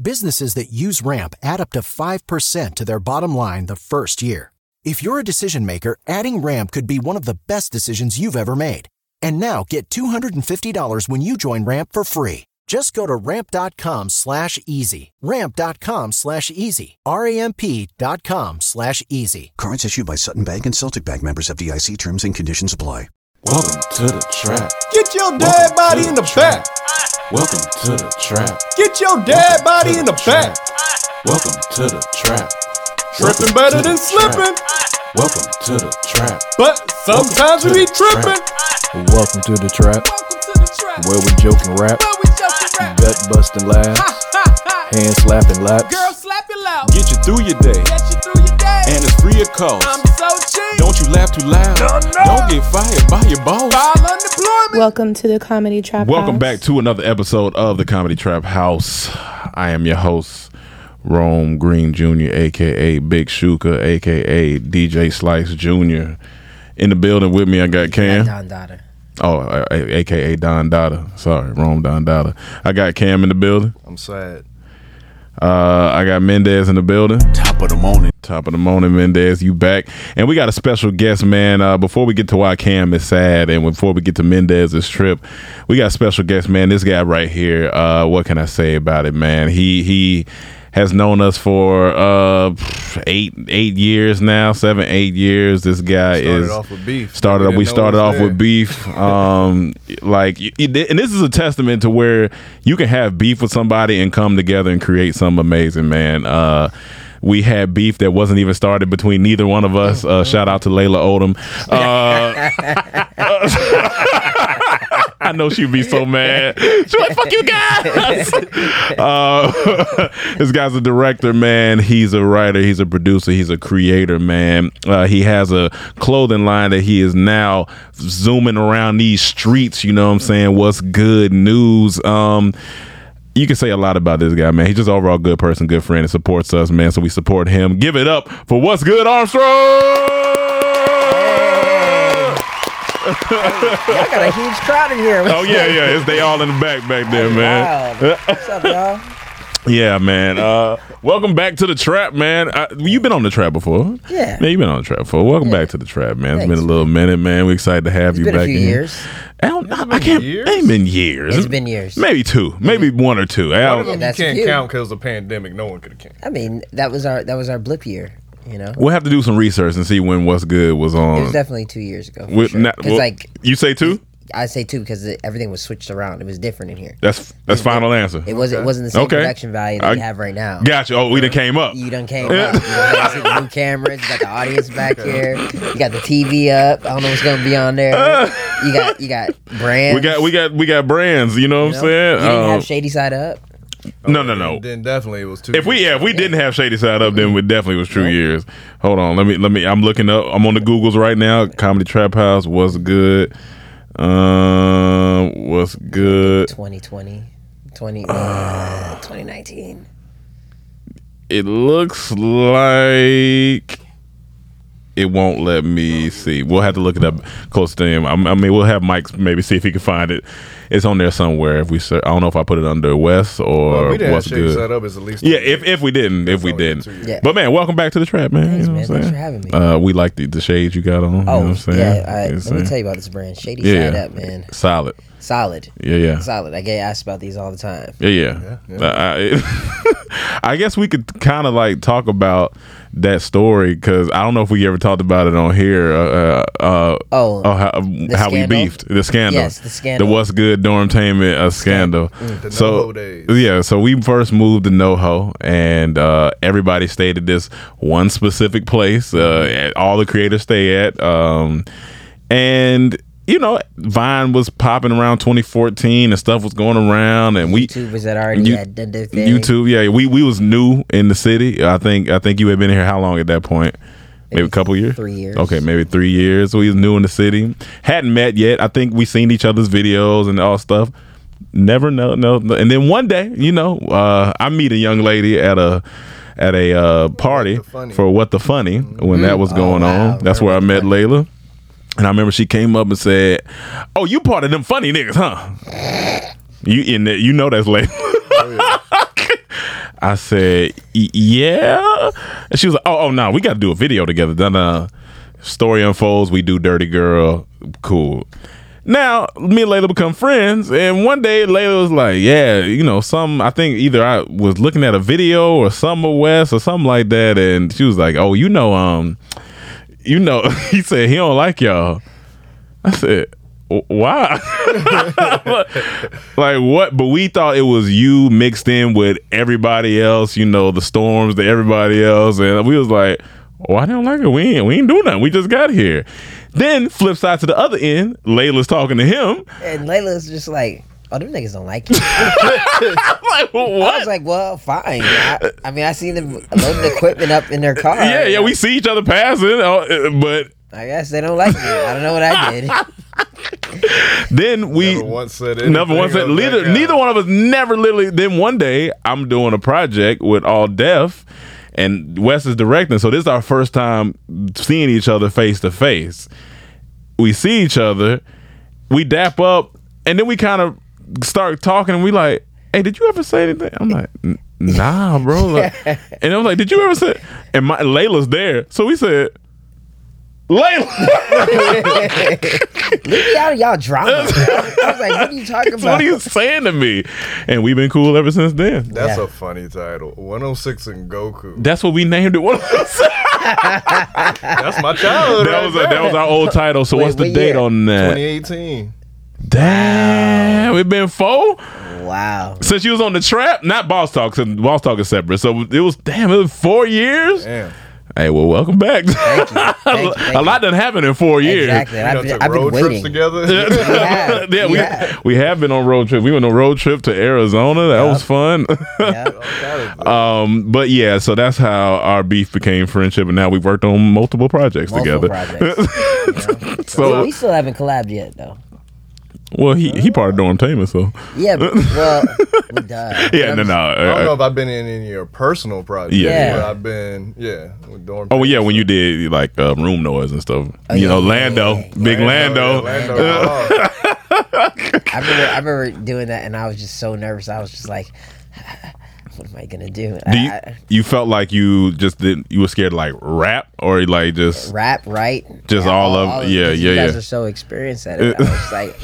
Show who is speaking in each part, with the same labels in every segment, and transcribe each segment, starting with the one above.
Speaker 1: Businesses that use Ramp add up to 5% to their bottom line the first year. If you're a decision maker, adding Ramp could be one of the best decisions you've ever made. And now get $250 when you join Ramp for free. Just go to ramp.com slash easy. Ramp.com slash easy. R-A-M-P dot com slash easy.
Speaker 2: Cards issued by Sutton Bank and Celtic Bank members of DIC terms and conditions apply.
Speaker 3: Welcome to the trap.
Speaker 4: Get your dead
Speaker 3: Welcome
Speaker 4: body
Speaker 3: to
Speaker 4: in the
Speaker 3: the
Speaker 4: back.
Speaker 3: Welcome to the trap.
Speaker 4: Get your dead body in the back.
Speaker 3: Welcome to the trap. Welcome
Speaker 4: Tripping better
Speaker 3: to
Speaker 4: than
Speaker 3: the
Speaker 4: slipping,
Speaker 3: trap. Welcome to the trap.
Speaker 4: but sometimes we be tripping.
Speaker 5: Welcome to the trap,
Speaker 4: Welcome to the trap.
Speaker 5: where we joke and rap,
Speaker 4: we just rap.
Speaker 5: butt busting laughs, hand slapping laps.
Speaker 4: slap it loud.
Speaker 3: Get you through your day,
Speaker 4: Get you through your day.
Speaker 3: and it's free of cost.
Speaker 4: so cheap.
Speaker 3: Don't you laugh too loud.
Speaker 4: no.
Speaker 3: Don't get fired by your boss.
Speaker 4: unemployment.
Speaker 6: Welcome to the comedy trap.
Speaker 7: Welcome
Speaker 6: House.
Speaker 7: back to another episode of the Comedy Trap House. I am your host, Rome Green Jr., aka Big Shuka, aka DJ Slice Jr. In the building with me, I got Cam.
Speaker 8: Don Dada.
Speaker 7: Oh, uh, a- aka Don Dada. Sorry, Rome Don Dada. I got Cam in the building.
Speaker 5: I'm sad.
Speaker 7: Uh, I got Mendez in the building.
Speaker 3: Top of the morning.
Speaker 7: Top of the morning, Mendez, you back. And we got a special guest, man. Uh, before we get to why Cam is sad and before we get to Mendez's trip, we got a special guest, man. This guy right here, uh, what can I say about it, man? He he has known us for uh pff, eight eight years now, seven, eight years. This guy
Speaker 5: Started
Speaker 7: is
Speaker 5: off with beef.
Speaker 7: started
Speaker 5: Didn't
Speaker 7: we
Speaker 5: know it
Speaker 7: started
Speaker 5: was
Speaker 7: off
Speaker 5: there.
Speaker 7: with beef um like y- y- and this is a testament to where you can have beef with somebody and come together and create something amazing man uh we had beef that wasn't even started between neither one of us. Uh, shout out to Layla Odom. Uh, I know she'd be so mad. She's like, "Fuck you guys." Uh, this guy's a director, man. He's a writer. He's a producer. He's a creator, man. Uh, he has a clothing line that he is now zooming around these streets. You know what I'm saying? What's good news? Um, you can say a lot about this guy, man. He's just an overall good person, good friend, and supports us, man. So we support him. Give it up for what's good, Armstrong.
Speaker 8: I got a huge crowd in here.
Speaker 7: Oh yeah, yeah. It's they all in the back back there, man. Uh,
Speaker 8: Wild. What's up, y'all?
Speaker 7: Yeah, man. Uh, welcome back to the trap, man. I, you've been on the trap before.
Speaker 8: Yeah.
Speaker 7: Yeah, you've been on the trap before. Welcome back to the trap, man. It's
Speaker 8: Thanks,
Speaker 7: been a little minute, man. We're excited to have you
Speaker 8: It's been
Speaker 7: back
Speaker 8: a few
Speaker 7: in.
Speaker 8: years.
Speaker 7: I don't. I, I can't.
Speaker 5: years?
Speaker 7: It ain't been years.
Speaker 8: It's been years. Mm-hmm.
Speaker 7: Maybe two. Maybe one or two. I
Speaker 5: One of
Speaker 7: don't-
Speaker 5: them
Speaker 8: that's
Speaker 5: you can't
Speaker 8: cute.
Speaker 5: count because of the pandemic. No one could have counted.
Speaker 8: I mean, that was our that was our blip year. You know,
Speaker 7: we'll have to do some research and see when what's good was on.
Speaker 8: it was definitely two years ago. For
Speaker 7: With-
Speaker 8: sure.
Speaker 7: not-
Speaker 8: 'Cause,
Speaker 7: well,
Speaker 8: like
Speaker 7: you say two.
Speaker 8: I say two because it- everything was switched around. It was different in here.
Speaker 7: That's that's final answer.
Speaker 8: It was it wasn't the same
Speaker 7: Okay.
Speaker 8: production value that we
Speaker 7: I-
Speaker 8: have right now. Mm-hmm.
Speaker 7: Gotcha. Oh, we done came up.
Speaker 8: You done came up. You know, you see the new cameras. You got the audience back here. You got the TV up. I don't know what's gonna be on there. You got you got brands.
Speaker 7: We got we got we got brands. You know what
Speaker 8: you know?
Speaker 7: I'm saying?
Speaker 8: You didn't
Speaker 7: Uh,
Speaker 8: have Shady Side Up.
Speaker 7: no, no, no.
Speaker 6: Then definitely it was two.
Speaker 7: If we yeah, if we didn't have Shady Side Up, then it definitely was True Years. Hold on, let me let me. I'm looking up. I'm on the Googles right now. Comedy Trap House was good. Um, was good.
Speaker 8: 2020, 20,
Speaker 7: Ah.
Speaker 8: 2019.
Speaker 7: It looks like it won't let me see. We'll have to look it up close to him. I, I mean, we'll have Mike maybe see if he can find it. It's on there somewhere. If we, ser- I don't know if I put it under West or
Speaker 6: Well, we didn't have
Speaker 7: what's
Speaker 6: shady
Speaker 7: good.
Speaker 6: set up as at least
Speaker 7: Yeah, if if we didn't, if we
Speaker 6: only been
Speaker 7: didn't.
Speaker 6: two years.
Speaker 8: Yeah.
Speaker 7: But man, welcome back to the trap, man.
Speaker 8: Thanks,
Speaker 7: You know
Speaker 8: man.
Speaker 7: what I'm
Speaker 8: Thanks
Speaker 7: saying?
Speaker 8: for having me.
Speaker 7: Uh, we like the, the shades you got on. you know
Speaker 8: Oh
Speaker 7: what I'm saying?
Speaker 8: yeah, I,
Speaker 7: You
Speaker 8: let
Speaker 7: know what I'm
Speaker 8: me tell
Speaker 7: saying?
Speaker 8: you about this brand, Shady
Speaker 7: Yeah.
Speaker 8: Side Up, man.
Speaker 7: Solid.
Speaker 8: Solid,
Speaker 7: Yeah, yeah.
Speaker 8: solid. I get asked about these all the time.
Speaker 7: Yeah, yeah. Uh, I, I guess we could kind of like talk about that story because I don't know if we ever talked about it on here. Uh, uh, uh,
Speaker 8: Oh,
Speaker 7: how, how we
Speaker 8: scandal?
Speaker 7: beefed the scandal.
Speaker 8: Yes, the scandal.
Speaker 7: The what's good dormtainment a scandal.
Speaker 6: Mm, The NoHo
Speaker 7: so
Speaker 6: days.
Speaker 7: yeah, so we first moved to NoHo, and uh, everybody stayed at this one specific place. Uh,
Speaker 6: Mm-hmm.
Speaker 7: at- all the creators stay at, um, and. You know, Vine was popping around 2014, and stuff was going around, and we
Speaker 8: YouTubers that already
Speaker 7: You-
Speaker 8: had done their thing.
Speaker 7: YouTube. Yeah, we we was new in the city. I think I think you had been here how long at that point? Maybe a couple years.
Speaker 8: three years.
Speaker 7: Okay, maybe three years. We was new in the city. Hadn't met yet. I think we seen each other's videos and all stuff. Never know, no, no. And then one day, you know, uh, I meet a young lady at a at a uh, party
Speaker 6: the Funny.
Speaker 7: for what the funny when that was going
Speaker 8: wow.
Speaker 7: on. That's where I met Layla. And I remember she came up and said, "Oh, you part of them funny niggas, huh?" You in there? You know that's Layla. I said, "Y- yeah. And she was like, oh, oh no, we got to do a video together. Then uh, story unfolds. We do Dirty Girl. Cool. Now, me and Layla become friends. And one day, Layla was like, yeah, you know, some, I think either I was looking at a video or Summer West or something like that. And she was like, oh, you know, um, you know, he said he don't like y'all. I said, "Wh- why? like what? But we thought it was you mixed in with everybody else. You know, the storms, the everybody else, and we was like, why they don't like it? We ain't, we ain't do nothing. We just got here. Then flip side to the other end, Layla's talking to him.
Speaker 8: And Layla's just like, oh, them niggas don't like you.
Speaker 7: I'm
Speaker 8: I
Speaker 7: like,
Speaker 8: was
Speaker 7: what?
Speaker 8: like, well, fine. I, I mean, I seen them loading equipment up in their car.
Speaker 7: Yeah, yeah, we see each other passing, uh, but
Speaker 8: I guess they don't like me. I don't know what I did.
Speaker 7: then we
Speaker 6: Never once said
Speaker 7: Never
Speaker 6: anything
Speaker 7: once said
Speaker 6: of that
Speaker 7: neither
Speaker 6: guy.
Speaker 7: neither one of us never literally then one day I'm doing a project with all deaf and Wes is directing. So this is our first time seeing each other face to face. We see each other, we dap up, and then we kind of start talking and we like, hey, did you ever say anything? I'm like, "N- nah, bro. Like, and I was like, did you ever say and my Layla's there. So we said, Layla
Speaker 8: Leave me out of y'all drama. bro. I was like, what are you talking about?
Speaker 7: what are you saying to me? And we've been cool ever since then.
Speaker 6: That's
Speaker 8: Yeah.
Speaker 6: a funny title. 106 and Goku.
Speaker 7: That's what we named it. What was that?
Speaker 6: That's my childhood.
Speaker 7: That
Speaker 6: right
Speaker 7: was a, that was our old title. So
Speaker 8: Wait,
Speaker 7: what's the
Speaker 8: what
Speaker 7: date
Speaker 8: year?
Speaker 7: on that?
Speaker 6: 2018.
Speaker 7: Damn, it been four
Speaker 8: wow.
Speaker 7: since you was on the trap. Not boss talk. Since boss talk is separate. So it was damn. It was four years.
Speaker 6: Damn.
Speaker 7: Hey, well, welcome back.
Speaker 8: Thank you. Thank you. Thank
Speaker 7: a lot done happened in four years.
Speaker 8: Exactly. And
Speaker 6: We done
Speaker 8: I've been,
Speaker 6: took
Speaker 8: I've been
Speaker 6: road trips
Speaker 8: waiting.
Speaker 6: together.
Speaker 8: We have.
Speaker 7: Yeah, we,
Speaker 8: We have.
Speaker 7: we have been on road trip. We went on road trip to Arizona. That was fun.
Speaker 8: Yep.
Speaker 7: um, but yeah, so that's how our beef became friendship, and now we've worked on multiple projects
Speaker 8: Multiple
Speaker 7: together.
Speaker 8: projects.
Speaker 7: So
Speaker 8: we still haven't collabed yet, though.
Speaker 7: Well, he he part of Dorm Tamer, so
Speaker 8: Uh. Yeah, but, uh, well, Oh, we done.
Speaker 7: yeah, no, no.
Speaker 6: I don't know
Speaker 7: uh,
Speaker 6: if I've been in any of your personal projects.
Speaker 7: Yeah.
Speaker 6: But I've been, yeah. With dorm
Speaker 7: Oh well, yeah, when you did like uh, room noise and stuff, you
Speaker 8: Oh, yeah,
Speaker 7: know,
Speaker 8: yeah,
Speaker 7: Lando,
Speaker 8: yeah,
Speaker 7: big Lando.
Speaker 6: Lando.
Speaker 7: Oh.
Speaker 6: Lando.
Speaker 8: I remember, I remember doing that, and I was just so nervous. I was just like, "What am I gonna do?"
Speaker 7: Do you
Speaker 8: I-
Speaker 7: you felt like you just didn't you were scared to, like rap or like
Speaker 8: I-
Speaker 7: just
Speaker 8: rap, right?
Speaker 7: Just all of- yeah,
Speaker 8: because
Speaker 7: yeah,
Speaker 8: You guys
Speaker 7: yeah.
Speaker 8: are so experienced at it. I was like,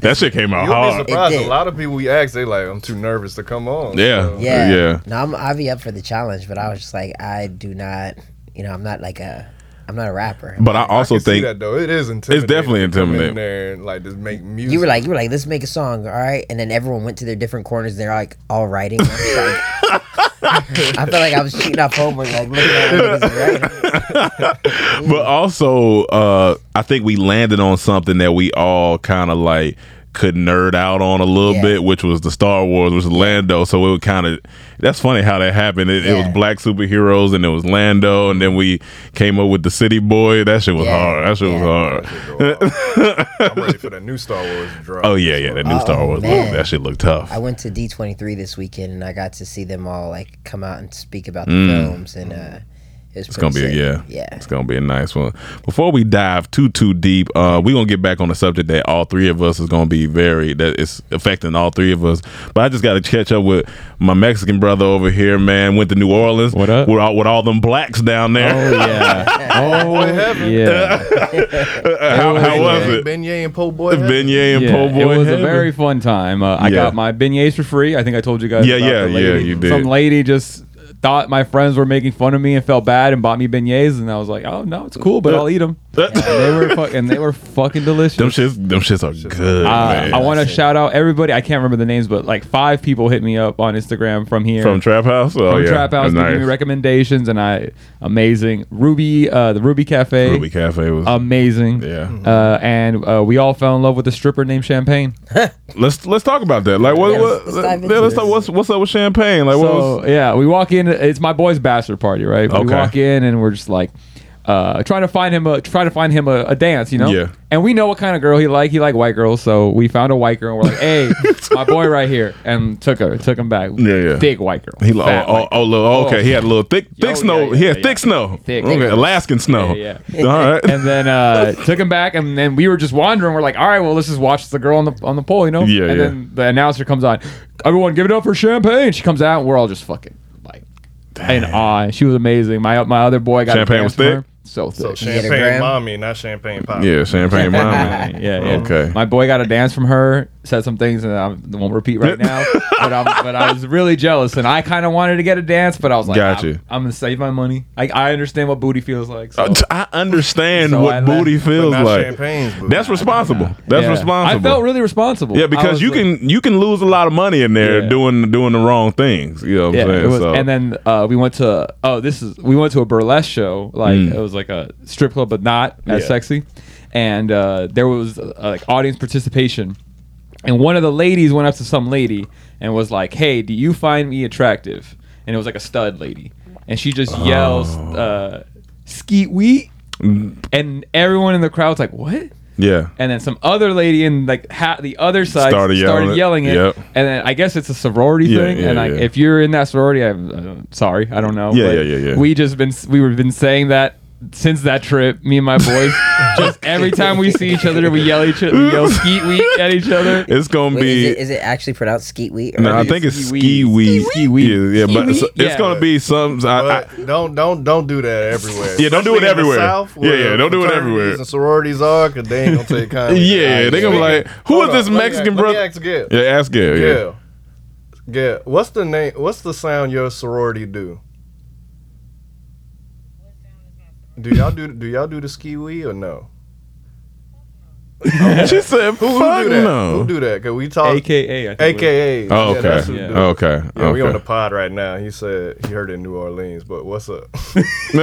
Speaker 7: that shit came out
Speaker 6: You'll be
Speaker 7: hard.
Speaker 6: surprised. A
Speaker 8: did.
Speaker 6: lot of people we ask, they like, I'm too nervous to come on.
Speaker 7: Yeah,
Speaker 6: So,
Speaker 8: "Yeah,
Speaker 7: yeah.
Speaker 8: No, I'm I'll be up for the challenge, but I was just like, I do not. You know, I'm not like a, I'm not a rapper.
Speaker 7: But I also
Speaker 6: I can see
Speaker 7: think
Speaker 6: that though. It is intimidating.
Speaker 7: definitely
Speaker 6: to come
Speaker 7: intimidating.
Speaker 6: In there and like just make music.
Speaker 8: you were like, you were like, let's make a song, all right? And then everyone went to their different corners. They're like all writing. I'm just like, I felt like I was cheating off homework, like looking at what niggas was writing.
Speaker 7: but also uh i think we landed on something that we all kind of like could nerd out on a little
Speaker 8: Yeah.
Speaker 7: bit which was the star wars which was lando so it would kind of that's funny how that happened it, it
Speaker 8: Yeah.
Speaker 7: was black superheroes and it was lando and then we came up with the city boy that shit was
Speaker 8: Yeah.
Speaker 7: hard that shit
Speaker 8: Yeah.
Speaker 7: was hard
Speaker 6: I'm ready for the new Star Wars to drop.
Speaker 7: oh yeah yeah that new star wars look,
Speaker 8: man.
Speaker 7: that shit looked tough
Speaker 8: I went to D23 this weekend and I got to see them all like come out and speak about the films and uh it was
Speaker 7: Mm. It's gonna be a, yeah,
Speaker 8: yeah.
Speaker 7: It's gonna be a nice one. Before we dive too too deep, uh, we're gonna get back on the subject that all three of us is gonna be very that it's affecting all three of us. But I just got to catch up with my Mexican brother over here, man. Went to New Orleans.
Speaker 5: What up?
Speaker 7: With all, with all them blacks down there.
Speaker 5: Oh yeah. Oh yeah.
Speaker 7: how, how was
Speaker 6: Beignet-
Speaker 7: it?
Speaker 6: Beignet and Po' Boy. had it.
Speaker 7: Beignet and
Speaker 5: yeah.
Speaker 7: po' boy.
Speaker 5: it was a
Speaker 7: heaven.
Speaker 5: very fun time. Uh, I
Speaker 7: Yeah.
Speaker 5: got my beignets for free. I think I told you guys.
Speaker 7: Yeah,
Speaker 5: about
Speaker 7: yeah,
Speaker 5: the
Speaker 7: yeah,
Speaker 5: lady.
Speaker 7: you did.
Speaker 5: Some lady just thought my friends were making fun of me and felt bad and bought me beignets, and I was like, "Oh no, it's cool, but I'll eat them." and they were fu- and they were fucking delicious.
Speaker 7: Them shits, them shits are good.
Speaker 5: Uh,
Speaker 7: man.
Speaker 5: I want to shout out everybody. I can't remember the names, but like five people hit me up on Instagram from here,
Speaker 7: from Trap House. Oh
Speaker 5: from
Speaker 7: yeah,
Speaker 5: Trap House,
Speaker 7: nice.
Speaker 5: giving me recommendations, and I amazing Ruby, uh, the Ruby Cafe,
Speaker 7: Ruby Cafe was.
Speaker 5: amazing.
Speaker 7: Yeah.
Speaker 5: uh, and uh, we all fell in love with a stripper named Champagne.
Speaker 7: let's let's talk about that. Like what?
Speaker 8: Yeah,
Speaker 7: what
Speaker 8: let's dive
Speaker 7: yeah,
Speaker 8: into
Speaker 7: let's talk.
Speaker 8: this.
Speaker 7: What's what's up with champagne? Like what was?
Speaker 5: so yeah, we walk in. It's my boy's bachelor party, right? We
Speaker 7: Okay.
Speaker 5: walk in and we're just like uh, trying to find him a try to find him a, a dance, you know?
Speaker 7: Yeah.
Speaker 5: And we know what kind of girl he like. He like white girls, so we found a white girl. and We're like, hey, my boy right here, and took her, took him back.
Speaker 7: Yeah, yeah.
Speaker 5: Thick white girl.
Speaker 7: He like,
Speaker 5: Fat
Speaker 7: oh, oh,
Speaker 5: white girl.
Speaker 7: oh, little, okay. He had a little thick, thick
Speaker 5: yeah,
Speaker 7: snow.
Speaker 5: yeah,
Speaker 7: he had
Speaker 5: yeah,
Speaker 7: thick
Speaker 5: yeah.
Speaker 7: snow.
Speaker 5: Thick.
Speaker 7: okay, Alaskan snow.
Speaker 5: Yeah,
Speaker 7: All right.
Speaker 5: and then uh, took him back, and then we were just wandering. We're like, all right, well, let's just watch the girl on the on the pole, you know?
Speaker 7: Yeah,
Speaker 5: And
Speaker 7: yeah.
Speaker 5: then the announcer comes on. Everyone, give it up for champagne. She comes out, and we're all just fucking like in awe. She was amazing. My my other boy got a
Speaker 7: Champagne
Speaker 5: dance
Speaker 7: was
Speaker 5: from
Speaker 7: thick?
Speaker 5: her. So thick.
Speaker 6: So
Speaker 8: a
Speaker 6: champagne
Speaker 8: gram?
Speaker 6: mommy, not champagne pop.
Speaker 7: yeah, champagne
Speaker 5: yeah,
Speaker 7: mommy.
Speaker 5: yeah.
Speaker 7: Okay.
Speaker 5: My boy got a dance from her. Said some things that I won't repeat right now. but, I'm, but I was really jealous, and I kind of wanted to get a dance, but I was like,
Speaker 7: Gotcha.
Speaker 5: I'm, I'm gonna save my money. I, I understand what booty feels like. So.
Speaker 7: Uh, t- I understand
Speaker 5: So
Speaker 7: what
Speaker 5: I left.
Speaker 7: booty
Speaker 6: But
Speaker 7: feels
Speaker 6: not
Speaker 7: like.
Speaker 6: champagne's booty.
Speaker 7: That's responsible. That's
Speaker 5: Yeah.
Speaker 7: responsible.
Speaker 5: I felt really responsible.
Speaker 7: yeah,
Speaker 5: I
Speaker 7: because
Speaker 5: was
Speaker 7: you
Speaker 5: like-
Speaker 7: can you can lose a lot of money in there
Speaker 5: Yeah.
Speaker 7: doing doing the wrong things. You know what
Speaker 5: Yeah,
Speaker 7: I'm saying?
Speaker 5: it was,
Speaker 7: so,
Speaker 5: and then uh, we went to oh this is we went to a burlesque show like it was like a strip club but not as
Speaker 7: Mm. Yeah.
Speaker 5: sexy, and uh, there was uh, like audience participation, and one of the ladies went up to some lady and was like, "Hey, do you find me attractive?" And it was like a stud lady, and she just yells,
Speaker 7: Oh.
Speaker 5: uh, "Skeet wheat," and everyone in the crowd's like, "What?"
Speaker 7: yeah,
Speaker 5: and then some other lady in like ha- the other side
Speaker 7: Started
Speaker 5: started yelling,
Speaker 7: yelling it.
Speaker 5: it.
Speaker 7: Yep.
Speaker 5: And then I guess it's a sorority
Speaker 7: Yeah,
Speaker 5: thing.
Speaker 7: yeah,
Speaker 5: and like,
Speaker 7: yeah.
Speaker 5: if you're in that sorority, I'm uh, sorry, I don't know.
Speaker 7: Yeah,
Speaker 5: but
Speaker 7: yeah, yeah, yeah.
Speaker 5: We just been we have been saying that since that trip. Me and my boys, just every time we see each other, we yell each other, we yell skeet week at each other.
Speaker 7: it's gonna
Speaker 8: Wait,
Speaker 7: be.
Speaker 8: is, it, is it actually pronounced skeet wheat?
Speaker 7: no, I think it's ski
Speaker 5: Ski
Speaker 7: weed.
Speaker 5: weed. Ski weed.
Speaker 7: Yeah, yeah,
Speaker 5: Ski
Speaker 7: but it's,
Speaker 5: weed?
Speaker 7: it's
Speaker 5: Yeah.
Speaker 7: gonna be some. I, I,
Speaker 6: But don't don't don't do that everywhere.
Speaker 7: Yeah, don't do it
Speaker 6: Especially in the
Speaker 7: everywhere.
Speaker 6: South,
Speaker 7: Yeah, yeah,
Speaker 6: where
Speaker 7: don't do it
Speaker 6: fraternities
Speaker 7: everywhere.
Speaker 6: And sororities are, cause they ain't gonna take kindly.
Speaker 7: yeah, they gonna be like, who
Speaker 6: Hold
Speaker 7: is
Speaker 6: on,
Speaker 7: this
Speaker 6: let me
Speaker 7: Mexican
Speaker 6: ask- let me
Speaker 7: brother?
Speaker 6: ask again.
Speaker 7: Yeah, ask Gail. Yeah.
Speaker 6: Yeah. Yeah. What's the name? What's the sound your sorority do? Do y'all do do y'all do the ski wee or no?
Speaker 7: she said,
Speaker 6: Who,
Speaker 7: "Fuck
Speaker 6: who do that?
Speaker 7: no."
Speaker 6: Who do that? Cause we talk
Speaker 5: AKA, I think
Speaker 6: AKA.
Speaker 7: Oh,
Speaker 6: Yeah,
Speaker 7: okay.
Speaker 6: that's who
Speaker 5: Yeah.
Speaker 6: do it.
Speaker 7: Okay.
Speaker 6: Yeah, we on the
Speaker 7: okay.
Speaker 6: pod right now. He said he heard it in New Orleans, but what's up? we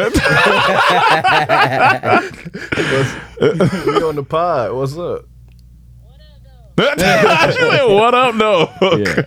Speaker 6: on the pod. What's up?
Speaker 7: she went, "What up, no?"
Speaker 5: Yeah.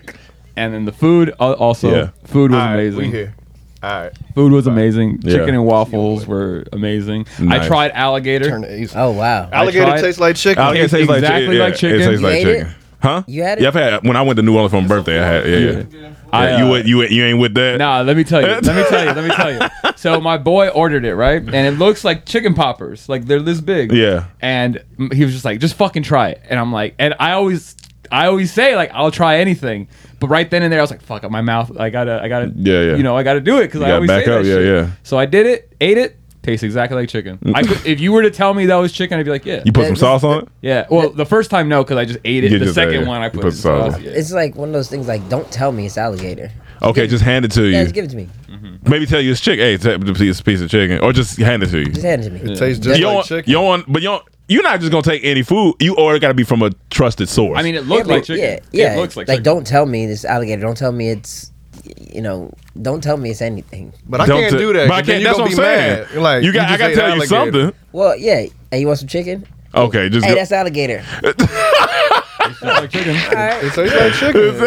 Speaker 5: And then the food al- also
Speaker 7: Yeah.
Speaker 5: food was
Speaker 6: All right,
Speaker 5: amazing.
Speaker 6: we here. All right.
Speaker 5: Food was amazing.
Speaker 7: Yeah.
Speaker 5: Chicken and waffles were amazing.
Speaker 7: Nice.
Speaker 5: I tried alligator.
Speaker 8: Oh wow.
Speaker 6: Alligator
Speaker 5: tried-
Speaker 6: tastes like chicken.
Speaker 7: Alligator tastes like
Speaker 5: Exactly
Speaker 7: chicken.
Speaker 5: like
Speaker 7: Yeah,
Speaker 5: chicken.
Speaker 7: It tastes
Speaker 8: You
Speaker 7: like
Speaker 8: ate it?
Speaker 7: chicken. Huh?
Speaker 8: You had it?
Speaker 7: Yeah, I've had when I went to New Orleans for my birthday. I had yeah. yeah.
Speaker 5: I,
Speaker 7: Yeah,
Speaker 5: uh,
Speaker 7: you went, you went, you ain't with that.
Speaker 5: Nah, let me tell you. Let me tell you. Let me tell you. So my boy ordered it, right? And it looks like chicken poppers. Like they're this big.
Speaker 7: Yeah.
Speaker 5: And m- he was just like, just fucking try it. And I'm like, and I always I always say like I'll try anything. But right then and there I was like, fuck up my mouth. I gotta I gotta
Speaker 7: Yeah, yeah.
Speaker 5: you know, I gotta do it because I
Speaker 7: gotta
Speaker 5: always
Speaker 7: back
Speaker 5: say that
Speaker 7: up, yeah,
Speaker 5: shit.
Speaker 7: yeah.
Speaker 5: So I did it, ate it, tastes exactly like chicken. I could, if you were to tell me that was chicken, I'd be like, Yeah.
Speaker 7: You put some sauce on it.
Speaker 5: yeah. Well the first time no, because I just ate it.
Speaker 7: You
Speaker 5: the
Speaker 7: just ate
Speaker 5: second
Speaker 7: it.
Speaker 5: one I
Speaker 7: You
Speaker 5: put,
Speaker 7: put
Speaker 5: sauce.
Speaker 7: sauce.
Speaker 5: Yeah.
Speaker 8: It's like one of those things like don't tell me it's alligator.
Speaker 7: Okay, just hand it to
Speaker 8: Yeah,
Speaker 7: you.
Speaker 8: just give it to me.
Speaker 5: Mm-hmm.
Speaker 7: Maybe tell you it's chicken. Hey, it's a piece piece of chicken, or just hand it to you.
Speaker 8: Just hand it to me.
Speaker 6: It tastes just like
Speaker 7: You don't, want- you
Speaker 6: chicken.
Speaker 7: don't want, but you don't, you're not just gonna take any food. You order got to be from a trusted source.
Speaker 5: I mean it
Speaker 8: Yeah,
Speaker 5: looked
Speaker 8: but-
Speaker 5: like chicken.
Speaker 8: Yeah, yeah.
Speaker 5: It looks like,
Speaker 8: like
Speaker 5: chicken.
Speaker 8: don't tell me this alligator. Don't tell me it's you know, don't tell me it's anything.
Speaker 6: But I
Speaker 7: Don't
Speaker 6: can't
Speaker 7: t-
Speaker 6: do that.
Speaker 7: But I
Speaker 6: 'cause then
Speaker 7: can't.
Speaker 6: you
Speaker 7: That's
Speaker 6: gonna
Speaker 7: what I'm
Speaker 6: be
Speaker 7: saying.
Speaker 6: mad. Like
Speaker 7: you got. I
Speaker 6: just
Speaker 7: got to
Speaker 6: ate
Speaker 7: tell you
Speaker 6: alligator.
Speaker 7: something.
Speaker 8: Well, yeah. Hey, you want some chicken?
Speaker 7: Okay, just
Speaker 8: Hey,
Speaker 7: go.
Speaker 8: that's alligator.
Speaker 5: like chicken.
Speaker 6: It tastes like chicken.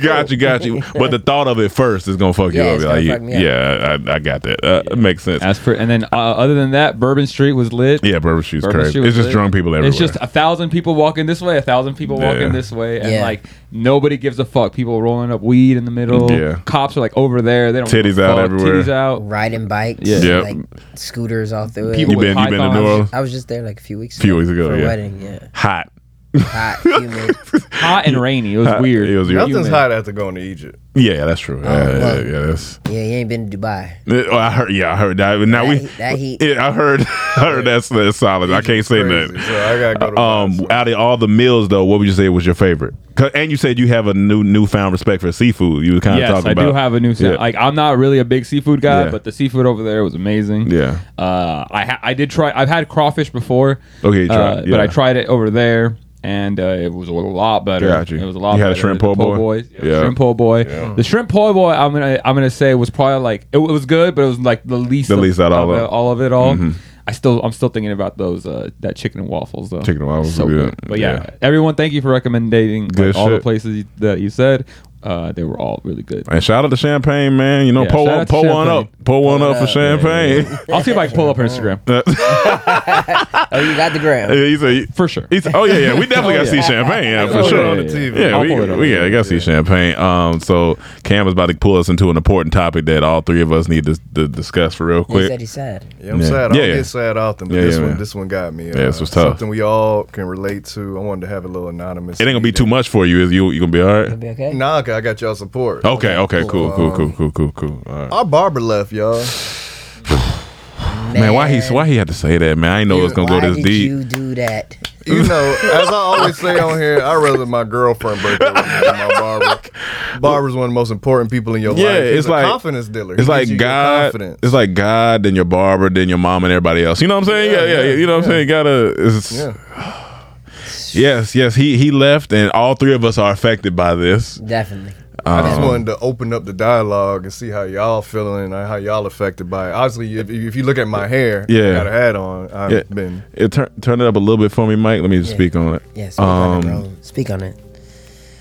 Speaker 7: got you, got you. But the thought of it first is gonna fuck
Speaker 8: Yeah,
Speaker 7: you up.
Speaker 8: it's
Speaker 7: You're
Speaker 8: gonna
Speaker 7: Like,
Speaker 8: fuck me up.
Speaker 7: yeah, I, I got that. Uh, It makes sense.
Speaker 5: As for and then uh, other than that, Bourbon Street was lit.
Speaker 7: Yeah, Bourbon Street's
Speaker 5: Bourbon
Speaker 7: crazy.
Speaker 5: Street was
Speaker 7: it's just
Speaker 5: lit.
Speaker 7: drunk people everywhere.
Speaker 5: It's just a thousand people walking this way, a thousand people
Speaker 7: Yeah.
Speaker 5: walking this way, and
Speaker 8: Yeah.
Speaker 5: like nobody gives a fuck. People rolling up weed in the middle.
Speaker 7: Yeah.
Speaker 5: Cops are like over there. They don't give a
Speaker 7: Titties out
Speaker 5: fuck.
Speaker 7: everywhere.
Speaker 5: Titties out.
Speaker 8: Riding bikes,
Speaker 5: Yeah.
Speaker 7: Yep.
Speaker 8: like scooters all through it.
Speaker 5: People
Speaker 7: you
Speaker 5: with
Speaker 7: been you been to New
Speaker 5: pythons.
Speaker 7: Orleans?
Speaker 8: I was just there like a few weeks ago.
Speaker 7: Few weeks ago,
Speaker 8: for a
Speaker 7: yeah.
Speaker 8: wedding, yeah.
Speaker 7: Hot.
Speaker 8: Hot, humid.
Speaker 5: Hot and rainy. It was weird.
Speaker 7: It was
Speaker 5: You
Speaker 7: weird.
Speaker 6: Nothing's
Speaker 5: man.
Speaker 6: hot after going to Egypt.
Speaker 7: Yeah, that's true. yeah,
Speaker 8: Oh, well.
Speaker 7: yeah, yeah, that's.
Speaker 8: Yeah, you ain't been to Dubai.
Speaker 7: Oh, I heard. Yeah, I heard that. Now
Speaker 8: That
Speaker 7: we.
Speaker 8: heat- that heat.
Speaker 7: Yeah, I heard. I heard that's, that's solid. I can't say
Speaker 6: Crazy.
Speaker 7: nothing.
Speaker 6: So I gotta go to
Speaker 7: Um, out of all the meals, though, what would you say was your favorite? 'Cause- And you said you have a new newfound respect for seafood. You were kind of
Speaker 5: Yes,
Speaker 7: talking
Speaker 5: I
Speaker 7: about.
Speaker 5: do have a new set.
Speaker 7: Yeah.
Speaker 5: Like I'm not really a big seafood guy,
Speaker 7: Yeah.
Speaker 5: but the seafood over there was amazing.
Speaker 7: Yeah.
Speaker 5: Uh, I ha- I did try. I've had crawfish before.
Speaker 7: Okay, you
Speaker 5: uh,
Speaker 7: tried,
Speaker 5: but I
Speaker 7: yeah.
Speaker 5: tried it over there, and uh, it was a lot better.
Speaker 7: Got you.
Speaker 5: It was a lot.
Speaker 7: You had
Speaker 5: better.
Speaker 7: a shrimp
Speaker 5: The
Speaker 7: po' boy?
Speaker 5: boys-
Speaker 7: Yeah.
Speaker 5: Shrimp po' boy. The shrimp po' boy. I'm gonna I'm gonna say was probably like it was good, but it was like the least
Speaker 7: The
Speaker 5: of,
Speaker 7: least out of all
Speaker 5: of
Speaker 7: of
Speaker 5: it-
Speaker 7: it. Mm-hmm.
Speaker 5: all of it all. I still I'm still thinking about those uh, that chicken and waffles though.
Speaker 7: Chicken and waffles
Speaker 5: so
Speaker 7: were
Speaker 5: good.
Speaker 7: good.
Speaker 5: But yeah,
Speaker 7: Yeah.
Speaker 5: everyone, thank you for recommending like,
Speaker 7: Good
Speaker 5: all the
Speaker 7: shit.
Speaker 5: places you- that you said. Uh, they were all really good.
Speaker 7: And shout out to Champagne, man. You know,
Speaker 5: Yeah,
Speaker 7: pull,
Speaker 5: shout
Speaker 7: one,
Speaker 5: out to
Speaker 7: pull one
Speaker 5: Champagne.
Speaker 7: up. Pull one up for Champagne.
Speaker 5: I'll see if I can pull up her Instagram
Speaker 8: Oh, you got the gram.
Speaker 7: he said,
Speaker 5: for sure.
Speaker 7: he said, oh, yeah, yeah. We definitely got to see
Speaker 5: yeah.
Speaker 7: Champagne. Yeah, for
Speaker 5: Oh, yeah,
Speaker 7: sure.
Speaker 5: yeah, yeah.
Speaker 6: TV.
Speaker 7: Yeah,
Speaker 5: I'll
Speaker 7: we,
Speaker 5: pull it up.
Speaker 7: we gotta, gotta see champagne. Um, so Cam is about to pull us into an important topic that all three of us need to, to discuss for real
Speaker 8: He
Speaker 7: quick.
Speaker 8: said he's sad.
Speaker 6: Yeah, I'm
Speaker 7: Yeah.
Speaker 6: sad. I
Speaker 7: Yeah,
Speaker 6: don't
Speaker 7: yeah.
Speaker 6: get sad often, but
Speaker 7: Yeah,
Speaker 6: this
Speaker 7: yeah,
Speaker 6: one,
Speaker 7: man.
Speaker 6: this one got me. uh,
Speaker 7: Yeah, this was tough.
Speaker 6: Something we all can relate to. I wanted to have a little anonymous.
Speaker 7: it ain't gonna be too much for you. Is you you gonna be all right?
Speaker 8: It'll be okay.
Speaker 6: Nah, 'cause I got y'all support.
Speaker 7: Okay, okay, cool, cool, cool, cool, cool, cool. All right.
Speaker 6: Our barber left, y'all.
Speaker 7: Man, why he why he had to say that? Man, I didn't know it was gonna
Speaker 8: Why
Speaker 7: go
Speaker 8: did
Speaker 7: this deep.
Speaker 8: you do that?
Speaker 6: You know, as I always say on here, I'd rather my girlfriend break up with me than my barber. Barber's one of the most important people in your
Speaker 7: Yeah,
Speaker 6: life. He's
Speaker 7: it's
Speaker 6: a
Speaker 7: like-
Speaker 6: confidence dealer. He gives
Speaker 7: It's like
Speaker 6: you your
Speaker 7: God.
Speaker 6: confidence.
Speaker 7: It's like God, then your barber, then your mom, and everybody else. You know what I'm saying? Yeah, yeah. yeah, you know what I'm saying? Gotta. It's,
Speaker 6: Yeah.
Speaker 7: Yes, yes. He he left, and all three of us are affected by this.
Speaker 8: Definitely.
Speaker 6: I just wanted to open up the dialogue and see how y'all feeling and how y'all affected by it. Obviously, if, if you look at my hair,
Speaker 7: Yeah.
Speaker 6: I got a hat on. I've
Speaker 7: Yeah.
Speaker 6: been
Speaker 7: It turn turn it up a little bit for me, Mike. Let me just speak on it. Um,
Speaker 8: Yeah, speak on it, bro. Speak on it.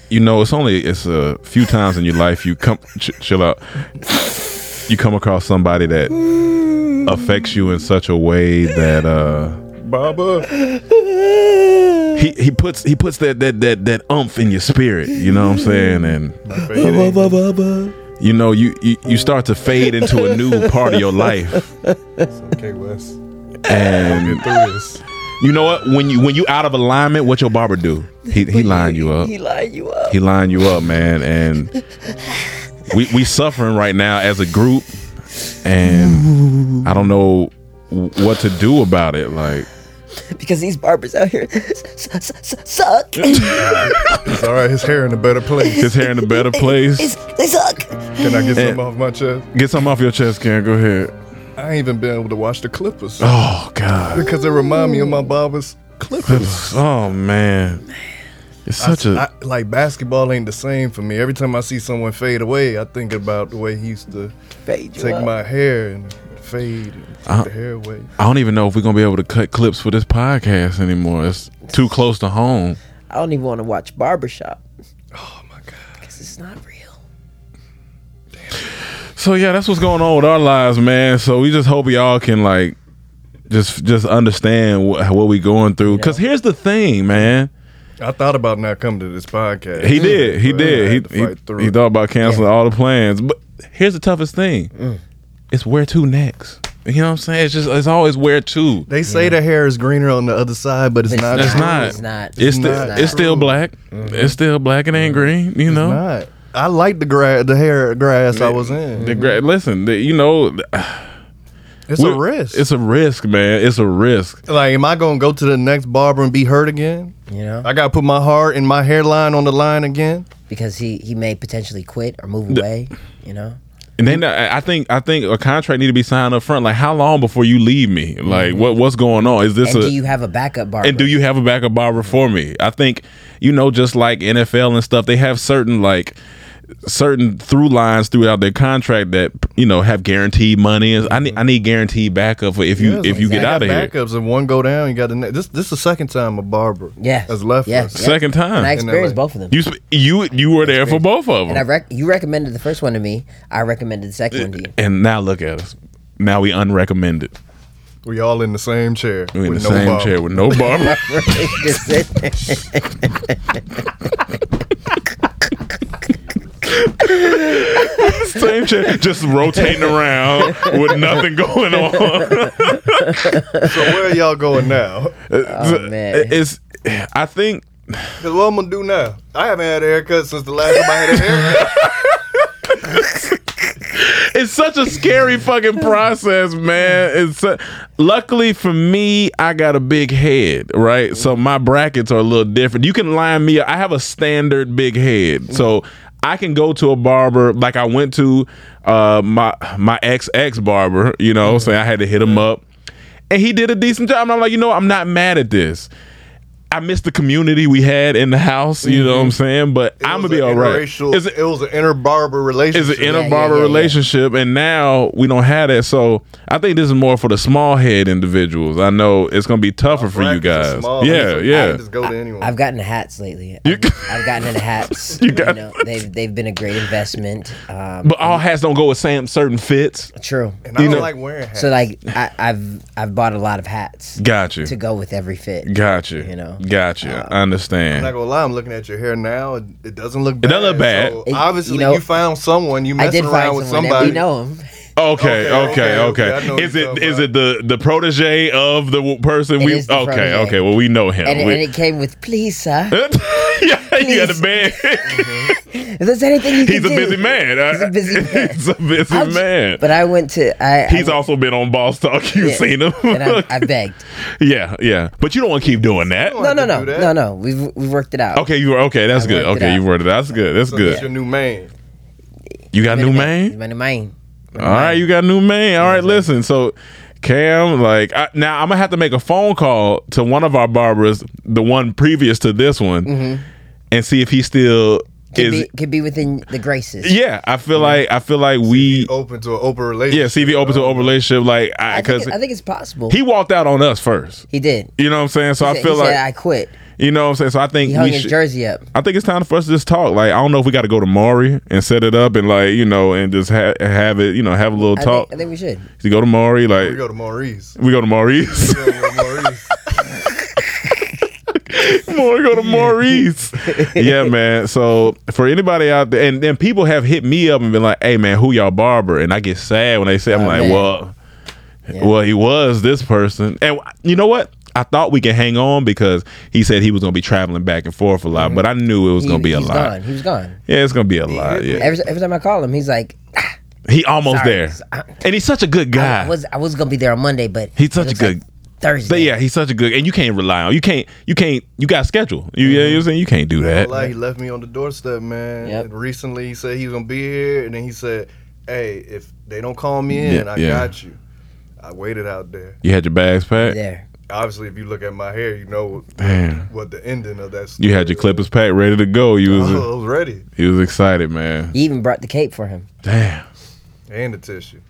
Speaker 7: You know, it's only it's a few times in your life you come ch- chill out. You come across somebody that affects you in such a way that. uh
Speaker 6: Baba.
Speaker 7: he he puts he puts that that that that umph in your spirit. You know what I'm saying? And you know you you, you start to fade into a new part of your life.
Speaker 6: Okay, Wes.
Speaker 7: And
Speaker 6: Through this.
Speaker 7: you know what? When you when you out of alignment, what your barber do? He he line you up.
Speaker 8: He lined you up.
Speaker 7: He line you up, man. And we we suffering right now as a group, and I don't know what to do about it. Like.
Speaker 8: Because these barbers out here s- s- s- suck.
Speaker 6: It's all right. His hair in a better place.
Speaker 7: His hair in a better place.
Speaker 8: It's- they suck.
Speaker 6: Can I get something off my chest?
Speaker 7: Get something off your chest, Karen. Go ahead.
Speaker 6: I ain't even been able to watch the Clippers
Speaker 7: Oh God.
Speaker 6: because it remind me of my Baba's Clippers.
Speaker 7: Oh man, it's such a
Speaker 6: I, like basketball ain't the same for me. Every time I see someone fade away, I think about the way he used to
Speaker 8: Fade you
Speaker 6: take
Speaker 8: up.
Speaker 6: my hair and fade and take
Speaker 7: Uh-huh.
Speaker 6: the hair away.
Speaker 7: I don't even know if we're gonna be able to cut clips for this podcast anymore. It's too close to home.
Speaker 8: I don't even want to watch Barbershop. Oh my god. Because it's not real.
Speaker 7: So yeah, that's what's going on with our lives, man. So we just hope y'all can like just just understand what, what we going through. Cause here's the thing, man.
Speaker 6: I thought about not coming to this podcast.
Speaker 7: He did, he
Speaker 6: But I had
Speaker 7: did.
Speaker 6: to
Speaker 7: He he,
Speaker 6: fight through
Speaker 7: he
Speaker 6: it.
Speaker 7: thought about canceling all the plans. But here's the toughest thing:
Speaker 6: Mm.
Speaker 7: it's where to next. You know what I'm saying? It's just it's always where to.
Speaker 6: They say the hair is greener on the other side, but it's,
Speaker 8: It's
Speaker 6: not.
Speaker 8: not.
Speaker 7: It's
Speaker 6: true.
Speaker 7: not.
Speaker 8: It's not. Mm-hmm.
Speaker 6: It's
Speaker 7: It's, sti-
Speaker 6: not.
Speaker 7: it's still black. It's still black. It ain't green. You know.
Speaker 6: Not. I like the gra- the hair grass I was in.
Speaker 7: The gra-
Speaker 8: Mm-hmm.
Speaker 7: listen, the, you know,
Speaker 6: It's a
Speaker 7: we're-
Speaker 6: risk.
Speaker 7: It's a risk, man. It's a risk.
Speaker 6: like, am I gonna go to the next barber and be hurt again?
Speaker 8: You know?
Speaker 6: I gotta put my heart and my hairline on the line again.
Speaker 8: because he, he may potentially quit or move away, you know?
Speaker 7: And then I I think I think a contract need to be signed up front. Like, how long before you leave me? Like, what what's going on? Is this
Speaker 8: Mm-hmm. And
Speaker 7: a
Speaker 8: do you have a backup barber?
Speaker 7: and do you have a backup barber for me? I think you know, just like NFL and stuff, they have certain like certain through lines throughout their contract that you know have guaranteed money. I need I need guaranteed backup for if you if you get out of here.
Speaker 6: Backups and one go down, you got the ne- this. This is the second time a barber
Speaker 8: Yeah.
Speaker 6: has left
Speaker 8: Yeah.
Speaker 6: us.
Speaker 8: yeah.
Speaker 7: Second
Speaker 8: And
Speaker 7: time.
Speaker 8: I
Speaker 7: In
Speaker 8: experienced
Speaker 6: LA.
Speaker 8: both of them.
Speaker 7: You sp- you you were there for both of
Speaker 8: and I
Speaker 7: them,
Speaker 8: rec- you recommended the first one to me. I recommended the second one to you.
Speaker 7: and now look at us. Now we unrecommended.
Speaker 6: We all in the same chair.
Speaker 7: We in the
Speaker 6: with no
Speaker 7: same
Speaker 6: barber.
Speaker 7: chair with no barber.
Speaker 8: Just sit there.
Speaker 7: same chair, just rotating around with nothing going on.
Speaker 6: So where are y'all going now?
Speaker 7: oh,
Speaker 8: man.
Speaker 7: It's. I think
Speaker 6: Cause what I'm gonna do now? I haven't had a haircut since the last time I had a haircut.
Speaker 7: it's such a scary fucking process, man. It's su- luckily for me, I got a big head, right? So my brackets are a little different. You can line me. up. I have a standard big head, so I can go to a barber like I went to uh, my my ex ex barber. You know, so I had to hit him up, and he did a decent job. And I'm like, you know, I'm not mad at this. I miss the community we had in the house. You know what I'm saying? But I'm gonna be all right. It's-
Speaker 6: It, it was an inner barber
Speaker 7: it's
Speaker 6: relationship.
Speaker 7: an inner
Speaker 8: yeah,
Speaker 7: barber
Speaker 8: yeah, yeah.
Speaker 7: relationship, and now we don't have that. So I think this is more for the small head individuals. I know it's gonna be tougher for you
Speaker 6: Brackets are
Speaker 7: guys.
Speaker 6: small,
Speaker 7: Yeah,
Speaker 6: so I
Speaker 7: yeah.
Speaker 6: can just go to anyone.
Speaker 8: I've gotten hats lately. I've, I've gotten into hats. you
Speaker 7: got-
Speaker 8: know, they've they've been a great investment. Um,
Speaker 7: But all hats don't go with same certain fits.
Speaker 8: true.
Speaker 6: and I
Speaker 7: you
Speaker 6: don't
Speaker 7: know-
Speaker 6: like wearing hats.
Speaker 8: So like I, I've I've bought a lot of hats
Speaker 7: Got you.
Speaker 8: to go with every fit.
Speaker 7: Got you.
Speaker 8: You know. Uh,
Speaker 7: Got you. I
Speaker 6: I'm
Speaker 7: understand.
Speaker 6: not gonna lie, I'm looking at your hair now. and It doesn't look bad.
Speaker 7: doesn't look bad.
Speaker 6: So
Speaker 8: It-
Speaker 6: obviously,
Speaker 8: you
Speaker 6: you,
Speaker 8: know,
Speaker 6: found someone. You
Speaker 8: I
Speaker 6: messing
Speaker 8: did
Speaker 6: around
Speaker 8: find
Speaker 6: with
Speaker 8: someone that
Speaker 6: somebody.
Speaker 8: we know him.
Speaker 7: Okay, okay,
Speaker 6: okay, okay, I
Speaker 7: okay.
Speaker 6: know what
Speaker 7: Is
Speaker 6: you're
Speaker 7: it
Speaker 6: talking
Speaker 7: is
Speaker 6: about.
Speaker 7: it the the protege of the w- person
Speaker 8: It
Speaker 7: we?
Speaker 8: is the
Speaker 7: okay,
Speaker 8: protege.
Speaker 7: okay. Well, we know him.
Speaker 8: And, it-
Speaker 7: We-
Speaker 8: and it came with, please, sir.
Speaker 7: yeah, you got a
Speaker 8: Please.
Speaker 7: man.
Speaker 8: If there's anything you can
Speaker 7: He's a
Speaker 8: do."
Speaker 7: busy man.
Speaker 8: He's a busy man.
Speaker 7: He's a busy
Speaker 8: I'll j-
Speaker 7: man.
Speaker 8: But I went to I.
Speaker 7: He's
Speaker 8: I,
Speaker 7: also been on Boss Talk. You've
Speaker 8: Yeah.
Speaker 7: seen him.
Speaker 8: And I, I begged.
Speaker 7: yeah, yeah. But you don't want to keep doing that.
Speaker 8: No, no,
Speaker 6: to
Speaker 8: no,
Speaker 6: do that.
Speaker 8: no, no. We've we've worked it out.
Speaker 7: Okay, you were okay. That's
Speaker 8: I
Speaker 7: good.
Speaker 8: worked it
Speaker 7: Okay, you
Speaker 8: out.
Speaker 7: worked it. out. That's good. That's
Speaker 6: So
Speaker 7: good.
Speaker 6: That's your new man.
Speaker 7: you got new
Speaker 8: He's
Speaker 7: man.
Speaker 8: my new man.
Speaker 7: All right, you got new man. All right, listen. So, Cam, like I, now, I'm gonna have to make a phone call to one of our barbers, the one previous to this one, and see if he still
Speaker 8: Could Mm-hmm.
Speaker 7: is.
Speaker 8: be Mm-hmm. could be within the graces.
Speaker 7: Yeah, I feel like I feel like we.
Speaker 6: Open to an open relationship.
Speaker 7: Yeah, see if he open to open relationship. Like,
Speaker 8: I
Speaker 7: I
Speaker 8: think,
Speaker 7: because
Speaker 8: it- I think it's possible.
Speaker 7: he walked out on us first.
Speaker 8: He did.
Speaker 7: You know what I'm saying? So
Speaker 8: He
Speaker 7: I
Speaker 8: said-
Speaker 7: feel
Speaker 8: he
Speaker 7: like
Speaker 8: said, I quit.
Speaker 7: You know what I'm saying? So I think
Speaker 8: He hung
Speaker 7: we
Speaker 8: his
Speaker 7: should,
Speaker 8: jersey up.
Speaker 7: I think it's time for us to just talk. Like I don't know if we got to go to Maury and set it up and like you know and just ha- have it you know have a little
Speaker 8: I
Speaker 7: talk.
Speaker 8: think, I think we should.
Speaker 7: To go to Maury like
Speaker 6: We go to Maurice.
Speaker 7: we go to Maurice.
Speaker 6: We go to Maurice.
Speaker 7: Maury go to Maurice. yeah, man. So for anybody out there, and then people have hit me up and been like, "Hey, man, who y'all barber?" And I get sad when they say, "I'm
Speaker 8: Oh,
Speaker 7: like,
Speaker 8: man.
Speaker 7: well, well, he was this person." And you know what? I thought we can hang on because he said he was gonna be traveling back and forth a lot, but I knew it was
Speaker 8: Mm-hmm. He-
Speaker 7: gonna be a
Speaker 8: he's
Speaker 7: lot.
Speaker 8: Gone. He was gone.
Speaker 7: Yeah, it's gonna be a lot. Yeah,
Speaker 8: Every, every time I call him, he's like,
Speaker 7: he almost
Speaker 8: Sorry.
Speaker 7: there, and he's such a good guy.
Speaker 8: I was I was gonna be there on Monday, but
Speaker 7: He's
Speaker 8: it
Speaker 7: such a
Speaker 8: looks
Speaker 7: good-
Speaker 8: like Thursday.
Speaker 7: but yeah, he's such a good, and you can't rely on you can't you can't you got schedule. You yeah, you're saying you can't do that.
Speaker 6: Like he left me on the doorstep, man.
Speaker 8: Yep.
Speaker 6: And Recently, he said he was gonna be here, and then he said, "Hey, if they don't call me in,
Speaker 7: Yeah,
Speaker 6: I
Speaker 7: yeah.
Speaker 6: got you." I waited out there.
Speaker 7: You had your bags packed.
Speaker 8: there.
Speaker 6: Obviously, if you look at my hair, you know
Speaker 7: Damn.
Speaker 6: what the ending of that. Story
Speaker 7: You had your clippers packed, ready to go. You was
Speaker 6: Oh, I was ready,
Speaker 7: you was excited, man.
Speaker 8: He even brought the cape for him
Speaker 7: Damn.
Speaker 6: and the tissue.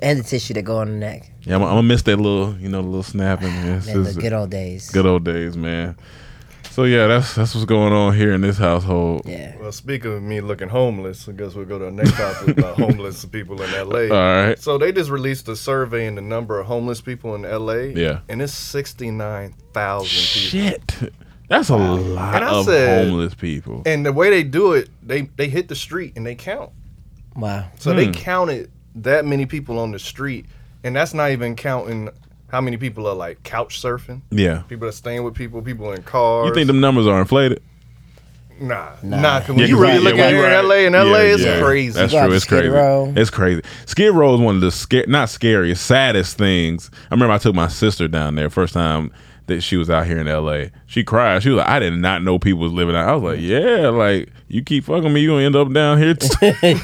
Speaker 8: and the tissue that go on the neck.
Speaker 7: Yeah, I'm, I'm gonna miss that little you know little snapping. Man. It's
Speaker 8: Man, the
Speaker 7: just
Speaker 8: good old days.
Speaker 7: good old days, man. So yeah, that's that's what's going on here in this household.
Speaker 8: Yeah.
Speaker 6: Well, speaking of me looking homeless, I guess we'll go to our next topic about homeless people in L.A.
Speaker 7: All right.
Speaker 6: So they just released a survey in the number of homeless people in L.A.
Speaker 7: Yeah.
Speaker 6: and it's sixty nine thousand people.
Speaker 7: Shit. That's a lot
Speaker 6: And I
Speaker 7: of
Speaker 6: said-
Speaker 7: homeless people.
Speaker 6: And the way they do it, they they hit the street and they count.
Speaker 8: Wow.
Speaker 6: So
Speaker 7: Hmm.
Speaker 6: they counted that many people on the street, and that's not even counting how many people are like couch surfing.
Speaker 7: Yeah.
Speaker 6: People are staying with people, people in cars.
Speaker 7: You think them numbers are inflated?
Speaker 6: Nah, nah. 'cause when
Speaker 7: Yeah,
Speaker 6: you
Speaker 7: 'cause
Speaker 6: really
Speaker 7: right,
Speaker 6: look
Speaker 7: yeah,
Speaker 6: at here
Speaker 7: right.
Speaker 6: in LA, in LA,
Speaker 7: Yeah,
Speaker 6: it's
Speaker 7: yeah.
Speaker 6: crazy.
Speaker 7: That's
Speaker 8: Go out
Speaker 7: true.
Speaker 8: to
Speaker 7: It's
Speaker 8: Skid
Speaker 7: crazy.
Speaker 8: Row.
Speaker 7: It's crazy. Skid Row is one of the scar- not scariest, saddest things. I remember I took my sister down there first time that she was out here in LA. She cried. She was like, I did not know people was living out. I was like,
Speaker 8: Mm.
Speaker 7: yeah, like you keep fucking me, you gonna end up down here. too."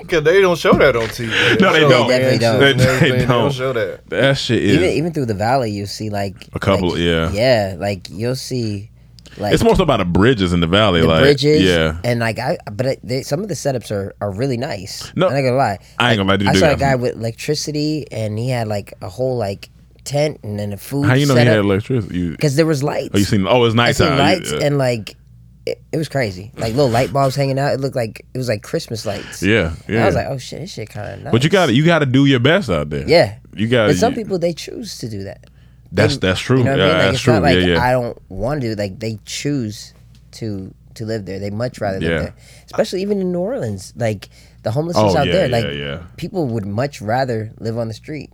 Speaker 6: Because they don't show that on TV.
Speaker 7: No, they
Speaker 6: show
Speaker 7: don't.
Speaker 8: They definitely don't.
Speaker 6: mansions and
Speaker 7: They- they
Speaker 6: everything. They
Speaker 7: don't.
Speaker 6: don't show that.
Speaker 7: that shit is.
Speaker 8: Even even through the valley, you see like
Speaker 7: A couple,
Speaker 8: like-
Speaker 7: yeah.
Speaker 8: yeah. Like you'll see Like
Speaker 7: it's more so about the bridges in the valley,
Speaker 8: the
Speaker 7: like
Speaker 8: bridges.
Speaker 7: yeah.
Speaker 8: And like I, but it- they, some of the setups are, are really nice.
Speaker 7: No,
Speaker 8: I'm not gonna lie.
Speaker 7: I ain't gonna lie to you,
Speaker 8: I
Speaker 7: dude.
Speaker 8: saw a guy with electricity, and he had like a whole like tent and then a food.
Speaker 7: How you know he had electricity? You,
Speaker 8: Because there was lights.
Speaker 7: oh, you seen? Oh, it's
Speaker 8: I seen
Speaker 7: nighttime.
Speaker 8: lights
Speaker 7: yeah.
Speaker 8: and like it, it was crazy. Like little light bulbs hanging out. It looked like it was like Christmas lights.
Speaker 7: yeah,
Speaker 8: And
Speaker 7: yeah.
Speaker 8: I was like, oh shit, this shit kind of nice.
Speaker 7: but you got to you got to do your best out there.
Speaker 8: Yeah.
Speaker 7: you got.
Speaker 8: But
Speaker 7: to
Speaker 8: some people they choose to do that.
Speaker 7: That's
Speaker 8: they-
Speaker 7: that's true.
Speaker 8: You know what
Speaker 7: yeah,
Speaker 8: I mean? Like
Speaker 7: that's
Speaker 8: it's
Speaker 7: true.
Speaker 8: not like
Speaker 7: yeah, yeah.
Speaker 8: I don't want to. Like they choose to to live there. They much rather
Speaker 7: Yeah.
Speaker 8: live there. Especially even in New Orleans, like the homelessness
Speaker 7: Oh,
Speaker 8: out
Speaker 7: yeah,
Speaker 8: there.
Speaker 7: yeah,
Speaker 8: Like
Speaker 7: yeah.
Speaker 8: people would much rather live on the street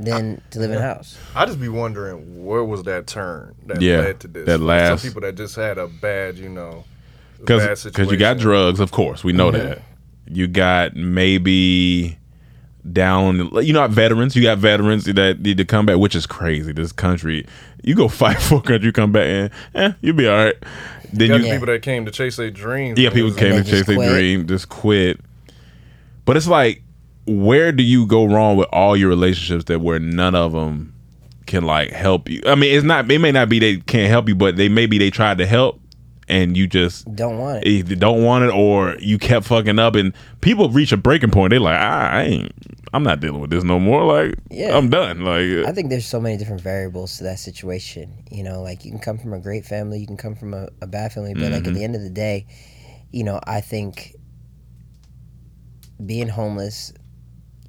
Speaker 8: than to live in a house.
Speaker 6: I just be wondering where was that turn that
Speaker 7: Yeah,
Speaker 6: led to this?
Speaker 7: that
Speaker 6: Like,
Speaker 7: last-
Speaker 6: some people that just had a bad, you know, bad
Speaker 7: because because you
Speaker 6: situation.
Speaker 7: got
Speaker 6: Mm-hmm.
Speaker 7: drugs, of course, we know that. You got maybe down, you know, veterans. You got veterans that need to come back, which is crazy. This country, you go fight for a country, you come back and eh, you'll be all right. Then
Speaker 6: You
Speaker 7: you,
Speaker 6: got people that came to chase their dreams.
Speaker 7: yeah, people came
Speaker 8: they
Speaker 7: and chase
Speaker 8: just
Speaker 7: their
Speaker 8: quit.
Speaker 7: dream, just quit. But it's like, where do you go wrong with all your relationships that where none of them can like help you? I mean, it's not. It may not be they can't help you, but they maybe they tried to help and you just
Speaker 8: Don't want it.
Speaker 7: either don't want it or you kept fucking up and people reach a breaking point they like "Ah, I, I ain't i'm not dealing with this no more like
Speaker 8: Yeah.
Speaker 7: i'm done like uh,
Speaker 8: I think there's so many different variables to that situation. You know, like you can come from a great family, you can come from a, a bad family, but like at the end of the day, you know, I think being homeless,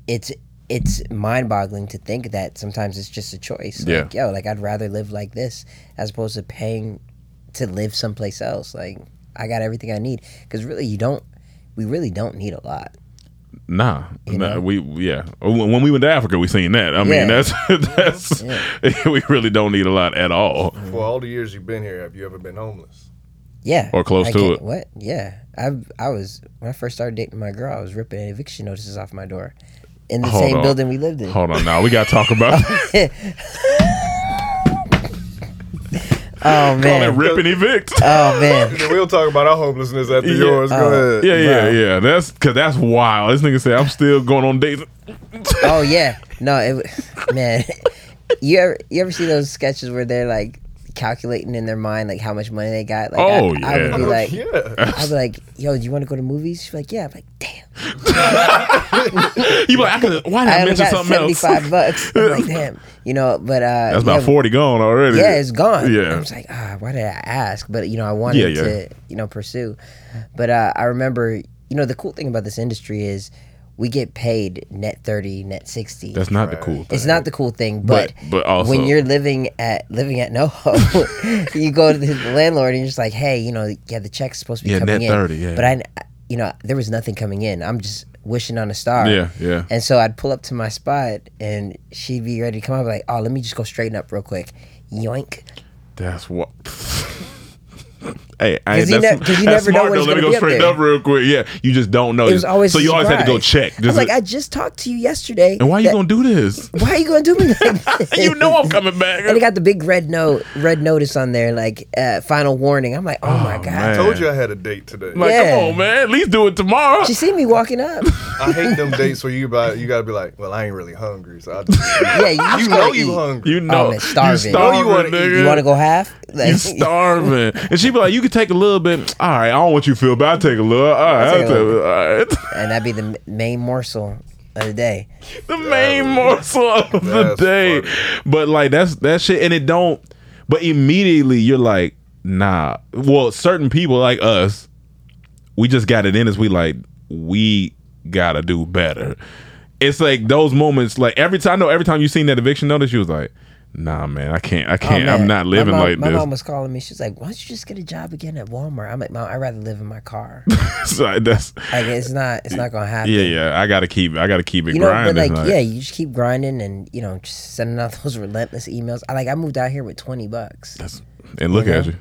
Speaker 8: it's it's mind boggling to think that sometimes it's just a choice. Like, yo, like I'd rather live like this as opposed to paying to live someplace else. Like I got everything I need. Cause really you don't we really don't need a lot.
Speaker 7: nah,
Speaker 8: You
Speaker 7: nah
Speaker 8: know?
Speaker 7: we yeah when when we went to africa we seen that i mean
Speaker 8: Yeah.
Speaker 7: that's that's we really don't need a lot at all
Speaker 6: For all the years you've been here, have you ever been homeless?
Speaker 8: Yeah.
Speaker 7: Or close
Speaker 8: I
Speaker 7: to
Speaker 8: get-
Speaker 7: it.
Speaker 8: What? Yeah. I I was when I first started dating my girl, I was ripping eviction notices off my door. In the
Speaker 7: Hold
Speaker 8: same
Speaker 7: on.
Speaker 8: building we lived in.
Speaker 7: hold on now we gotta talk about
Speaker 8: Oh
Speaker 7: that
Speaker 8: man.
Speaker 7: rip and evict
Speaker 8: Oh man. Oh,
Speaker 6: we'll talk about our homelessness after
Speaker 7: Yeah.
Speaker 6: yours.
Speaker 8: Uh,
Speaker 6: Go ahead.
Speaker 7: yeah yeah yeah that's because that's wild this nigga said i'm still going on dates
Speaker 8: Oh yeah. No, it w- man. You ever you ever see those sketches where they're like calculating in their mind like how much money they got? Like I-
Speaker 7: Oh,
Speaker 8: I, would be
Speaker 7: yeah.
Speaker 8: like
Speaker 6: Yeah.
Speaker 8: I'd be like, yo, do you want to go to movies? She's like, yeah. I'm like, damn.
Speaker 7: you be like I could, why did
Speaker 8: I
Speaker 7: i,
Speaker 8: only
Speaker 7: mention
Speaker 8: got
Speaker 7: something else
Speaker 8: 75 bucks. I'm like, damn. You know, but uh
Speaker 7: that's about
Speaker 8: yeah,
Speaker 7: 40 gone already
Speaker 8: Yeah, it's gone.
Speaker 7: Yeah.
Speaker 8: I was like, ah, why did I ask? But you know, I wanted
Speaker 7: Yeah, yeah.
Speaker 8: to, you know, pursue. But uh, I remember, you know, the cool thing about this industry is we get paid net thirty, net sixty.
Speaker 7: that's not the cool thing
Speaker 8: it's not the cool thing, but
Speaker 7: But- but also-
Speaker 8: when you're living at living at no, you go to the landlord and you're just like, hey, you know, yeah, the check's supposed to be
Speaker 7: Yeah,
Speaker 8: coming
Speaker 7: net
Speaker 8: in,
Speaker 7: 30, yeah.
Speaker 8: But I, uh, you know, there was nothing coming in. I'm just wishing on a star.
Speaker 7: Yeah, yeah.
Speaker 8: And so I'd pull up to my spot, and she'd be ready to come up. Like, oh, let me just go straighten up real quick. Yoink.
Speaker 7: That's what. hey, I,
Speaker 8: 'Cause you
Speaker 7: that's,
Speaker 8: ne- 'cause you
Speaker 7: that's
Speaker 8: never know when
Speaker 7: smart though.
Speaker 8: it's
Speaker 7: Let
Speaker 8: gonna
Speaker 7: me go
Speaker 8: be up
Speaker 7: straight
Speaker 8: there.
Speaker 7: up real quick. Yeah, you just don't know.
Speaker 8: It was always
Speaker 7: so you always had to go
Speaker 8: surprise.
Speaker 7: check.
Speaker 8: I was
Speaker 7: This
Speaker 8: like,
Speaker 7: is-
Speaker 8: I just talked to you yesterday.
Speaker 7: and why you
Speaker 8: That-
Speaker 7: gonna do this?
Speaker 8: Why are you gonna do me? Like this?
Speaker 7: you know I'm coming back.
Speaker 8: And it got the big red note, red notice on there, like uh, final warning. I'm like, oh, my god.
Speaker 7: man.
Speaker 6: I told you I had a date today.
Speaker 7: like,
Speaker 8: Yeah.
Speaker 7: come on, man. At least do it tomorrow.
Speaker 8: She see me walking up.
Speaker 6: I hate them dates where you about you gotta be like, well, I ain't really hungry, so I just
Speaker 8: Yeah, you, just
Speaker 6: you
Speaker 8: gotta
Speaker 6: know you
Speaker 8: eat.
Speaker 6: hungry.
Speaker 7: you know,
Speaker 8: man,
Speaker 7: you
Speaker 8: starving.
Speaker 7: starving,
Speaker 8: Oh,
Speaker 6: you wanna-
Speaker 7: nigga.
Speaker 8: You want to go half? Like,
Speaker 7: You starving, and she be like, "You can take a little bit. All right, I don't want you to feel bad. I take a little. All right, I'll
Speaker 8: take a
Speaker 7: take a little. All right."
Speaker 8: and that'd be the m- main morsel of the day.
Speaker 7: the main morsel of the
Speaker 6: That's
Speaker 7: day. But like that's that shit, and it don't. But immediately you're like, nah. Well, certain people like us, we just got it in us. We like we gotta do better. It's like those moments. Like every time, I know every time you seen that eviction notice, you was like, nah, man, I can't, I
Speaker 8: Oh,
Speaker 7: can't,
Speaker 8: man.
Speaker 7: I'm not living
Speaker 8: my mom,
Speaker 7: like
Speaker 8: my
Speaker 7: this.
Speaker 8: mom was calling me. She's like, "Why don't you just get a job again at Walmart?" I'm like, "Mom, I'd rather live in my car.
Speaker 7: so like, that's
Speaker 8: Like, it's not, it's not gonna happen."
Speaker 7: yeah, yeah. I gotta keep, I gotta keep it
Speaker 8: you know,
Speaker 7: grinding.
Speaker 8: but like,
Speaker 7: like-
Speaker 8: yeah, you just keep grinding and you know, just sending out those relentless emails. I like, I moved out here with twenty bucks.
Speaker 7: That's- and look at you.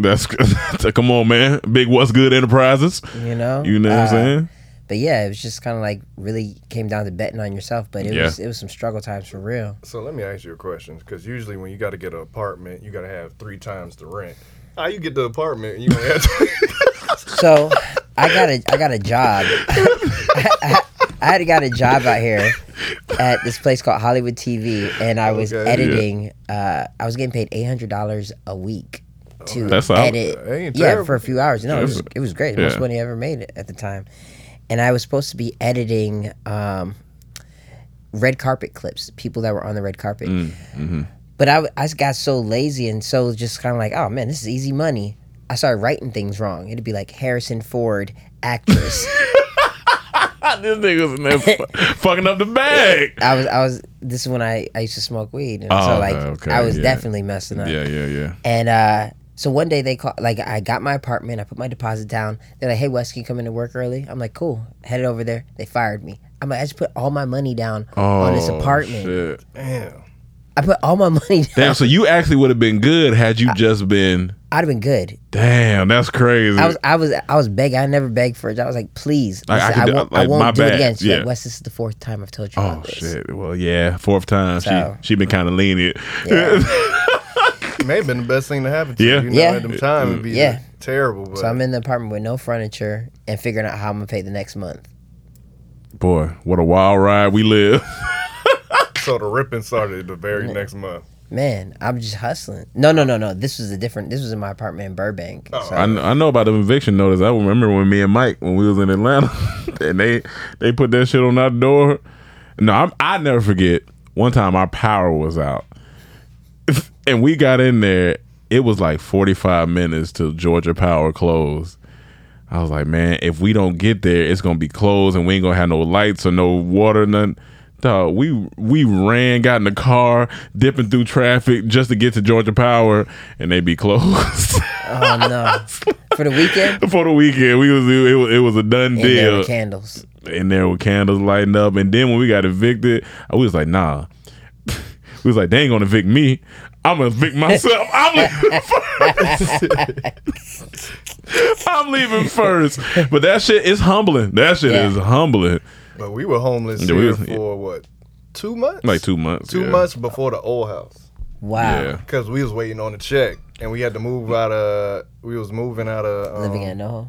Speaker 7: That's come on, man. Big what's good enterprises.
Speaker 8: You know,
Speaker 7: You know what I'm
Speaker 8: Uh,
Speaker 7: saying?
Speaker 8: But yeah, it was just kind of like really came down to betting on yourself. But it
Speaker 7: Yeah.
Speaker 8: was, it was some struggle times for real.
Speaker 6: So let me ask you a question, because usually when you got to get an apartment, you got to have three times the rent. How you get the apartment? and You gonna have to
Speaker 8: So I got a I got a job. I, had got a job out here at this place called Hollywood TV, and I was
Speaker 6: Okay.
Speaker 8: editing. Uh, I was getting paid eight hundred dollars a week to
Speaker 7: That's not-
Speaker 8: edit.
Speaker 6: That ain't
Speaker 8: yeah,
Speaker 6: terrible.
Speaker 8: for a few hours. No, it was,
Speaker 7: Terrible.
Speaker 8: it was great. The most
Speaker 7: Yeah.
Speaker 8: money I ever made at the time. And I was supposed to be editing um, red carpet clips, people that were on the red carpet.
Speaker 7: Mm, mm-hmm.
Speaker 8: But I, w- I just got so lazy and so just kind of like, oh man, this is easy money. I started writing things wrong. It'd be like Harrison Ford, actress.
Speaker 7: this nigga's in there fu- fucking up the bag.
Speaker 8: I was, I was. This is when I, I used to smoke weed, and
Speaker 7: Oh,
Speaker 8: so like
Speaker 7: okay, okay,
Speaker 8: I was
Speaker 7: yeah.
Speaker 8: definitely messing up.
Speaker 7: Yeah, yeah, yeah.
Speaker 8: And uh, so one day they call, like, I got my apartment, I put my deposit down. They're like, hey, Wes, can you come into work early? I'm like, cool. Headed over there. They fired me. I'm like, I just put all my money down on this
Speaker 7: Oh,
Speaker 8: apartment.
Speaker 7: shit.
Speaker 6: Damn.
Speaker 8: I put all my money down.
Speaker 7: Damn, so you actually would have been good had you just been.
Speaker 8: I'd have been good.
Speaker 7: Damn, that's crazy.
Speaker 8: I was, I was, I was begging. I never begged for a job. I was like, please,
Speaker 7: Like, I
Speaker 8: listen, I,
Speaker 7: could do-
Speaker 8: won't, I
Speaker 7: like, my
Speaker 8: won't do
Speaker 7: bad.
Speaker 8: it again. She's
Speaker 7: Yeah.
Speaker 8: like, Wes, this is the fourth time I've told you
Speaker 7: oh
Speaker 8: about this.
Speaker 7: shit. Well, yeah, fourth time.
Speaker 8: So-
Speaker 7: she she been kind of lenient.
Speaker 8: Yeah.
Speaker 6: It may have been the best thing to happen to
Speaker 7: Yeah.
Speaker 6: you. You know,
Speaker 8: Yeah.
Speaker 6: at the time, it'd be
Speaker 8: Yeah.
Speaker 6: terrible. But
Speaker 8: So I'm in the apartment with no furniture and figuring out how I'm gonna pay the next month.
Speaker 7: Boy, what a wild ride we live.
Speaker 6: so the ripping started the very next month.
Speaker 8: Man, I'm just hustling. No, no, no, no. This was a different. This was in my apartment in Burbank.
Speaker 6: Oh.
Speaker 8: so-
Speaker 7: I, kn- I know about the eviction notice. I remember when me and Mike when we was in Atlanta, and they they put that shit on our door. No, I'm, I never forget. One time our power was out, and we got in there. It was like 45 minutes till Georgia Power closed. I was like, man, if we don't get there, it's gonna be closed, and we ain't gonna have no lights or no water, none. Dog, we we ran, got in the car, dipping through traffic just to get to Georgia Power, and they be closed.
Speaker 8: Oh no! For the weekend,
Speaker 7: for the weekend. We was it was, it was a
Speaker 8: and
Speaker 7: done
Speaker 8: there
Speaker 7: deal.
Speaker 8: were candles.
Speaker 7: in there with candles lighting up, and then when we got evicted, I was like, nah. we was like, they ain't gonna evict me. I'm gonna evict myself. I'm leaving first. I'm leaving first. But that shit is humbling. That shit
Speaker 8: Yeah.
Speaker 7: is humbling.
Speaker 6: But we were homeless
Speaker 7: Yeah,
Speaker 6: here
Speaker 7: we was-
Speaker 6: for what? Two months?
Speaker 7: Like two months.
Speaker 6: Two
Speaker 7: yeah.
Speaker 6: months before the old house.
Speaker 8: Wow!
Speaker 7: Yeah.
Speaker 6: Because we was waiting on the check. And we had to move out of we was moving out of um,
Speaker 8: Living at NoHo.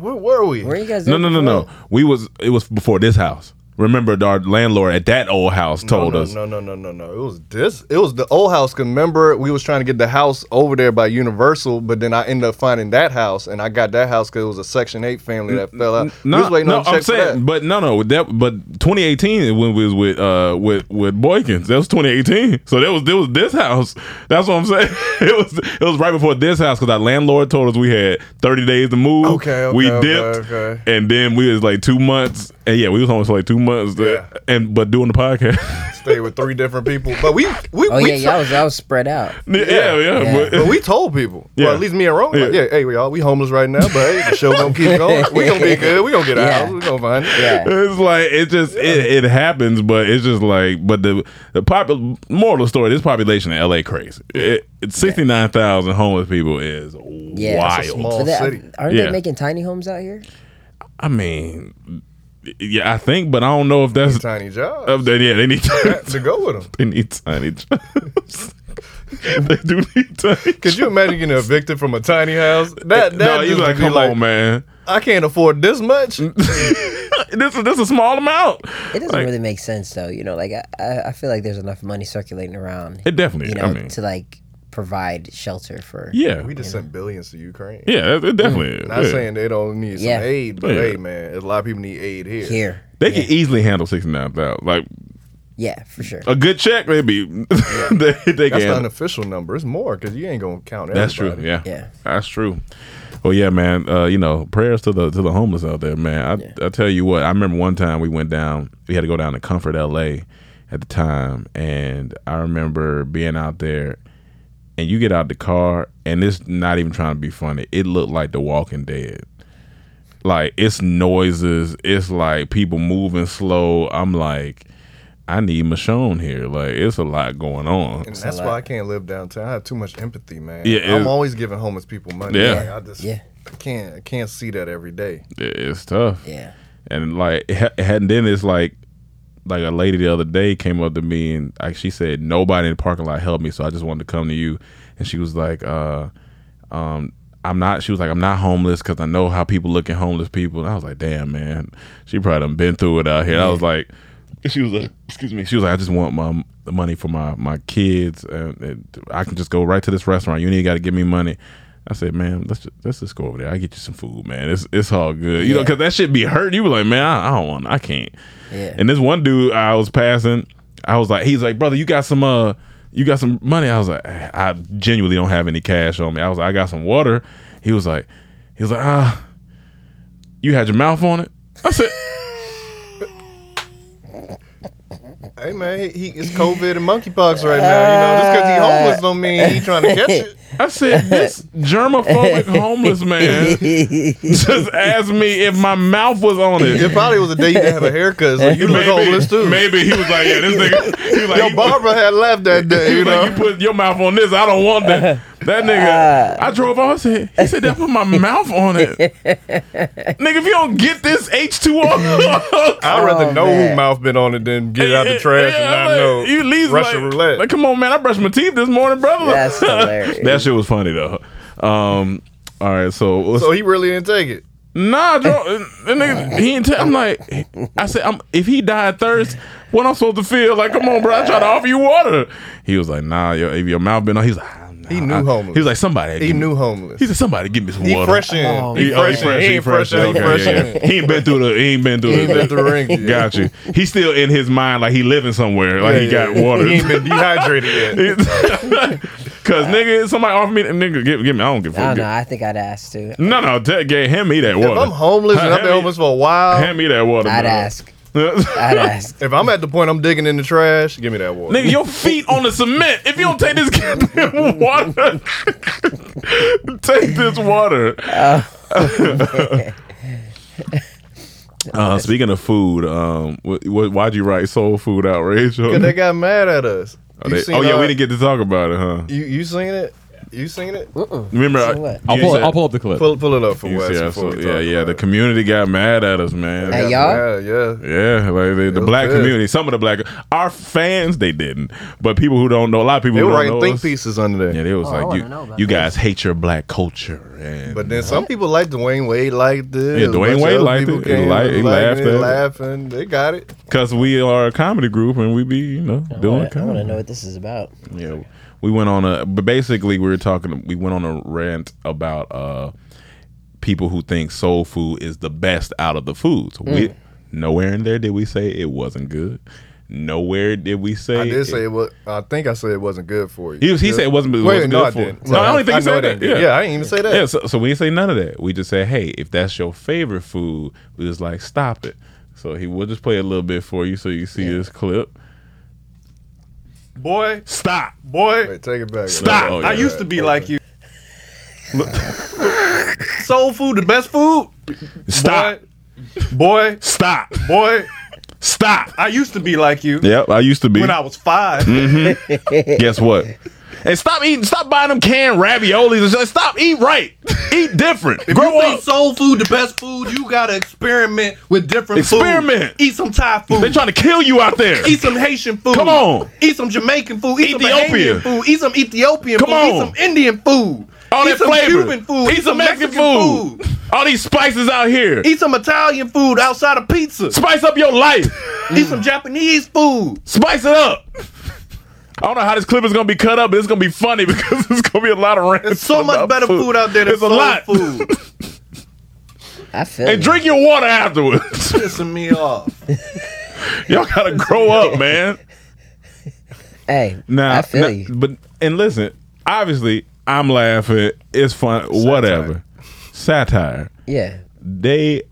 Speaker 6: where were we?
Speaker 8: Where you guys?
Speaker 7: No,
Speaker 8: at
Speaker 7: no, no, no.
Speaker 8: before?
Speaker 7: We was it was before this house. Remember, our landlord at that old house told
Speaker 6: Oh, no, no,
Speaker 7: us.
Speaker 6: No, no, no, no, no. It was this. It was the old house. 'Cause remember, we was trying to get the house over there by Universal, but then I ended up finding that house, and I got that house because it was a Section Eight family that fell out. we was waiting on a check
Speaker 7: I'm
Speaker 6: for that.
Speaker 7: saying, but no, no, that, but 2018 is when we was with uh with with Boykins. That was 2018. So that was that was this house. That's what I'm saying. It was it was right before this house because our landlord told us we had 30 days to move.
Speaker 6: Okay, okay,
Speaker 7: we
Speaker 6: okay,
Speaker 7: dipped,
Speaker 6: okay.
Speaker 7: and then we was like two months, and yeah, we was almost like two months. uh,
Speaker 6: Yeah.
Speaker 7: and but doing the podcast.
Speaker 6: Stayed with three different people, but we we
Speaker 8: Oh
Speaker 6: we
Speaker 8: yeah, y'all was y'all was spread out.
Speaker 7: yeah, yeah,
Speaker 8: Yeah.
Speaker 7: but-
Speaker 6: But we told people,
Speaker 7: Yeah.
Speaker 6: well, at least me and Rome, like,
Speaker 7: Yeah.
Speaker 6: yeah, hey, y'all, we homeless right now, but hey, the show gonna keep going. We gonna be good. We gonna get out.
Speaker 8: Yeah.
Speaker 6: house. We gonna find it.
Speaker 8: Yeah.
Speaker 7: it's like it just it, it happens, but it's just like but the the popular moral of the story. This population in L.A. crazy. It, it's sixty nine thousand homeless people is
Speaker 8: Yeah,
Speaker 7: wild.
Speaker 8: it's a
Speaker 6: small-
Speaker 8: But they-
Speaker 6: city.
Speaker 8: aren't
Speaker 7: Yeah.
Speaker 8: they making tiny homes out here?
Speaker 7: I mean, yeah, I think, but I don't know if that's
Speaker 6: Tiny job
Speaker 7: up there. Yeah, they need
Speaker 6: to go with them.
Speaker 7: they need tiny jobs. they do need tiny.
Speaker 6: Could you imagine getting evicted from a tiny house? That that
Speaker 7: no, you
Speaker 6: just
Speaker 7: like
Speaker 6: be
Speaker 7: come on, man.
Speaker 6: I can't afford this much.
Speaker 7: this is this is a small amount.
Speaker 8: It doesn't
Speaker 7: Like-
Speaker 8: really make sense though. You know, like I- I, I feel like there's enough money circulating around.
Speaker 7: It definitely.
Speaker 8: you
Speaker 7: is.
Speaker 8: know,
Speaker 7: I mean,
Speaker 8: to like provide shelter for.
Speaker 7: yeah,
Speaker 6: We just sent billions to Ukraine.
Speaker 7: yeah, it- it definitely. is.
Speaker 6: Not
Speaker 7: yeah.
Speaker 6: saying they don't need some
Speaker 8: Yeah.
Speaker 6: aid, but
Speaker 7: Yeah.
Speaker 6: hey, man, a lot of people need aid here.
Speaker 8: Here.
Speaker 7: They can easily handle sixty nine thousand. Like
Speaker 8: Yeah, for sure.
Speaker 7: a good check, maybe they, they
Speaker 6: That's the
Speaker 7: can.
Speaker 6: unofficial number. It's more because you ain't gonna count. Everybody.
Speaker 7: That's true. Yeah.
Speaker 8: Yeah.
Speaker 7: That's true. Well, yeah, man. Uh, you know, prayers to the to the homeless out there, man. I I tell you what. I remember one time we went down. We had to go down to Comfort LA at the time, and I remember being out there. And you get out the car, and it's not even trying to be funny. It looked like The Walking Dead. Like it's noises. It's like people moving slow. I'm like, I need Michonne here. Like it's a lot going on.
Speaker 6: And that's why I can't live downtown. I have too much empathy, man.
Speaker 7: Yeah, it-
Speaker 6: I'm always giving homeless people money.
Speaker 7: Yeah.
Speaker 6: Like, I just
Speaker 8: Yeah.
Speaker 6: I can't I can't see that every day.
Speaker 7: It- It's tough.
Speaker 8: Yeah.
Speaker 7: and like it ha- and then it's like like a lady the other day came up to me and like she said nobody in the parking lot helped me so i just wanted to come to you and she was like uh um i'm not she was like i'm not homeless because i know how people look at homeless people and i was like damn man she probably done been through it out here i was like she was like, excuse me. She was like, I just want my the money for my my kids, and, and I can just go right to this restaurant. You ain't got to give me money. I said, man, let's just, let's just go over there. I get you some food, man. It's it's all good, you know,
Speaker 8: Yeah.
Speaker 7: because that shit be hurt. You be like, man, I, I don't want, I can't.
Speaker 8: Yeah.
Speaker 7: And this one dude I was passing, I was like, he's like, brother, you got some uh, you got some money. I was like, "Eh, I genuinely don't have any cash on me. I was like, I got some water. He was like, he was like, ah, you had your mouth on it. I said.
Speaker 6: Hey man, he, he it's COVID and monkeypox right now. You know, just because he homeless don't mean he trying to catch it.
Speaker 7: I said, this germophobic homeless man just asked me if my mouth was on
Speaker 6: It
Speaker 7: it.
Speaker 6: probably was a day you didn't have a haircut, so you look homeless too.
Speaker 7: Maybe he was like, yeah, this nigga. He was like,
Speaker 6: Your
Speaker 7: you-
Speaker 6: barber had left that day.
Speaker 7: he
Speaker 6: You
Speaker 7: was like,
Speaker 6: know,
Speaker 7: you put your mouth on this. I don't want that.
Speaker 8: Uh,
Speaker 7: That nigga, I drove off. I said, he said that put my mouth on it. nigga, if you don't get this H2O,
Speaker 6: I'd rather
Speaker 8: Oh,
Speaker 6: know who
Speaker 8: man.
Speaker 6: mouth been on it than get it out the trash
Speaker 7: Yeah,
Speaker 6: and not
Speaker 7: like,
Speaker 6: know.
Speaker 7: You at least
Speaker 6: Russian
Speaker 7: like,
Speaker 6: roulette.
Speaker 7: like, come on, man! I brushed my teeth this morning, brother.
Speaker 8: That's hilarious.
Speaker 7: that shit was funny though. Um, all right, so,
Speaker 6: so he really didn't take it.
Speaker 7: Nah, Joe, that nigga, he ain't tell. I'm like, I said, I'm, if he died thirst, what I'm supposed to feel? Like, come on, bro, I try to offer you water. He was like, nah, yo, if your mouth been on, he's like, "Ah, nah,
Speaker 6: He knew
Speaker 7: I-
Speaker 6: homeless.
Speaker 7: He was like, somebody.
Speaker 6: He
Speaker 7: give me-
Speaker 6: knew homeless.
Speaker 7: He said, somebody give me some
Speaker 6: He
Speaker 7: water.
Speaker 6: fresh in. he
Speaker 7: oh,
Speaker 6: fresh in. He
Speaker 7: He fresh. in,
Speaker 6: He
Speaker 7: okay,
Speaker 6: fresh
Speaker 7: yeah,
Speaker 6: in.
Speaker 7: yeah. He ain't been through the. He ain't been through
Speaker 6: He ain't been through the ring yet.
Speaker 7: Got you. He's still in his mind like he living somewhere. Like he
Speaker 6: Yeah,
Speaker 7: got
Speaker 6: yeah.
Speaker 7: water.
Speaker 6: He ain't been dehydrated yet.
Speaker 7: Cause nigga, somebody offered me nigga, give, give me. I don't give a
Speaker 8: I
Speaker 7: fuck.
Speaker 8: don't know. I think I'd ask too.
Speaker 7: No, no, that gave him me
Speaker 6: If
Speaker 7: that water.
Speaker 6: I'm homeless and I've been
Speaker 7: Hand me-
Speaker 6: homeless for a while,
Speaker 7: Hand me that water.
Speaker 8: I'd
Speaker 7: bro.
Speaker 8: ask. I'd ask.
Speaker 6: if I'm at the point I'm digging in the trash, give me that water.
Speaker 7: Nigga, your feet on the cement. If you don't take this goddamn water, take this water. uh, speaking of food, um, wh- wh- why'd you write soul food outrage?
Speaker 6: Cause they got mad at us.
Speaker 7: oh,
Speaker 6: You
Speaker 7: they-
Speaker 6: seen uh,
Speaker 7: oh, yeah,
Speaker 6: our-
Speaker 7: we didn't get to talk about it, huh?
Speaker 6: You you seen it? You seen it?
Speaker 7: Remember, I,
Speaker 8: Uh-uh. So what?
Speaker 5: I'll
Speaker 7: you
Speaker 5: pull,
Speaker 7: said-
Speaker 5: I'll pull up the clip.
Speaker 6: Pull pull it up for
Speaker 7: you
Speaker 6: Wes.
Speaker 7: said-
Speaker 6: before we
Speaker 7: yeah,
Speaker 6: talk
Speaker 7: yeah.
Speaker 6: about
Speaker 7: The
Speaker 6: it.
Speaker 7: community got mad at us, man.
Speaker 8: Hey, y'all.
Speaker 6: Yeah, yeah.
Speaker 7: Yeah, like they, the
Speaker 6: was
Speaker 7: black
Speaker 6: good.
Speaker 7: community, some of the black, our fans, they didn't, but people who don't know, a lot of people
Speaker 6: They
Speaker 7: who
Speaker 6: were
Speaker 7: don't
Speaker 6: writing
Speaker 7: know
Speaker 6: think
Speaker 7: us,
Speaker 6: pieces under there.
Speaker 7: Yeah, they was
Speaker 8: Oh, I
Speaker 7: like,
Speaker 8: wanna know
Speaker 7: you,
Speaker 8: about
Speaker 7: you
Speaker 8: this.
Speaker 7: guys hate your black culture, and
Speaker 6: But then some people like Dwayne Wade liked this.
Speaker 7: Yeah, Dwayne
Speaker 6: A bunch of
Speaker 7: Wade
Speaker 6: other
Speaker 7: liked
Speaker 6: people
Speaker 7: it. He
Speaker 6: came
Speaker 7: liked- he
Speaker 6: liking
Speaker 7: laughed
Speaker 6: it,
Speaker 7: at it.
Speaker 6: laughing. They got it.
Speaker 7: because we are a comedy group and we be, you know,
Speaker 8: I
Speaker 7: doing
Speaker 8: want to
Speaker 7: comedy.
Speaker 8: know what this is about.
Speaker 7: Yeah, we went on a, but basically we were talking, we went on a rant about uh people who think soul food is the best out of the foods.
Speaker 8: Hmm.
Speaker 7: We nowhere in there did we say it wasn't good. Nowhere did we say
Speaker 6: I did say it was. I think I said it wasn't good for you.
Speaker 7: He, was- he said it wasn't. It
Speaker 6: Wait,
Speaker 7: wasn't
Speaker 6: no,
Speaker 7: good
Speaker 6: I
Speaker 7: for
Speaker 6: didn't.
Speaker 7: Him. No, I don't think he
Speaker 6: know
Speaker 7: said
Speaker 6: it ain't
Speaker 7: that.
Speaker 6: good.
Speaker 7: Yeah.
Speaker 6: I didn't even say that.
Speaker 7: Yeah, so, so we didn't say none of that. We just said, hey, if that's your favorite food, we was like, stop it. So he will just play a little bit for you so you see this clip.
Speaker 9: Boy,
Speaker 7: Stop.
Speaker 9: boy,
Speaker 6: Wait, take it back.
Speaker 9: stop.
Speaker 7: Oh, yeah.
Speaker 9: I used to be like you. Soul food, the best food.
Speaker 7: Stop.
Speaker 9: Boy, boy,
Speaker 7: Stop.
Speaker 9: boy,
Speaker 7: Stop.
Speaker 9: I used to be like you
Speaker 7: Yep, I used to be. Mm-hmm.
Speaker 9: when I was five.
Speaker 7: Guess what? And stop eating. Stop buying them canned raviolis. And shit. stop. Eat right. Eat different.
Speaker 9: If
Speaker 7: Grow
Speaker 9: you think
Speaker 7: up.
Speaker 9: soul food the best food, you gotta experiment with different
Speaker 7: Experiment.
Speaker 9: food. Eat some Thai food.
Speaker 7: they trying to kill you out there.
Speaker 9: Eat some Haitian food.
Speaker 7: Come on.
Speaker 9: Eat some Jamaican food. Eat some Bahamian
Speaker 7: Ethiopia.
Speaker 9: food. Eat some Ethiopian
Speaker 7: Come
Speaker 9: food. Eat
Speaker 7: on.
Speaker 9: some Indian food.
Speaker 7: All
Speaker 9: Eat
Speaker 7: that
Speaker 9: some
Speaker 7: flavor.
Speaker 9: Cuban food.
Speaker 7: Eat some Mexican food. All these spices out here.
Speaker 9: Eat some Italian food outside of pizza.
Speaker 7: Spice up your life.
Speaker 9: Eat some Japanese food.
Speaker 7: Spice it up. I don't know how this clip is gonna be cut up, but it's gonna be funny because it's gonna be a lot of rants.
Speaker 9: There's so
Speaker 7: about
Speaker 9: much better food. out there than
Speaker 7: It's a
Speaker 9: soul
Speaker 7: lot.
Speaker 9: food.
Speaker 8: I feel.
Speaker 7: And
Speaker 8: you.
Speaker 7: drink your water afterwards.
Speaker 9: Pissing me off.
Speaker 7: Y'all gotta grow up, man.
Speaker 8: Hey,
Speaker 7: Nah,
Speaker 8: I feel
Speaker 7: nah,
Speaker 8: you.
Speaker 7: But and listen, obviously I'm laughing. It's fun. Whatever. Satire.
Speaker 8: Yeah.
Speaker 7: They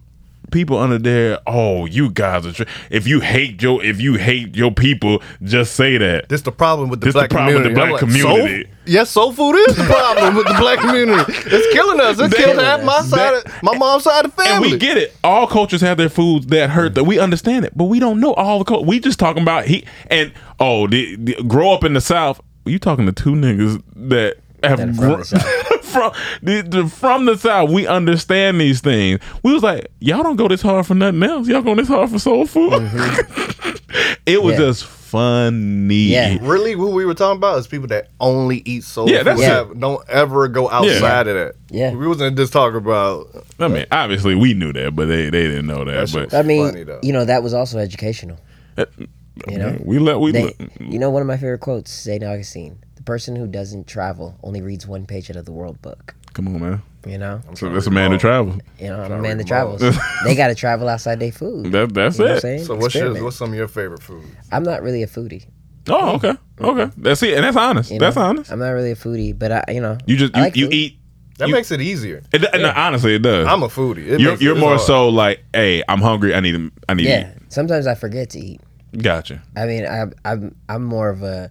Speaker 7: people under there. Oh, you guys are. Tr- if you hate your, if you hate your people, just say that.
Speaker 6: This the problem with the
Speaker 7: This the
Speaker 6: black
Speaker 7: problem with the
Speaker 6: community. I'm
Speaker 7: black
Speaker 6: like, soul-
Speaker 7: community.
Speaker 6: Yes, soul food is the problem with the black community. It's killing us. It's killing half my side, of, my mom's side of the
Speaker 7: And
Speaker 6: family.
Speaker 7: we get it. All cultures have their foods that hurt. That we understand it, but we don't know all the culture. We just talking about he and oh, the, the, grow up in the South. You talking to two niggas that have
Speaker 8: That are from
Speaker 7: gro-
Speaker 8: the South.
Speaker 7: from the, the, from the South. We understand these things. We was like, y'all don't go this hard for nothing else. Y'all going this hard for soul food. it
Speaker 8: Mm-hmm.
Speaker 7: was
Speaker 8: Yeah.
Speaker 7: just funny.
Speaker 8: Yeah.
Speaker 6: Really, what we were talking about is people that only eat soul
Speaker 7: Yeah, that's
Speaker 6: food.
Speaker 7: it.
Speaker 6: Have- Don't ever go outside of that.
Speaker 8: Yeah.
Speaker 6: we wasn't just talking about.
Speaker 7: I mean, obviously we knew that, but they they didn't know that.
Speaker 6: That shit
Speaker 7: but
Speaker 6: was
Speaker 8: I mean,
Speaker 6: funny, though.
Speaker 8: you know, that was also educational. You know,
Speaker 7: we let we
Speaker 8: They-
Speaker 7: let-
Speaker 8: you know, one of my favorite quotes, Saint Augustine: "The person who doesn't travel only reads one page out of the world book."
Speaker 7: come on, man.
Speaker 8: You know,
Speaker 7: So that's a man to travel.
Speaker 8: you know, I'm a
Speaker 6: Sorry,
Speaker 8: man that
Speaker 6: Mom.
Speaker 8: travels. they got to travel outside their food.
Speaker 7: That that's
Speaker 8: You know what I'm
Speaker 7: it.
Speaker 8: saying?
Speaker 6: So what's yours,
Speaker 8: Experiment.
Speaker 6: what's some of your favorite foods?
Speaker 8: I'm not really a foodie.
Speaker 7: Oh, okay, okay. That's it, and that's honest.
Speaker 8: you
Speaker 7: That's
Speaker 8: know?
Speaker 7: honest.
Speaker 8: I'm not really a foodie, but I, you know,
Speaker 7: You just
Speaker 8: I
Speaker 7: you,
Speaker 8: like
Speaker 7: you
Speaker 8: food.
Speaker 7: eat.
Speaker 6: That
Speaker 7: You-
Speaker 6: makes it easier.
Speaker 7: It, no, honestly, it does.
Speaker 6: I'm a foodie. It
Speaker 7: you're
Speaker 6: makes it-
Speaker 7: you're
Speaker 6: it's
Speaker 7: more
Speaker 6: hard.
Speaker 7: so like, hey, I'm hungry. I need I need. to
Speaker 8: Yeah, sometimes I forget to eat.
Speaker 7: eat. Gotcha.
Speaker 8: I mean, I, I'm I'm more of a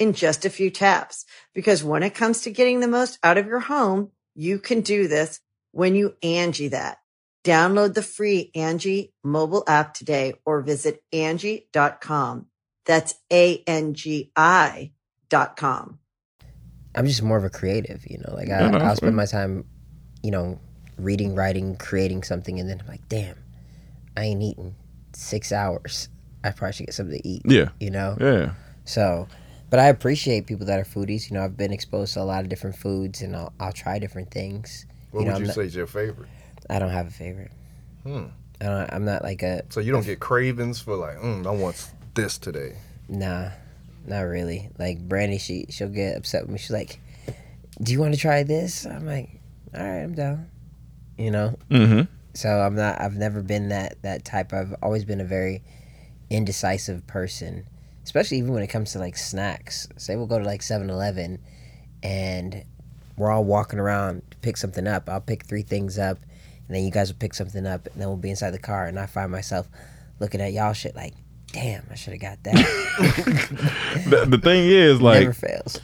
Speaker 10: in just a few taps. Because when it comes to getting the most out of your home, you can do this when you Angie that. Download the free Angie mobile app today or visit Angie.com. That's A-N-G-I dot com.
Speaker 8: I'm just more of a creative, you know. Like I,
Speaker 7: Yeah, no,
Speaker 8: I'll
Speaker 7: that's
Speaker 8: spend my time, you know, reading, writing, creating something, and then I'm like, damn, I ain't eaten six hours. I probably should get something to eat.
Speaker 7: Yeah.
Speaker 8: you know.
Speaker 7: Yeah.
Speaker 8: So, but I appreciate people that are foodies. You know, I've been exposed to a lot of different foods, and I'll, I'll try different things.
Speaker 6: What
Speaker 8: you know,
Speaker 6: would
Speaker 8: I'm
Speaker 6: you
Speaker 8: not-
Speaker 6: say is your favorite? Hmm.
Speaker 8: I don't have a favorite. I don't, I'm not like a
Speaker 6: So you don't get cravings for like, mm, I want this today.
Speaker 8: Nah, not really. Like Brandy, she she'll get upset with me. She's like, "Do you want to try this?" I'm like, "All right, I'm down." You know.
Speaker 7: Mm-hmm.
Speaker 8: So I'm not. I've never been that that type. I've always been a very indecisive person, especially even when it comes to like snacks. Say we'll go to like 7-Eleven, and we're all walking around to pick something up. I'll pick three things up, and then you guys will pick something up, and then we'll be inside the car, and I find myself looking at y'all shit like, "Damn, I should have got that."
Speaker 7: The, the thing is, like,
Speaker 8: never fails.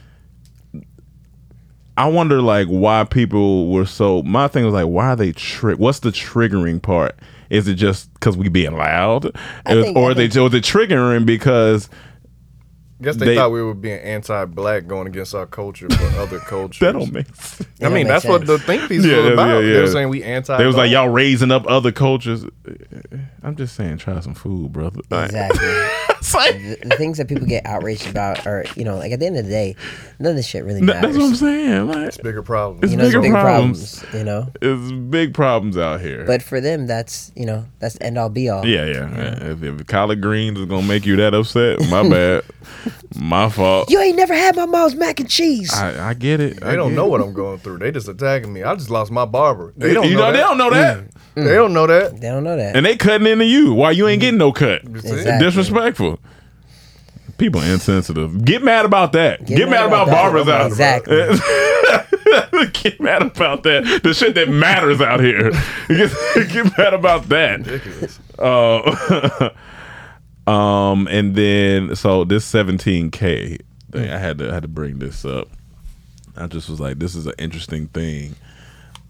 Speaker 7: I wonder like why people were so. My thing was like, why are they trick? What's the triggering part? Is it just because we being loud,
Speaker 8: I
Speaker 7: Is-
Speaker 8: think-
Speaker 7: or
Speaker 8: I
Speaker 7: are they was it triggering because
Speaker 6: Guess they,
Speaker 7: They-
Speaker 6: thought we were being anti-black, going against our culture for other cultures.
Speaker 7: that don't make sense?
Speaker 6: I
Speaker 8: don't
Speaker 6: mean,
Speaker 8: make
Speaker 6: that's what
Speaker 8: sense.
Speaker 6: the think piece
Speaker 7: Yeah, yeah,
Speaker 6: was about.
Speaker 7: yeah,
Speaker 6: They were
Speaker 7: yeah.
Speaker 6: saying we anti.
Speaker 7: They was like y'all raising up other cultures. I'm just saying, try some food, brother. Like,
Speaker 8: Exactly.
Speaker 7: it's like-
Speaker 8: the, the things that people get outraged about are, you know, like at the end of the day, none of this shit really
Speaker 7: No,
Speaker 8: matters.
Speaker 7: that's what I'm saying. Like,
Speaker 6: bigger problems.
Speaker 8: you know, it's
Speaker 7: bigger
Speaker 8: big
Speaker 7: problems.
Speaker 8: problems. You know,
Speaker 7: it's big problems out here.
Speaker 8: but for them, that's you know, that's the end all be all.
Speaker 7: yeah, yeah. yeah. If, if collard greens is gonna make you that upset, my bad, my fault.
Speaker 8: You ain't never had my mom's mac and cheese.
Speaker 7: I, I get it.
Speaker 6: They don't know what I'm going through. They just attacking me. I just lost my barber. They
Speaker 7: You
Speaker 6: don't know.
Speaker 7: They
Speaker 6: that. Mm.
Speaker 7: don't know that.
Speaker 6: They don't know that.
Speaker 8: they don't know that.
Speaker 7: and they cutting into you while you ain't getting no cut.
Speaker 8: Exactly.
Speaker 7: Disrespectful. People are insensitive. Get mad about that. Get, mad, about,
Speaker 8: that.
Speaker 7: barbers out.
Speaker 8: Exactly.
Speaker 7: Get mad about that. The shit that matters out here. Get, get mad about that. Uh, um, and then so this 17k thing, I had to I had to bring this up. I just was like, this is an interesting thing.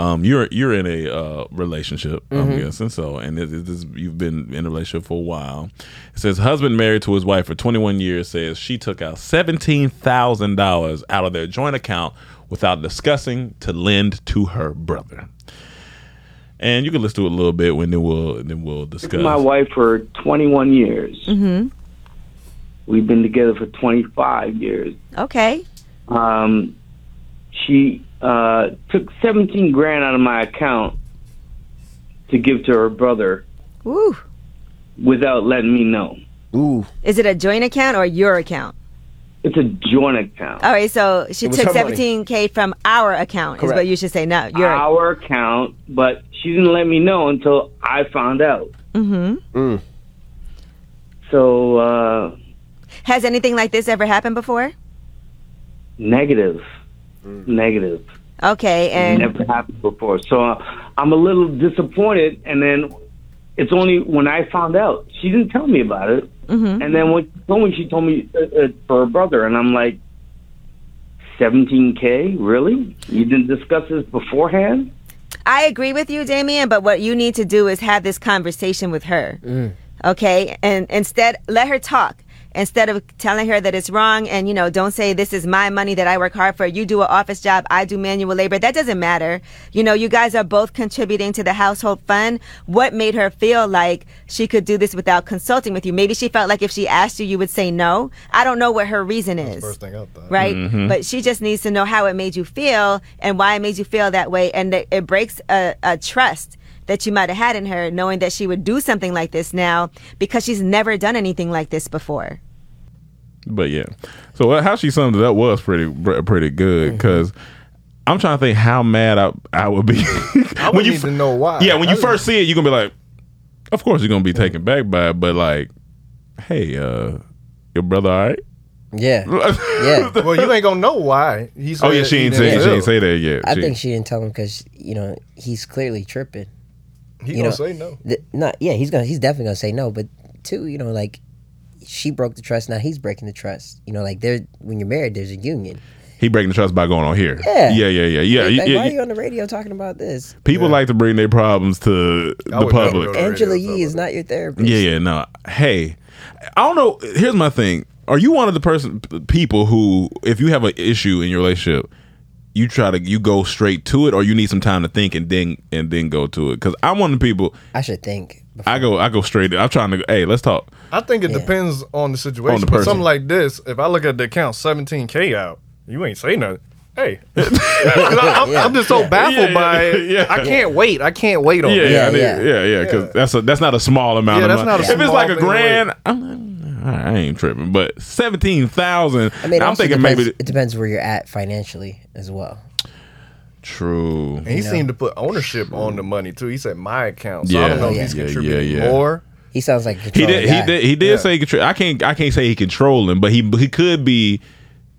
Speaker 7: Um, you're you're in a uh, relationship, I'm guessing. So, and it, it is, you've been in a relationship for a while. It says husband married to his wife for 21 years says she took out seventeen thousand dollars out of their joint account without discussing to lend to her brother. And you can listen to it a little bit when then we'll then we'll discuss.
Speaker 11: my wife for 21 years. Mm-hmm. We've been together for 25 years.
Speaker 12: Okay.
Speaker 11: Um, she uh, took 17 grand out of my account to give to her brother
Speaker 12: Woo.
Speaker 11: without letting me know.
Speaker 8: Ooh,
Speaker 12: Is it a joint account or your account?
Speaker 11: It's a joint account.
Speaker 12: All right, so she
Speaker 11: was
Speaker 12: took
Speaker 11: her money.
Speaker 12: 17k from our account. Is what
Speaker 11: Correct.
Speaker 12: you should say. Not your.
Speaker 11: Our account, but she didn't let me know until I found out.
Speaker 12: hmm
Speaker 11: So uh,
Speaker 12: Has anything like this ever happened before?
Speaker 11: Negative. Negative.
Speaker 12: Okay, and
Speaker 11: never happened before. So uh, I'm a little disappointed. And then it's only when I found out she didn't tell me about it.
Speaker 13: Mm-hmm.
Speaker 12: Mhm.
Speaker 11: And then when, when she told me uh, uh, for her brother, and I'm like, 17k, really? You didn't discuss this beforehand?
Speaker 12: I agree with you, Damien, but what you need to do is have this conversation with her. Okay? And instead, let her talk. Instead of telling her that it's wrong and, you know, don't say this is my money that I work hard for. You do an office job. I do manual labor. That doesn't matter. You know, you guys are both contributing to the household fund. What made her feel like she could do this without consulting with you? Maybe she felt like if she asked you, you would say no. I don't know what her reason is right?
Speaker 7: Mm-hmm.
Speaker 13: Mhm.
Speaker 12: But she just needs to know how it made you feel and why it made you feel that way, and that it breaks a, a trust that you might have had in her, knowing that she would do something like this now because she's never done anything like this before.
Speaker 7: But yeah, so uh, how she summed it up was pretty pr- pretty good because I'm trying to think how mad I I would be
Speaker 6: I
Speaker 7: when
Speaker 6: would
Speaker 7: you
Speaker 6: need
Speaker 7: f-
Speaker 6: to know why.
Speaker 7: yeah when you
Speaker 6: I-
Speaker 7: first see it you're gonna be like, of course you're gonna be taken back by it, but like, hey, uh, your brother, all right?
Speaker 8: Yeah.
Speaker 6: yeah. Well, you ain't gonna know why. He
Speaker 7: Oh, yeah,
Speaker 6: said
Speaker 7: she
Speaker 6: he didn't
Speaker 7: ain't say- she
Speaker 6: tell.
Speaker 7: ain't say that yet.
Speaker 8: I
Speaker 7: She-
Speaker 8: think she didn't tell him because you know he's clearly tripping.
Speaker 6: He
Speaker 8: you
Speaker 6: gonna
Speaker 8: know,
Speaker 6: say no.
Speaker 8: th- not yeah, he's gonna he's definitely gonna say no. But two, you know, like she broke the trust. Now he's breaking the trust. You know, like there when you're married, there's a union.
Speaker 7: He breaking the trust by going on here.
Speaker 8: Yeah.
Speaker 7: yeah, yeah, yeah, yeah.
Speaker 8: Like,
Speaker 7: yeah,
Speaker 8: why
Speaker 7: yeah,
Speaker 8: are you on the radio talking about this?
Speaker 7: People like to bring their problems to the public.
Speaker 8: Angela Yee is not your therapist.
Speaker 7: Yeah, yeah, no. Hey, I don't know. Here's my thing. Are you one of the person p- people who, if you have an issue in your relationship, you try to you go straight to it, or you need some time to think and then and then go to it? Because I'm one of the people.
Speaker 8: I should think.
Speaker 7: I go I go straight. I'm trying to. Hey, let's talk.
Speaker 6: I think it depends on the situation.
Speaker 7: On the
Speaker 6: but
Speaker 7: person.
Speaker 6: something like this, if I look at the account, 17k out, you ain't say nothing. Hey, 'Cause I, am I'm just so
Speaker 7: Yeah.
Speaker 6: baffled
Speaker 7: Yeah,
Speaker 6: by
Speaker 7: yeah,
Speaker 6: it.
Speaker 7: yeah.
Speaker 6: I can't wait. I can't wait on
Speaker 7: yeah,
Speaker 6: it.
Speaker 7: yeah, I need- yeah, yeah, Because that's a that's not a small amount.
Speaker 6: Yeah,
Speaker 7: of
Speaker 6: that's
Speaker 7: money.
Speaker 6: not a
Speaker 7: If it's
Speaker 6: small
Speaker 7: like a
Speaker 6: thing to
Speaker 7: grand, I'm, like, I ain't tripping. But seventeen thousand.
Speaker 8: I mean,
Speaker 7: I'm thinking maybe.
Speaker 8: it depends where you're at financially as well.
Speaker 7: True.
Speaker 6: And he seemed to put ownership on the money too. He said my account, so I don't know if he's contributing
Speaker 7: yeah, yeah.
Speaker 6: more.
Speaker 8: He sounds like
Speaker 7: He did. He did. He did say contri- I can't. I can't say he controlling, but he he could be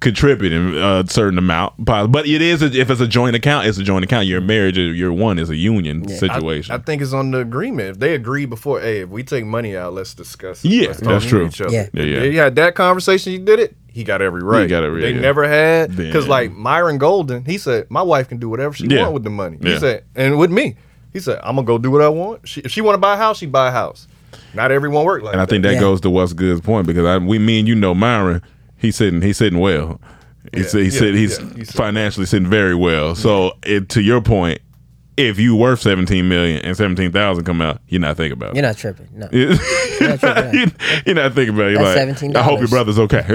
Speaker 7: contributing uh, a certain amount. But but it is if it's a joint account, it's a joint account. Your marriage, or your one is a union
Speaker 6: Yeah.
Speaker 7: situation.
Speaker 6: I, I think it's on the agreement. If they agree before, hey, if we take money out, let's discuss. it.
Speaker 7: Yeah,
Speaker 6: Let's
Speaker 7: that's
Speaker 6: talk to
Speaker 7: true.
Speaker 6: each other.
Speaker 7: Yeah. Yeah, yeah.
Speaker 6: If you had that conversation. You did it. He got every right.
Speaker 7: He got every-
Speaker 6: They
Speaker 7: yeah.
Speaker 6: never had because
Speaker 7: Then-
Speaker 6: like Myron Golden, he said my wife can do whatever she
Speaker 7: Yeah.
Speaker 6: want with the money.
Speaker 7: Yeah.
Speaker 6: He said, and with me, he said I'm gonna go do what I want. She, if she want to buy a house, she buy a house. Not everyone work like
Speaker 7: and I think that goes to what's good's point because I, we, me and you know Myron, he's sitting, he's sitting well. He
Speaker 6: Yeah,
Speaker 7: said, he
Speaker 6: yeah,
Speaker 7: said he's
Speaker 6: yeah, Mm-hmm. he's-
Speaker 7: financially sitting very well. So it, to your point, if you worth seventeen million and seventeen thousand come out, you're not thinking about it.
Speaker 8: You're not tripping. No.
Speaker 7: you're not thinking about it. You're
Speaker 8: That's
Speaker 7: like, I hope
Speaker 8: $17.
Speaker 7: your brother's okay.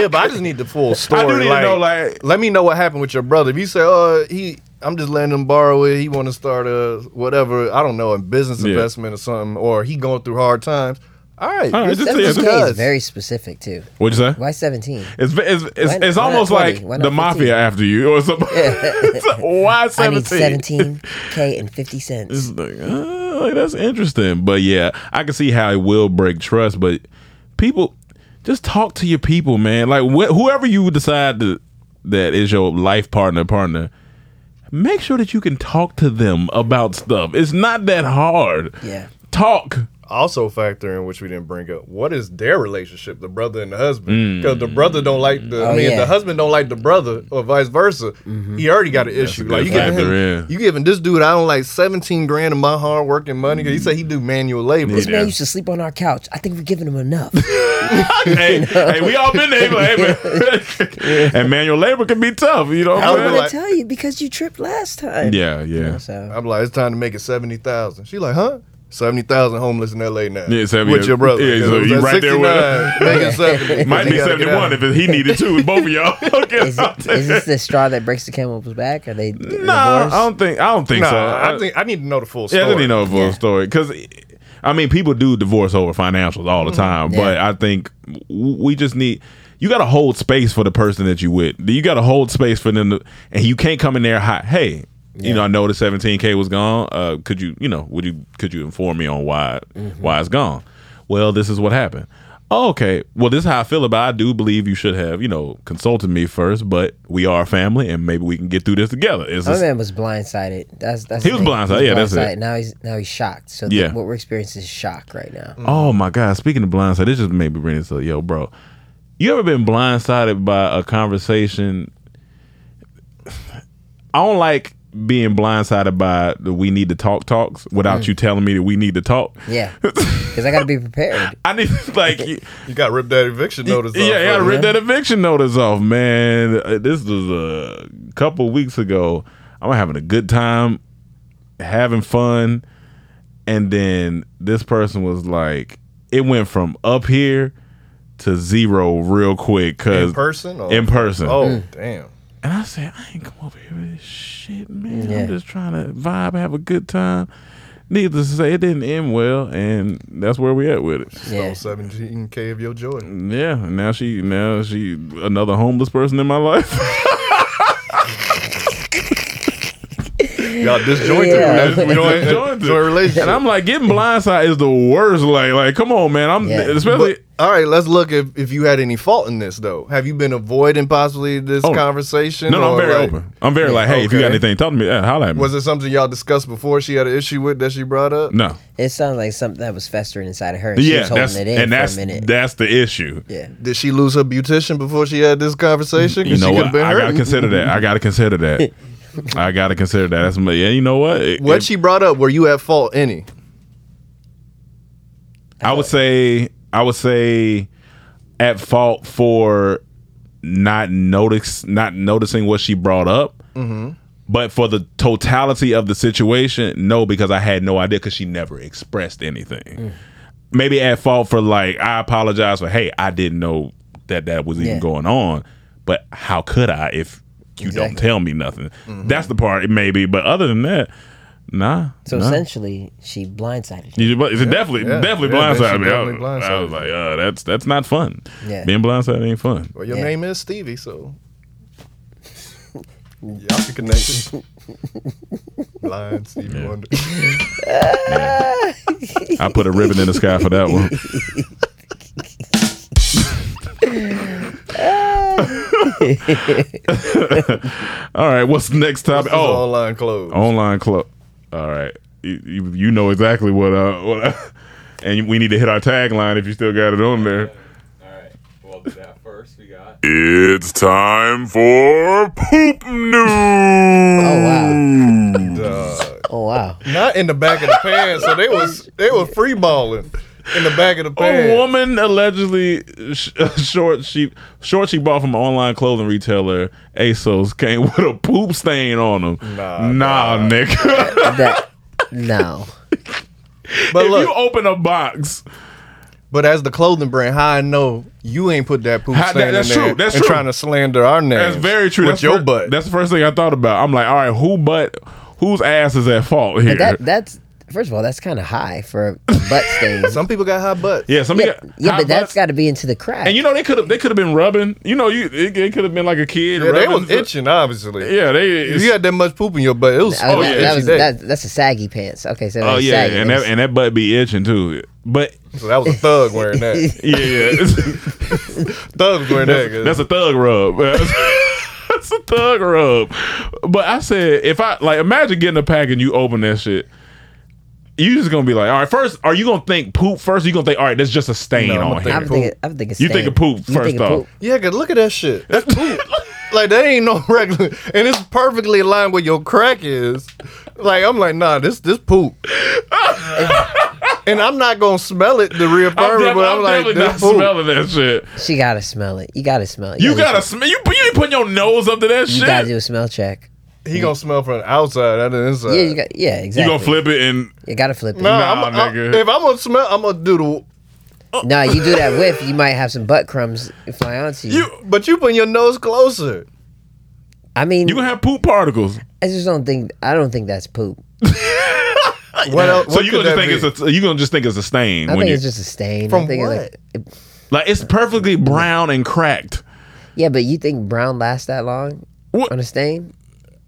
Speaker 6: yeah, but I just need the full story.
Speaker 7: I do need to
Speaker 6: like,
Speaker 7: know, like-
Speaker 6: let me know what happened with your brother. If you say, "Oh, he," I'm just letting him borrow it. He want to start a whatever. I don't know, a business
Speaker 7: Yeah.
Speaker 6: investment or something, or he going through hard times. All right,
Speaker 7: All right,
Speaker 6: let's
Speaker 7: just- yeah, just-
Speaker 6: discuss.
Speaker 8: It's very specific too.
Speaker 7: What'd you say?
Speaker 8: Why seventeen?
Speaker 7: It's it's it's,
Speaker 8: Why-
Speaker 7: it's
Speaker 8: why not
Speaker 7: almost
Speaker 8: 20?
Speaker 7: like
Speaker 8: Why
Speaker 7: the
Speaker 8: not
Speaker 7: mafia
Speaker 8: 15?
Speaker 7: after you or something. Why
Speaker 8: I need
Speaker 7: 17?
Speaker 8: seventeen k and fifty cents.
Speaker 7: like, uh, like, that's interesting. But yeah, I can see how it will break trust. But people, just talk to your people, man. Like wh- whoever you decide to, that is your life partner, partner. Make sure that you can talk to them about stuff. It's not that hard.
Speaker 8: Yeah.
Speaker 7: Talk.
Speaker 6: Also factor in which we didn't bring up. What is their relationship, the brother and the husband? Because the brother don't like the.
Speaker 8: Oh,
Speaker 6: I mean,
Speaker 8: yeah. Mm-hmm.
Speaker 6: the husband don't like the brother, or vice versa. He already got an issue.
Speaker 7: a
Speaker 6: Like
Speaker 7: good
Speaker 6: you giving
Speaker 7: factor,
Speaker 6: him, you giving this dude I don't like seventeen grand of my hard working money. 'Cause He said he do manual labor.
Speaker 8: This man used to sleep on our couch. I think we're giving him enough.
Speaker 7: hey, hey, we all been there. Like, hey, man. and manual labor can be tough. You know what
Speaker 8: I
Speaker 7: I'm
Speaker 8: was
Speaker 7: saying?
Speaker 8: gonna
Speaker 7: Like-
Speaker 8: tell you because you tripped last time.
Speaker 7: Yeah, yeah.
Speaker 6: I'm like, it's time to make it seventy thousand. She like, huh? Seventy thousand homeless in L.A. now.
Speaker 7: Yeah, 70
Speaker 6: with your brother.
Speaker 7: Yeah, so
Speaker 6: It was
Speaker 7: you
Speaker 6: at
Speaker 7: right there with us.
Speaker 6: 69, Make it seventy.
Speaker 7: Might
Speaker 6: You
Speaker 7: be
Speaker 6: gotta get
Speaker 7: 71
Speaker 6: out.
Speaker 7: if it- he needed two, both of y'all. Okay.
Speaker 8: Is, it, is this the straw that breaks the camel's back? Are they d-
Speaker 7: Nah, I
Speaker 8: divorced?
Speaker 7: don't think. I don't think
Speaker 6: Nah,
Speaker 7: so.
Speaker 6: Uh, I think I need to know the full story.
Speaker 7: Yeah, I didn't even know a full story because I mean, people do divorce over financials all the time, but I think w- we just need you got to hold space for the person that you with. You got to hold space for them, to, and you can't come in there hot. Hey, you know, I know the 17k was gone. Uh,
Speaker 6: Mm-hmm.
Speaker 7: could you, you know, would you could you inform me on why why it's gone? Well, this is what happened. "Oh, okay, well, this is how I feel about. It. I do believe you should have, you know, consulted me first, but we are a family, and maybe we can get through this together." It's
Speaker 8: My
Speaker 7: just-
Speaker 8: man was blindsided. That's that's
Speaker 7: He
Speaker 8: the
Speaker 7: was
Speaker 8: thing.
Speaker 7: blindsided. Yeah, that's it.
Speaker 8: Now he's now he's shocked. So
Speaker 7: Yeah.
Speaker 8: th- what we're experiencing is shock right now.
Speaker 7: Oh my God! Speaking of blindside, this just made me bring this up. Yo, bro, you ever been blindsided by a conversation? I don't like being blindsided by the "we need to talk" talks without
Speaker 8: Mm.
Speaker 7: you telling me that we need to talk.
Speaker 8: Yeah, because I got to be prepared.
Speaker 7: I need like you,
Speaker 6: got ripped that eviction notice.
Speaker 7: Yeah,
Speaker 6: off
Speaker 7: yeah, I
Speaker 6: of it.
Speaker 7: ripped that eviction notice off, man. Uh, This was a couple weeks ago. I'm having a good time, having fun, and then this person was like, it went from up here to zero real quick. Cause
Speaker 6: in person. Or?
Speaker 7: in person.
Speaker 6: Oh
Speaker 8: Mm.
Speaker 6: damn.
Speaker 7: And I said, I ain't come over here with this shit, man.
Speaker 6: Yeah.
Speaker 7: I'm just trying to vibe, have a good time. Needless to say, it didn't end well, and that's where we at with it.
Speaker 6: Stole seventeen k of your joy.
Speaker 7: Yeah, and now she now she another homeless person in my life.
Speaker 6: Y'all disjointed.
Speaker 7: Yeah.
Speaker 6: man. We don't
Speaker 7: Disjointed.
Speaker 6: enjoy relationship.
Speaker 7: And I'm like, getting blindsided is the worst. Like, like, come on, man. I'm especially
Speaker 6: But, all right, let's look if, if you had any fault in this though. Have you been avoiding possibly this
Speaker 7: Oh,
Speaker 6: conversation?
Speaker 7: No, no, I'm
Speaker 6: or,
Speaker 7: very
Speaker 6: like-
Speaker 7: open. I'm very like, hey, if you got
Speaker 6: Okay.
Speaker 7: anything, talk to me. Yeah, holla at me.
Speaker 6: Was it something y'all discussed before she had an issue with that she brought up?
Speaker 7: no.
Speaker 8: It sounds like something that was festering inside of her. and she
Speaker 7: Yeah,
Speaker 8: was holding
Speaker 7: that's
Speaker 8: it in
Speaker 7: and
Speaker 8: for
Speaker 7: that's
Speaker 8: a minute.
Speaker 7: that's the issue.
Speaker 8: Yeah.
Speaker 6: Did she lose her beautician before she had this conversation? 'Cause
Speaker 7: You know
Speaker 6: she
Speaker 7: what?
Speaker 6: could've been
Speaker 7: I gotta
Speaker 6: hurt.
Speaker 7: consider that. I gotta consider that. I gotta consider that. That's my, yeah. You know what? It-
Speaker 6: What
Speaker 7: it-
Speaker 6: she brought up, were you at fault any?
Speaker 7: I would say I would say at fault for not notice not noticing what she brought up.
Speaker 6: Mm-hmm.
Speaker 7: But for the totality of the situation, no, because I had no idea because she never expressed anything.
Speaker 8: Mm.
Speaker 7: Maybe at fault for like, I apologize for, hey, I didn't know that that was even
Speaker 5: Yeah.
Speaker 7: going on. But how could I if you don't tell me nothing?
Speaker 8: Mm-hmm.
Speaker 7: That's the part, maybe. But other than that, nah.
Speaker 8: So
Speaker 7: nah.
Speaker 8: essentially, she blindsided.
Speaker 7: You just- it's definitely,
Speaker 8: yeah,
Speaker 7: definitely
Speaker 8: yeah,
Speaker 7: blindsided
Speaker 8: she
Speaker 7: me. I,
Speaker 8: definitely
Speaker 7: was- I was like, uh, that's that's not fun.
Speaker 8: Yeah.
Speaker 7: Being blindsided ain't fun.
Speaker 6: Well, your name is Stevie, so y'all can connect. Blind Stevie Wonder.
Speaker 7: I put a ribbon in the sky for that one. all right, what's the next topic?
Speaker 6: This is
Speaker 7: Oh,
Speaker 6: online clothes.
Speaker 7: online club. All right, you, you, you know exactly what. Uh, what I- and we need to hit our tagline if you still got it on there. It's time for poop news.
Speaker 8: Oh wow. Oh wow.
Speaker 6: Not in the back of the pants, so they was they were free balling in the back of
Speaker 7: Oh,
Speaker 6: the pants.
Speaker 7: A woman allegedly sh- short she short she bought from an online clothing retailer ASOS came with a poop stain on them. Nah, nah, nigga.
Speaker 8: that, no.
Speaker 6: But
Speaker 7: if
Speaker 6: look,
Speaker 7: you open a box,
Speaker 6: But as the clothing brand, how I know you ain't put that poop
Speaker 7: How- that-
Speaker 6: stain
Speaker 7: that's
Speaker 6: in there
Speaker 7: true, that's
Speaker 6: and
Speaker 7: true.
Speaker 6: trying to slander our name.
Speaker 7: that's very true.
Speaker 6: With
Speaker 7: That's
Speaker 6: your
Speaker 7: fir-
Speaker 6: butt.
Speaker 7: That's the first thing I thought about. I'm like, all right, who but whose ass is at fault here?
Speaker 8: But that that's first of all, that's kind of high for a butt stains.
Speaker 6: Some people got high butts.
Speaker 7: yeah, somebody.
Speaker 8: Yeah,
Speaker 7: got
Speaker 8: yeah
Speaker 7: high
Speaker 8: but
Speaker 7: butts.
Speaker 8: that's got to be into the crack.
Speaker 7: And you know they could have they could have been rubbing. You know you it, it could have been like a kid.
Speaker 6: Yeah, they
Speaker 7: rubbing
Speaker 6: was itching, obviously.
Speaker 7: Yeah, they.
Speaker 6: If you had that much poop in your butt, it was
Speaker 8: Oh,
Speaker 6: oh,
Speaker 8: that,
Speaker 6: yeah,
Speaker 8: that was,
Speaker 6: day.
Speaker 8: that, that's a saggy pants. Okay, so
Speaker 7: Oh
Speaker 8: that's
Speaker 7: yeah,
Speaker 8: saggy.
Speaker 7: and that and that butt be itching too. But
Speaker 6: so that was a thug wearing that.
Speaker 7: yeah, yeah.
Speaker 6: Thugs wearing that.
Speaker 7: That's, that's a thug rub. That's a thug rub. But I said, if I like, imagine getting a pack and you open that shit. You just gonna be like, all right. First, are you gonna think poop first? Or you gonna think, all right, that's just a stain
Speaker 6: No, I'm
Speaker 7: on
Speaker 6: gonna
Speaker 7: here.
Speaker 6: think I'm thinking-
Speaker 8: poop. I'm thinking
Speaker 7: you
Speaker 8: stain.
Speaker 7: think of poop
Speaker 8: You
Speaker 7: first
Speaker 8: thinking
Speaker 7: off.
Speaker 8: poop.
Speaker 6: yeah, cause look at that shit. That's poop. like that ain't no regular, and it's perfectly aligned with your crack is. Like I'm like, nah, this this poop. and I'm not gonna smell it to reaffirm
Speaker 7: I'm,
Speaker 6: it,
Speaker 7: def-
Speaker 6: but I'm,
Speaker 7: I'm
Speaker 6: like,
Speaker 7: definitely not
Speaker 6: this poop.
Speaker 7: smelling that shit.
Speaker 8: She gotta smell it. You gotta smell it.
Speaker 7: You gotta smell. You, you ain't putting your nose up to that
Speaker 8: You
Speaker 7: shit.
Speaker 8: gotta do a smell check.
Speaker 6: He gonna smell from the outside, not the inside.
Speaker 8: Yeah, you got. Yeah, exactly.
Speaker 7: You gonna flip it and
Speaker 8: You gotta flip it.
Speaker 6: Nah, I'm, I'm- if I'm gonna smell, I'm gonna do the. uh,
Speaker 8: Nah, you do that whiff, you might have some butt crumbs fly onto you.
Speaker 6: You, but you put your nose closer.
Speaker 8: I mean,
Speaker 7: you gonna have poop particles.
Speaker 8: I just don't think. I don't think that's poop.
Speaker 6: What else,
Speaker 7: so you gonna just think it's a you gonna just think it's a stain
Speaker 8: uh, I
Speaker 7: when
Speaker 8: think
Speaker 7: you
Speaker 8: it's just a stain. I
Speaker 6: From
Speaker 8: think
Speaker 6: what?
Speaker 8: It's like,
Speaker 7: like it's perfectly brown and cracked.
Speaker 8: yeah, but you think brown lasts that long on a stain?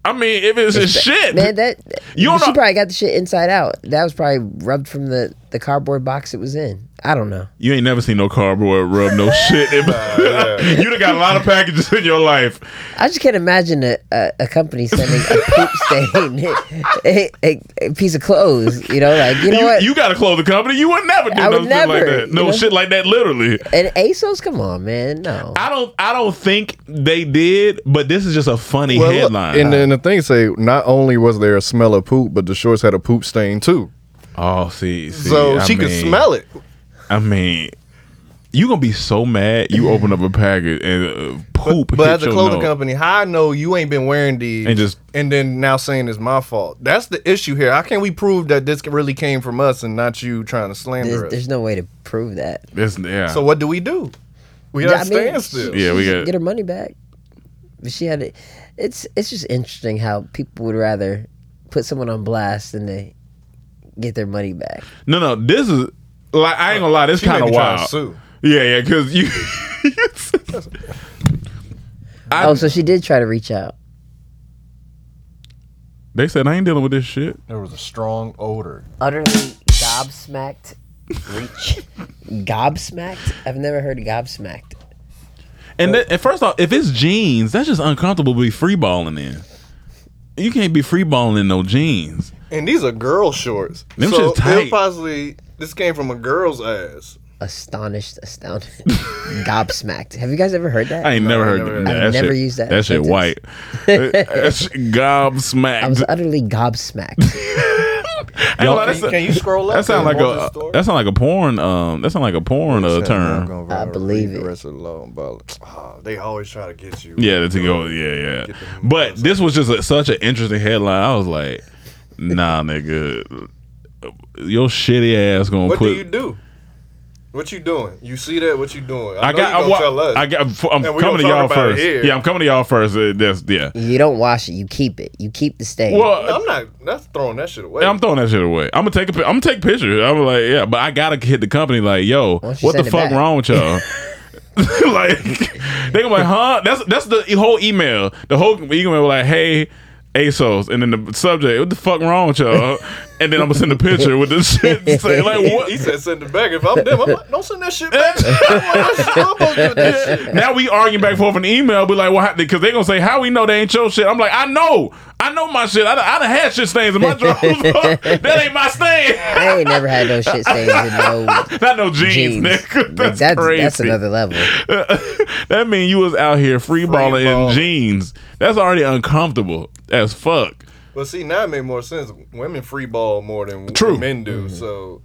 Speaker 7: I mean, if it's just shit,
Speaker 8: man. That
Speaker 7: You
Speaker 8: you
Speaker 7: don't
Speaker 8: she
Speaker 7: know-
Speaker 8: probably got the shit inside out. That was probably rubbed from the the cardboard box it was in. I I don't know.
Speaker 7: You ain't never seen no cardboard rub no shit. In you done got a lot of packages in your life.
Speaker 8: I just can't imagine a, a, a company sending a poop stain a, a, a piece of clothes. You know, like you know what?
Speaker 7: You got to close the company. You would never do
Speaker 8: I
Speaker 7: no
Speaker 8: would
Speaker 7: shit like
Speaker 8: never,
Speaker 7: that.
Speaker 8: you
Speaker 7: No
Speaker 8: know?
Speaker 7: shit like that. Literally.
Speaker 8: and ASOS, come on, man, no.
Speaker 7: I don't. I don't think they did. But this is just a funny
Speaker 6: Well, look,
Speaker 7: headline.
Speaker 6: And then the thing say, not only was there a smell of poop, but the shorts had a poop stain too.
Speaker 7: Oh, see, see,
Speaker 6: so
Speaker 7: I
Speaker 6: she could
Speaker 7: mean-
Speaker 6: smell it.
Speaker 7: I mean, you gonna be so mad. You open up a package and uh, poop.
Speaker 6: But
Speaker 7: hit
Speaker 6: as a
Speaker 7: your
Speaker 6: clothing
Speaker 7: nose.
Speaker 6: company, how I know you ain't been wearing these,
Speaker 7: And just-
Speaker 6: and then now saying it's my fault. That's the issue here. How can we prove that this really came from us and not you trying to slander
Speaker 8: There's,
Speaker 6: us?
Speaker 8: there's no way to prove that.
Speaker 7: This- yeah.
Speaker 6: So what do we do? We
Speaker 8: Yeah,
Speaker 6: got
Speaker 8: I
Speaker 6: to
Speaker 8: mean,
Speaker 6: stand still.
Speaker 8: she-
Speaker 7: Yeah, we
Speaker 8: she
Speaker 7: got-
Speaker 8: get her money back. But she had it. It's it's just interesting how people would rather put someone on blast than they get their money back.
Speaker 7: No, no, this is like I ain't gonna lie. This
Speaker 8: She may
Speaker 7: kind of
Speaker 8: be trying to
Speaker 7: wild.
Speaker 8: sue.
Speaker 7: Yeah, yeah, because you.
Speaker 8: oh, so she did try to reach out.
Speaker 7: They said I ain't dealing with this shit.
Speaker 6: There was a strong odor.
Speaker 8: Utterly gobsmacked. Reach. gobsmacked. I've never heard gobsmacked.
Speaker 7: And, that, and first off, if it's jeans, that's just uncomfortable. to Be free balling in. You can't be free balling in no jeans.
Speaker 6: And these are girl shorts.
Speaker 7: Them
Speaker 6: so
Speaker 7: shit's tight.
Speaker 6: it possibly this came from a girl's ass.
Speaker 8: Astonished, astounded, gobsmacked. Have you guys ever heard that?
Speaker 7: I ain't never heard that.
Speaker 8: I've
Speaker 7: That
Speaker 8: Uh, never
Speaker 7: shit-
Speaker 8: used that.
Speaker 7: That shit
Speaker 8: sentence.
Speaker 7: white. That's gobsmacked.
Speaker 8: I was utterly gobsmacked.
Speaker 7: I ain't gonna lie, that's a-
Speaker 6: can you scroll up?
Speaker 7: That sound
Speaker 6: and
Speaker 7: like
Speaker 6: go to the
Speaker 7: a
Speaker 6: store?
Speaker 7: that sound like a porn um that sound like a porn uh, term.
Speaker 8: I believe it.
Speaker 6: Rest of the law and ball. Oh, they always try to get you.
Speaker 7: Yeah, to go. Yeah, yeah. But this was just a, such an interesting headline. I was like, nah, nigga, your shitty ass gonna
Speaker 6: What
Speaker 7: put.
Speaker 6: do you do? What you doing? You see that? What you doing?
Speaker 7: I
Speaker 6: know
Speaker 7: got.
Speaker 6: You
Speaker 7: I,
Speaker 6: gonna
Speaker 7: wa-
Speaker 6: tell us.
Speaker 7: I got. I'm
Speaker 6: And we gonna
Speaker 7: coming to
Speaker 6: talk
Speaker 7: y'all
Speaker 6: about it
Speaker 7: first.
Speaker 6: here.
Speaker 7: Yeah, I'm coming to y'all first. Uh, that's yeah.
Speaker 8: you don't wash it. You keep it. You keep the stain.
Speaker 7: Well,
Speaker 6: I'm not. That's throwing that shit away.
Speaker 7: Yeah, I'm throwing that shit away. I'm gonna take a. pi- I'm gonna take pictures. I'm like, yeah, but I gotta hit the company. Like, yo,
Speaker 8: you
Speaker 7: what the
Speaker 8: send it back?
Speaker 7: fuck wrong with y'all? like, they gonna be like, huh? That's that's the e, whole email. The whole email like, hey, ASOS, and then the subject, what the fuck wrong with y'all? and then I'm gonna send a picture with this shit. Say like, what?
Speaker 6: He said, send it back. If I'm them, I'm like, don't send that shit back. I'm supposed to do that shit.
Speaker 7: now we arguing back and forth in the email. Be like, well, because they gonna say how we know they ain't your shit. I'm like, I know, I know my shit. I, done- I done had shit stains in my drawers. that ain't my stain.
Speaker 8: I ain't never had no shit stains in no
Speaker 7: Not no jeans,
Speaker 8: jeans.
Speaker 7: nigga.
Speaker 8: Like,
Speaker 7: That's,
Speaker 8: that's,
Speaker 7: crazy.
Speaker 8: that's another level.
Speaker 7: that mean you was out here free balling in jeans. That's already uncomfortable as fuck.
Speaker 6: But see, now it made more sense. Women free ball more than
Speaker 7: True.
Speaker 6: men do.
Speaker 8: Mm-hmm.
Speaker 6: So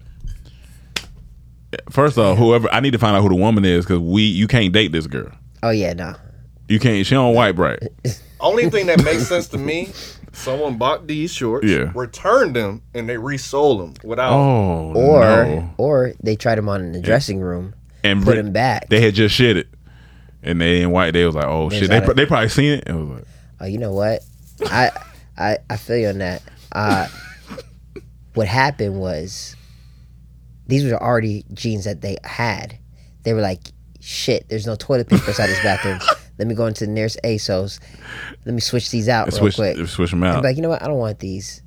Speaker 7: First off, whoever I need to find out who the woman is because we you can't date this girl.
Speaker 8: Oh yeah, no.
Speaker 7: You can't. She on white bright.
Speaker 6: only thing that makes sense to me, someone bought these shorts,
Speaker 7: Yeah.
Speaker 6: returned them, and they resold them without.
Speaker 7: Oh,
Speaker 8: Or
Speaker 7: no.
Speaker 8: or they tried them on in the dressing room
Speaker 7: and
Speaker 8: put
Speaker 7: re-
Speaker 8: them back.
Speaker 7: They had just shit it, and they in white. They was like, oh
Speaker 8: They
Speaker 7: shit.
Speaker 8: was
Speaker 7: They
Speaker 8: outta-
Speaker 7: pr- they probably seen it. And was like,
Speaker 8: Oh, you know what? I I I feel you on that. Uh, what happened was these were already jeans that they had. They were like, shit, there's no toilet paper inside this bathroom. Let me go into the nearest ASOS. Let me switch these out real
Speaker 7: switch
Speaker 8: quick.
Speaker 7: switch them
Speaker 8: And
Speaker 7: out.
Speaker 8: be like, you know what? I don't want these.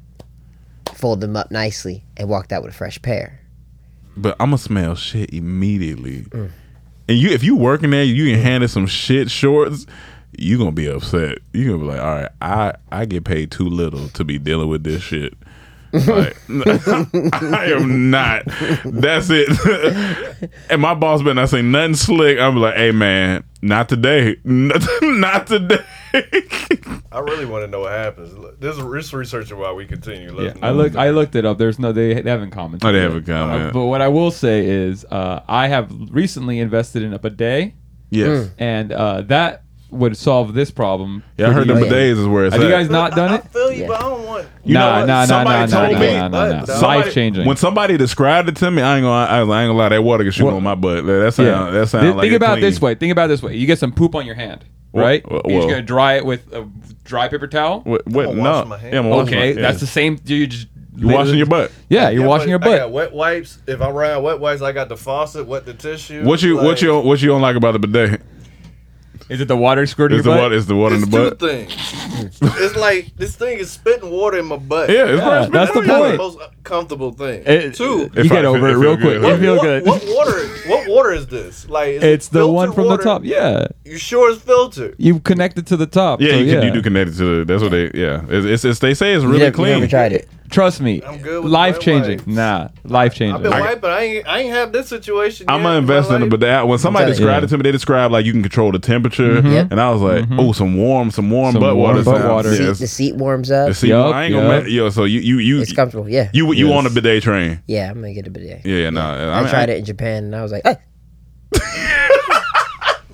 Speaker 8: Fold them up nicely and walked out with a fresh pair.
Speaker 7: but I'm gonna smell shit immediately.
Speaker 8: Mm.
Speaker 7: And you, if you working there, you can handle some shit shorts. You gonna be upset. You gonna be like, all right, I I get paid too little to be dealing with this shit. Like, I am not. That's it. and my boss better not say nothing slick. I'm like, hey man, not today. not today.
Speaker 6: I really want to know what happens. Look, This is this researching while we continue.
Speaker 5: Yeah,
Speaker 6: Let's
Speaker 5: I
Speaker 6: know.
Speaker 5: look. I looked it up. There's no. They, they haven't commented.
Speaker 7: Oh, they
Speaker 5: yet.
Speaker 7: haven't commented.
Speaker 5: Uh, but what I will say is, uh, I have recently invested in a bidet.
Speaker 7: Yes. Mm.
Speaker 5: And uh, that would solve this problem.
Speaker 7: Yeah, I heard the
Speaker 5: pretty easily.
Speaker 7: bidets is where it's
Speaker 5: Have you
Speaker 7: at.
Speaker 5: guys not done it?
Speaker 6: feel you, but I don't want.
Speaker 7: You know
Speaker 5: nah,
Speaker 7: what?
Speaker 5: nah, nah, nah,
Speaker 7: Somebody
Speaker 5: nah,
Speaker 7: told
Speaker 5: nah,
Speaker 7: me.
Speaker 5: nah,
Speaker 7: uh,
Speaker 5: nah, nah.
Speaker 6: But somebody-
Speaker 5: Life changing.
Speaker 7: When somebody described it to me, I ain't gonna, I, ain't gonna lie. That water can shoot on my butt. That sound, that sound
Speaker 5: Th-
Speaker 7: like
Speaker 5: think
Speaker 7: it
Speaker 5: about
Speaker 7: clean.
Speaker 5: it this way. Think about it this way. You get some poop on your hand,
Speaker 7: Wha-
Speaker 5: right?
Speaker 7: wha-
Speaker 5: You're just
Speaker 7: whoa.
Speaker 5: gonna dry it with a dry paper towel.
Speaker 7: What? what
Speaker 6: I'm
Speaker 7: no.
Speaker 6: gonna wash my hands.
Speaker 7: Yeah, I'm gonna wash my-
Speaker 5: okay,
Speaker 7: yeah.
Speaker 5: that's the same. You're just
Speaker 7: You washing your butt.
Speaker 5: Yeah, you're
Speaker 6: Yeah,
Speaker 5: washing
Speaker 6: but
Speaker 5: your
Speaker 6: I
Speaker 5: butt.
Speaker 6: got wet wipes. If I'm around wet wipes, I got the faucet, wet the tissue.
Speaker 7: What you what you what you don't like about the bidet?
Speaker 5: Is it the water squirting
Speaker 7: Is the
Speaker 5: your butt?
Speaker 7: water is the water in
Speaker 6: It's
Speaker 7: the
Speaker 6: two
Speaker 7: butt?
Speaker 6: things. it's like this thing is spitting water in my butt.
Speaker 5: Yeah, it's Yeah, like- that's the
Speaker 6: That's
Speaker 5: point.
Speaker 6: the most comfortable thing.
Speaker 5: It-
Speaker 6: Two,
Speaker 5: you get over it real quick. You feel good.
Speaker 6: What water? What water is this? Like, is
Speaker 5: It's
Speaker 6: it
Speaker 5: the one
Speaker 6: filtered
Speaker 5: from the
Speaker 6: water?
Speaker 5: top. Yeah.
Speaker 6: you sure it's filtered?
Speaker 5: You connect it to the top.
Speaker 7: Yeah,
Speaker 5: so
Speaker 7: you,
Speaker 5: yeah.
Speaker 7: Can, you do connect it to the. That's what they. Yeah, it's, it's, it's they say it's really clean.
Speaker 5: Tripes me.
Speaker 6: with
Speaker 5: Life changing. Nah, life
Speaker 6: I've
Speaker 5: changing.
Speaker 6: been white, but I ain't, I ain't have this situation.
Speaker 7: I'm
Speaker 6: yet.
Speaker 7: gonna invest in it, but that when somebody
Speaker 5: telling you.
Speaker 7: described it to me, they described like you can control the temperature,
Speaker 5: Mhm. Yep.
Speaker 7: and I was like, oh, some warm, some warm
Speaker 5: Some
Speaker 7: butt
Speaker 5: warm
Speaker 7: water,
Speaker 5: butt
Speaker 7: sounds.
Speaker 5: water.
Speaker 7: Yeah,
Speaker 8: The
Speaker 7: it's-
Speaker 8: seat warms up.
Speaker 7: the seat- I ain't gonna
Speaker 5: yup.
Speaker 7: ma- yo. So you you you it's
Speaker 8: comfortable, yeah.
Speaker 7: You you
Speaker 8: Yes.
Speaker 7: on a bidet train?
Speaker 8: Yeah, I'm gonna get a bidet.
Speaker 7: Yeah, yeah, nah.
Speaker 8: I,
Speaker 7: mean,
Speaker 8: tried it in Japan and I was like, "Ah,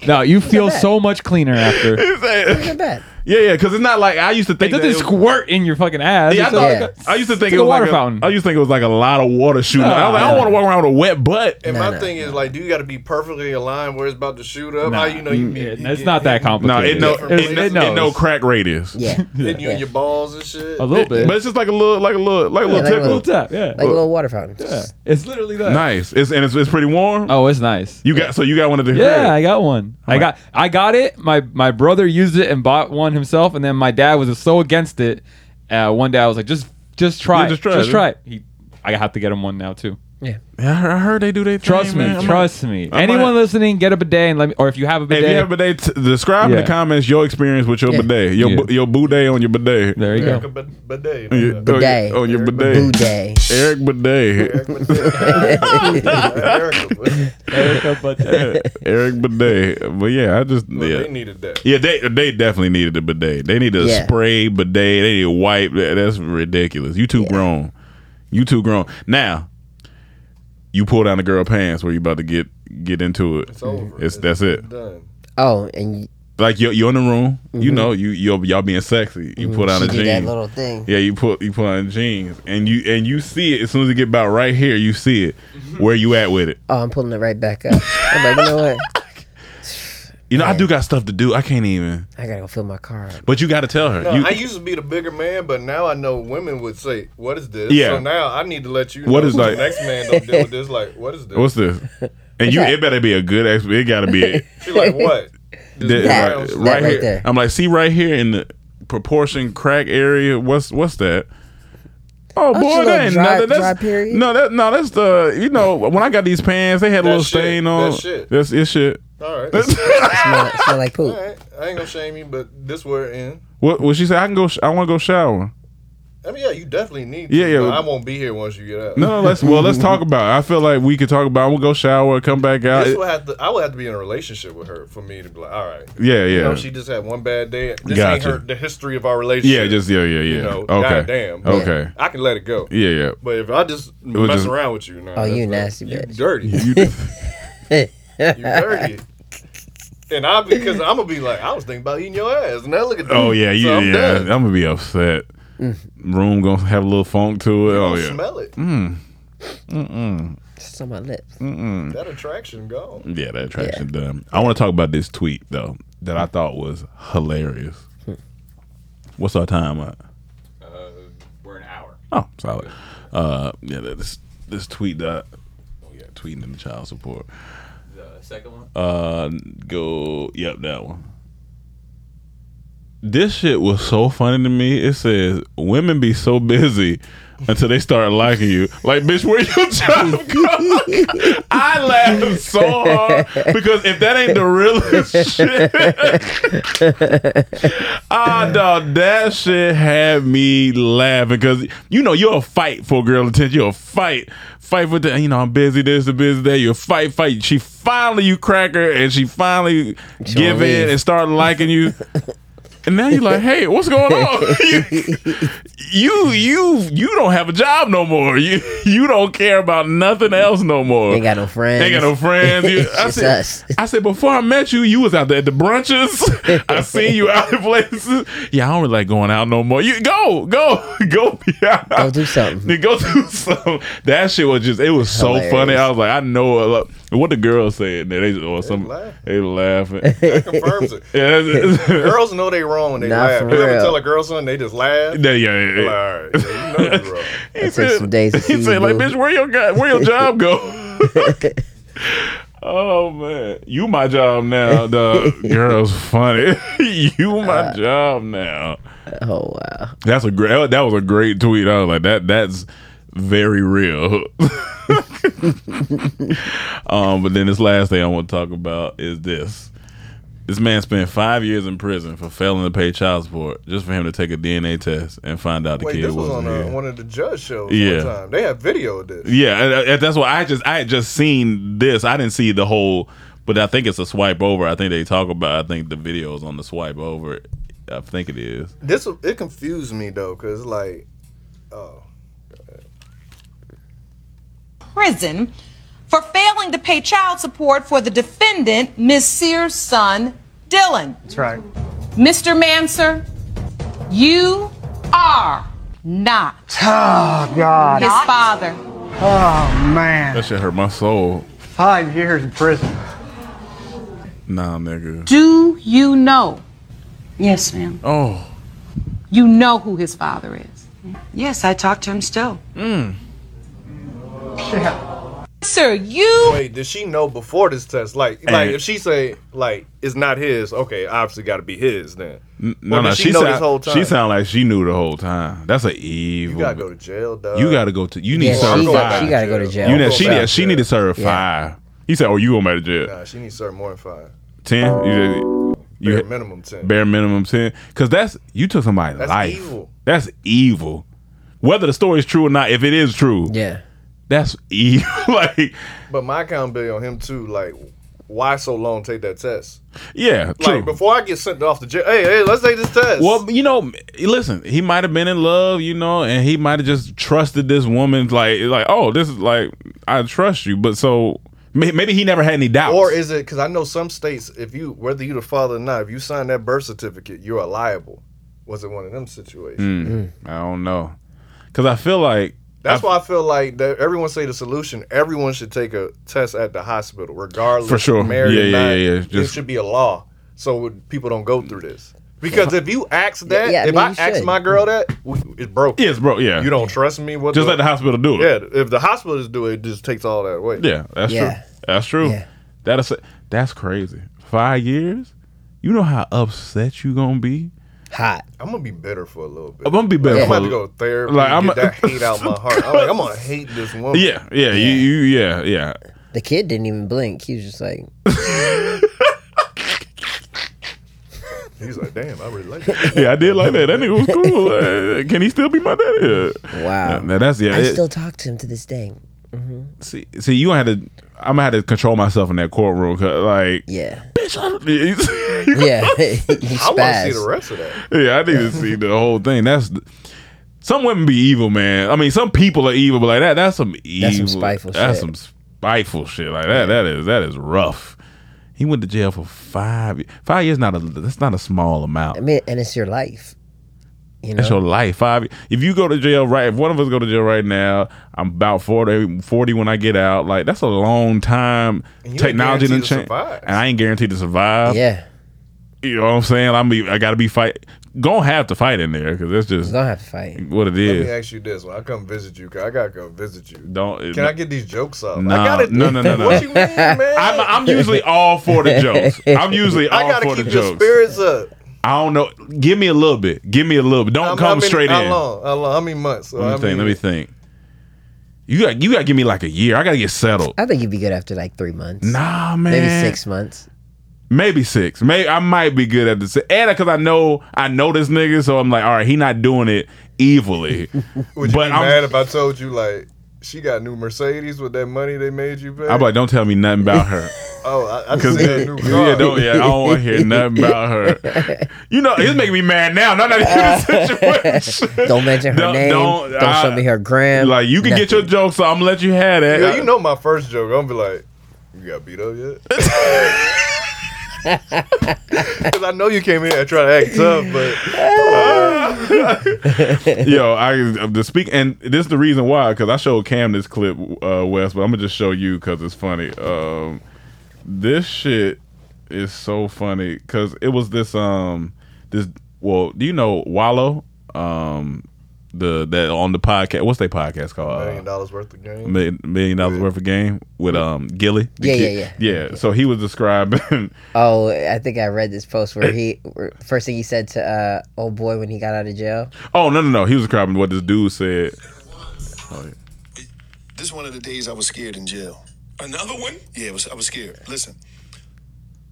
Speaker 5: No, you feel
Speaker 8: bad.
Speaker 5: so much cleaner after.
Speaker 8: it's not bad.
Speaker 7: Yeah, yeah, because it's not like I used to think
Speaker 5: It
Speaker 7: that
Speaker 5: doesn't squirt in your fucking ass.
Speaker 7: Yeah, I,
Speaker 5: It's
Speaker 7: thought,
Speaker 5: like a-
Speaker 7: I used to
Speaker 5: it's like
Speaker 7: think it
Speaker 5: a
Speaker 7: was
Speaker 5: water
Speaker 7: like
Speaker 5: fountain.
Speaker 7: A, I used to think it was like a lot of water shooting. I, was like, I don't
Speaker 5: Nah.
Speaker 7: want to walk around with a wet butt.
Speaker 6: And my thing is like, do you got to be perfectly aligned where it's about to shoot up? How you know you?
Speaker 5: Mm, Yeah, it's not that
Speaker 7: No, it
Speaker 5: complicated.
Speaker 7: know
Speaker 5: It's-
Speaker 7: it, it, know crack radius.
Speaker 8: Yeah,
Speaker 6: Hitting you in your balls and shit.
Speaker 5: A little bit.
Speaker 7: but it's just like a little, like a little, like a little tickle.
Speaker 5: tap. Yeah,
Speaker 8: Like a little water fountain.
Speaker 5: yeah. It's literally that.
Speaker 7: Nice. It's and it's, it's pretty warm.
Speaker 5: Oh, it's nice.
Speaker 7: You got so you got one of the
Speaker 5: Yeah, I got one. I got I got it. My my brother used it and bought one himself, and then my dad was so against it. Uh, one day I was like, just just try,
Speaker 7: Yeah,
Speaker 5: it.
Speaker 7: just
Speaker 5: just
Speaker 7: try
Speaker 5: try,
Speaker 7: it.
Speaker 5: it. He, I have to get him one now too.
Speaker 7: Yeah, I heard- I heard they do their thing,
Speaker 5: Trust me,
Speaker 7: man. I'm
Speaker 5: trust
Speaker 7: like-
Speaker 5: me.
Speaker 7: I'm
Speaker 5: Anyone
Speaker 7: like-
Speaker 5: listening, get a bidet and let me. Or if you have a
Speaker 7: If
Speaker 5: bidet,
Speaker 7: you have a bidet, t- describe in
Speaker 5: Yeah.
Speaker 7: the comments your experience with your
Speaker 8: Yeah.
Speaker 7: bidet, your
Speaker 5: Yeah.
Speaker 7: bu- your bidet on your bidet.
Speaker 5: there you
Speaker 6: Like
Speaker 5: go.
Speaker 6: a bid- bidet.
Speaker 7: On your-
Speaker 8: Bidet.
Speaker 7: on your bidet.
Speaker 8: Bidet.
Speaker 7: Eric Bidet.
Speaker 5: Erica, but
Speaker 7: Eric Bidet. But yeah, I just
Speaker 6: Well,
Speaker 7: yeah.
Speaker 6: They needed that.
Speaker 7: Yeah, they they definitely needed a bidet. They need a
Speaker 8: Yeah.
Speaker 7: spray bidet. They need a wipe. That- That's ridiculous. You too grown. You too grown. Now, you pull down the girl pants where you about to get get into it. It's
Speaker 6: over.
Speaker 7: that's it.
Speaker 6: Done.
Speaker 8: Oh, and you-
Speaker 7: Like you're, you're in the room. You
Speaker 6: Mm-hmm.
Speaker 7: know you you're, y'all being sexy. You pull down
Speaker 8: she
Speaker 7: the
Speaker 8: did that
Speaker 7: jeans.
Speaker 8: little thing.
Speaker 7: Yeah, you put you put on jeans and you and you see it as soon as you get about right here. You see it.
Speaker 6: Mm-hmm.
Speaker 7: Where you at with it?
Speaker 8: Oh, I'm pulling it right back up. I'm like, you know what?
Speaker 7: You know I do got stuff to do. I can't even.
Speaker 8: I gotta go fill my car up.
Speaker 7: But you got to tell her.
Speaker 6: No,
Speaker 7: you,
Speaker 6: I used to be the bigger man, but now I know women would say, "What is this?"
Speaker 7: Yeah.
Speaker 6: So now I need to let you.
Speaker 7: What
Speaker 6: know
Speaker 7: is
Speaker 6: the
Speaker 7: like-
Speaker 6: next man don't deal with this. Like, what is this?
Speaker 7: what's this? And you
Speaker 8: that?
Speaker 7: it better be a good. ex- It got to be.
Speaker 6: She like what? This
Speaker 7: That-
Speaker 6: brown
Speaker 7: right,
Speaker 6: stuff.
Speaker 7: right
Speaker 8: right
Speaker 7: here.
Speaker 8: there.
Speaker 7: I'm like, see right here in the proportion crack area. What's what's that? Oh
Speaker 8: just a
Speaker 7: boy,
Speaker 8: little
Speaker 7: that ain't
Speaker 8: dry-
Speaker 7: nothing.
Speaker 8: dry
Speaker 7: That's
Speaker 8: period?
Speaker 7: no, that no, that's the you know when I got these pants, they had a
Speaker 6: That
Speaker 7: little
Speaker 6: shit.
Speaker 7: stain
Speaker 6: That
Speaker 7: on.
Speaker 6: shit.
Speaker 7: That's it's shit.
Speaker 6: All right.
Speaker 8: Smell, smell like
Speaker 6: All
Speaker 8: poop.
Speaker 6: right. I ain't gonna shame you, but this word in.
Speaker 7: What? Well, she said I can go. Sh- I want to go shower.
Speaker 6: I mean, yeah, you definitely need.
Speaker 7: Yeah,
Speaker 6: to,
Speaker 7: yeah.
Speaker 6: but I won't be here once you get out.
Speaker 7: No, no, let's well, let's talk about. it. I feel like we could talk about. it. We'll go shower, come back out.
Speaker 6: This would have to, I would have to be in a relationship with her for me to be like, all right.
Speaker 7: yeah,
Speaker 6: You know,
Speaker 7: yeah,
Speaker 6: she just had one bad day. This ain't
Speaker 7: Gotcha.
Speaker 6: her, the history of our relationship.
Speaker 7: yeah. Just yeah, yeah, yeah.
Speaker 6: you know,
Speaker 7: okay,
Speaker 6: goddamn.
Speaker 7: okay.
Speaker 6: I can let it go.
Speaker 7: Yeah, yeah.
Speaker 6: But if I just
Speaker 7: was
Speaker 6: mess
Speaker 7: just-
Speaker 6: around with you, nah,
Speaker 8: Oh, you
Speaker 6: that's
Speaker 8: nasty
Speaker 6: not- You
Speaker 8: bitch.
Speaker 6: dirty. You
Speaker 7: You-
Speaker 6: dirty. And I because I'm gonna be like, I was thinking about eating your ass, and now look at that.
Speaker 7: oh yeah,
Speaker 6: So
Speaker 7: yeah,
Speaker 6: I'm
Speaker 7: yeah.
Speaker 6: done.
Speaker 7: I'm gonna be upset.
Speaker 8: Mm.
Speaker 7: Room gonna have a little funk to it. Oh
Speaker 6: I'll
Speaker 7: yeah.
Speaker 6: Smell it.
Speaker 8: Just on my lips.
Speaker 6: That attraction gone.
Speaker 7: Yeah, that attraction done. I want to talk about this tweet though that I thought was hilarious. What's our time at?
Speaker 5: Uh, We're an hour.
Speaker 7: Oh, solid. Uh, yeah, this this tweet that. Oh yeah, tweeting in the child support.
Speaker 5: The second one.
Speaker 7: Uh, go. Yep, that one. This shit was so funny to me. It says women be so busy until they start liking you. Like, bitch, where your job go? I laughed so hard because if that ain't the realest shit, ah, dog, that shit had me laughing because you know you'll fight for girl attention. You'll fight, fight for that. You know I'm busy this, and busy that. You'll fight, fight. She finally you crack her, and she finally give
Speaker 8: leave.
Speaker 7: in and start liking you. And now you're like, hey, what's going on? you, you, you, you don't have a job no more. You, you don't care about nothing else no more.
Speaker 8: Ain't got no friends.
Speaker 7: Ain't got no friends. You-
Speaker 8: It's
Speaker 7: I
Speaker 8: just
Speaker 7: said,
Speaker 8: us.
Speaker 7: I said before I met you, you was out there at the brunches. I seen you out in places. Yeah, I don't really like going out no more. You go, go, go be out.
Speaker 8: Go do something.
Speaker 7: Then go do something. That shit was just it was so
Speaker 8: Hilarious.
Speaker 7: funny. I was like, I know a lot. what the girls saying. They just or some
Speaker 6: laughing.
Speaker 7: they laughing.
Speaker 6: That confirms it.
Speaker 7: yeah, that's-
Speaker 6: Girls know they wrong. when They
Speaker 8: Nah,
Speaker 6: laugh.
Speaker 8: for
Speaker 6: You ever
Speaker 8: real.
Speaker 6: tell a girl something, they just laugh.
Speaker 7: yeah, yeah, yeah.
Speaker 6: Like, all right, yeah, you know you're wrong.
Speaker 7: He
Speaker 8: takes some days to
Speaker 7: He
Speaker 8: see,
Speaker 7: said, like,
Speaker 8: boo.
Speaker 7: bitch, where your guy, where your job go? Oh man, you my job now. The girl's funny. you my job now.
Speaker 8: Uh, Oh wow,
Speaker 7: that's a great. That was a great tweet. I was like, that that's very real. um, but then this last thing I want to talk about is this. This man spent five years in prison for failing to pay child support just for him to take a DNA test and find out the
Speaker 6: Wait,
Speaker 7: kid
Speaker 6: this was
Speaker 7: wasn't
Speaker 6: on
Speaker 7: here.
Speaker 6: uh one of the judge shows.
Speaker 7: Yeah.
Speaker 6: one time. they have video of this.
Speaker 7: Yeah, and- and that's why I just I had just seen this. I didn't see the whole, but I think it's a swipe over. I think they talk about. I think the video is on the swipe over. I think it is.
Speaker 6: This it confused me though, cause like, oh,
Speaker 13: prison for failing to pay child support for the defendant, Ms. Sears' son, Dylan.
Speaker 14: That's right.
Speaker 13: Mr. Manser, you are not
Speaker 14: Oh, God.
Speaker 13: his father.
Speaker 14: Oh, man.
Speaker 7: That shit hurt my soul.
Speaker 14: Five years in prison.
Speaker 7: Nah, nigga.
Speaker 13: Do you know? Yes, ma'am.
Speaker 7: Oh.
Speaker 13: You know who his father is? Yes, I talk to him still. Mm. Sir, you.
Speaker 6: Wait, did she know before this test? Like, like if she say like it's not his, okay, obviously got to be his then. Or
Speaker 7: N- No,
Speaker 6: did
Speaker 7: no,
Speaker 6: she
Speaker 7: she
Speaker 6: know
Speaker 7: sound,
Speaker 6: this whole time?
Speaker 7: she sound like she knew the whole time. That's an evil.
Speaker 6: gotta go to jail, dog.
Speaker 7: You gotta go to. You need
Speaker 6: Yeah,
Speaker 7: to serve
Speaker 6: she got-
Speaker 7: five.
Speaker 6: she gotta go to jail.
Speaker 7: You
Speaker 6: I'm
Speaker 7: know,
Speaker 6: going
Speaker 7: she
Speaker 6: back
Speaker 7: did,
Speaker 6: to
Speaker 7: she
Speaker 6: jail.
Speaker 7: need to serve five. He said, "Oh, you going back to jail?
Speaker 6: Nah, she needs to serve more than five.
Speaker 7: Ten? You,
Speaker 6: Bare minimum 10.
Speaker 7: Bare minimum ten. Because that's you took somebody's
Speaker 6: That's
Speaker 7: life.
Speaker 6: evil.
Speaker 7: That's evil. Whether the story's true or not, if it is true,
Speaker 8: yeah,
Speaker 7: that's e-, evil. like,
Speaker 6: But my accountability on him too. Like, why so long take that test?
Speaker 7: yeah, true.
Speaker 6: Like before I get sent off to jail. Hey, hey, let's take this test.
Speaker 7: Well, you know, listen, he might have been in love, you know, and he might have just trusted this woman, like, like, oh, this is like, I trust you, but so may- maybe he never had any doubts.
Speaker 6: Or is it because I know some states, if you whether you the father or not, if you sign that birth certificate, you are liable. Was it one of them situations?
Speaker 7: Mm, I don't know, because I feel like
Speaker 6: That's why I feel like that everyone say the solution. Everyone should take a test at the hospital, regardless.
Speaker 7: For sure.
Speaker 6: married
Speaker 7: Yeah,
Speaker 6: or
Speaker 7: yeah,
Speaker 6: not.
Speaker 7: yeah, yeah.
Speaker 6: It
Speaker 7: Just-
Speaker 6: should be a law, so people don't go through this. Because if you ask that,
Speaker 7: yeah, I
Speaker 6: if
Speaker 7: mean,
Speaker 6: I
Speaker 7: you
Speaker 6: ask
Speaker 7: should.
Speaker 6: my girl that, we, it's broken.
Speaker 7: Yes, bro. Yeah,
Speaker 6: You don't trust me. What
Speaker 7: Just let the hospital do it.
Speaker 6: Yeah, if the hospitals do it, it just takes all that away.
Speaker 7: Yeah, that's true. That's true. That is that's crazy. Five years. You know how upset you gonna be.
Speaker 8: Hot.
Speaker 6: I'm gonna be bitter for a little bit.
Speaker 7: I'm gonna be better.
Speaker 6: I'm
Speaker 7: for
Speaker 6: about
Speaker 7: a-
Speaker 6: to go to therapy.
Speaker 7: Like,
Speaker 6: Like
Speaker 7: I'm
Speaker 6: I'm get
Speaker 7: a-
Speaker 6: that hate out my heart. I'm like, I'm gonna hate this woman.
Speaker 7: Yeah, yeah, You, you, yeah, yeah.
Speaker 8: The kid didn't even blink. He was just like,
Speaker 6: He's like, damn, I relate.
Speaker 7: yeah, I did like that. That nigga was cool. Uh, can he still be my daddy? Wow. Now, that's yeah.
Speaker 8: I
Speaker 7: it-
Speaker 8: still talk to him to this day. hmm
Speaker 7: see, see, you gonna have to. I'm gonna have to control myself in that courtroom. 'cause, like,
Speaker 8: yeah,
Speaker 7: bitch. I don't,
Speaker 8: yeah,
Speaker 6: I
Speaker 8: he
Speaker 6: want to see
Speaker 8: spazzed.
Speaker 6: the rest of that.
Speaker 7: yeah. I need to see the whole thing. That's some women be evil, man. I mean, some people are evil, but like that. That's some evil.
Speaker 8: some spiteful
Speaker 7: That's
Speaker 8: shit.
Speaker 7: some spiteful shit. Like that. That is that is rough. He went to jail for five. ye- Five years not a. That's not a small amount.
Speaker 8: I mean, and it's your life. You know,
Speaker 7: That's your life. Five. If you go to jail right, if one of us go to jail right now, I'm about 40, 40 when I get out. Like that's a long time.
Speaker 6: And you ain't
Speaker 7: Technology done
Speaker 6: guaranteed to
Speaker 7: change,
Speaker 6: survive.
Speaker 7: and I ain't guaranteed to survive.
Speaker 8: Yeah.
Speaker 7: you know what I'm saying. I'm. Be, I gotta be fight. Gonna have to fight in there because that's just
Speaker 8: gonna have to fight.
Speaker 7: What it
Speaker 6: Let me
Speaker 7: is.
Speaker 6: ask you this: When I come visit you, 'cause I gotta come visit you.
Speaker 7: Don't.
Speaker 6: Can I get these jokes off?
Speaker 7: Nah,
Speaker 6: I gotta,
Speaker 7: no, no, no, no.
Speaker 6: What you mean, man?
Speaker 7: I'm, I'm usually all for the jokes. I'm usually
Speaker 6: I
Speaker 7: all
Speaker 6: gotta
Speaker 7: for
Speaker 6: keep
Speaker 7: the
Speaker 6: your
Speaker 7: jokes.
Speaker 6: spirits up.
Speaker 7: I don't know. Give me a little bit. Give me a little bit. Don't
Speaker 6: How- how
Speaker 7: come
Speaker 6: many-
Speaker 7: straight
Speaker 6: how
Speaker 7: in.
Speaker 6: Long, how long? How many months? So
Speaker 7: Let me
Speaker 6: I
Speaker 7: think.
Speaker 6: mean,
Speaker 7: Let me think. You got. You got to give me like a year. I got to get settled.
Speaker 8: I think you'd be good after like three months.
Speaker 7: Nah,
Speaker 8: Maybe
Speaker 7: man.
Speaker 8: six months.
Speaker 7: Maybe six. Maybe I might be good at this. And because I know I know this nigga, so I'm like, all right, he not doing it evilly.
Speaker 6: Would you
Speaker 7: but
Speaker 6: be
Speaker 7: I'm-
Speaker 6: mad if I told you like she got new Mercedes with that money they made you pay?
Speaker 7: I'm like, don't tell me nothing about her.
Speaker 6: Oh, I, I just
Speaker 7: Cause
Speaker 6: said new car.
Speaker 7: yeah, don't, yeah, I don't want to hear nothing about her. You know, it's making me mad now. Not that it's a situation.
Speaker 8: Don't mention her
Speaker 7: Don't-
Speaker 8: name.
Speaker 7: don't-
Speaker 8: Don't,
Speaker 7: I-
Speaker 8: show me her gram.
Speaker 7: Like you can get your jokes, so I'm gonna let you have that.
Speaker 6: Yeah, you know my first joke. I'm gonna be like, you got beat up yet? Because I know you came in here trying to act tough, uh, but
Speaker 7: Yo, I I'm just speak, and this is the reason why because I showed Cam this clip, uh, Wes, but I'm gonna just show you because it's funny. Um, this shit is so funny because it was this um this well, do you know Wallow? Um, the that on the podcast. What's their podcast called? Uh,
Speaker 6: Million dollars worth of game.
Speaker 7: million, million dollars worth of game with um Gilly. the
Speaker 8: Yeah,
Speaker 7: kid.
Speaker 8: yeah,
Speaker 7: yeah, So he was describing
Speaker 8: Oh, I think I read this post where he where- first thing he said to uh, old boy when he got out of jail.
Speaker 7: Oh no no no! He was describing what this dude said. Oh, yeah.
Speaker 15: This is one of the days I was scared in jail. Another one? Yeah, it was, I was scared. Listen,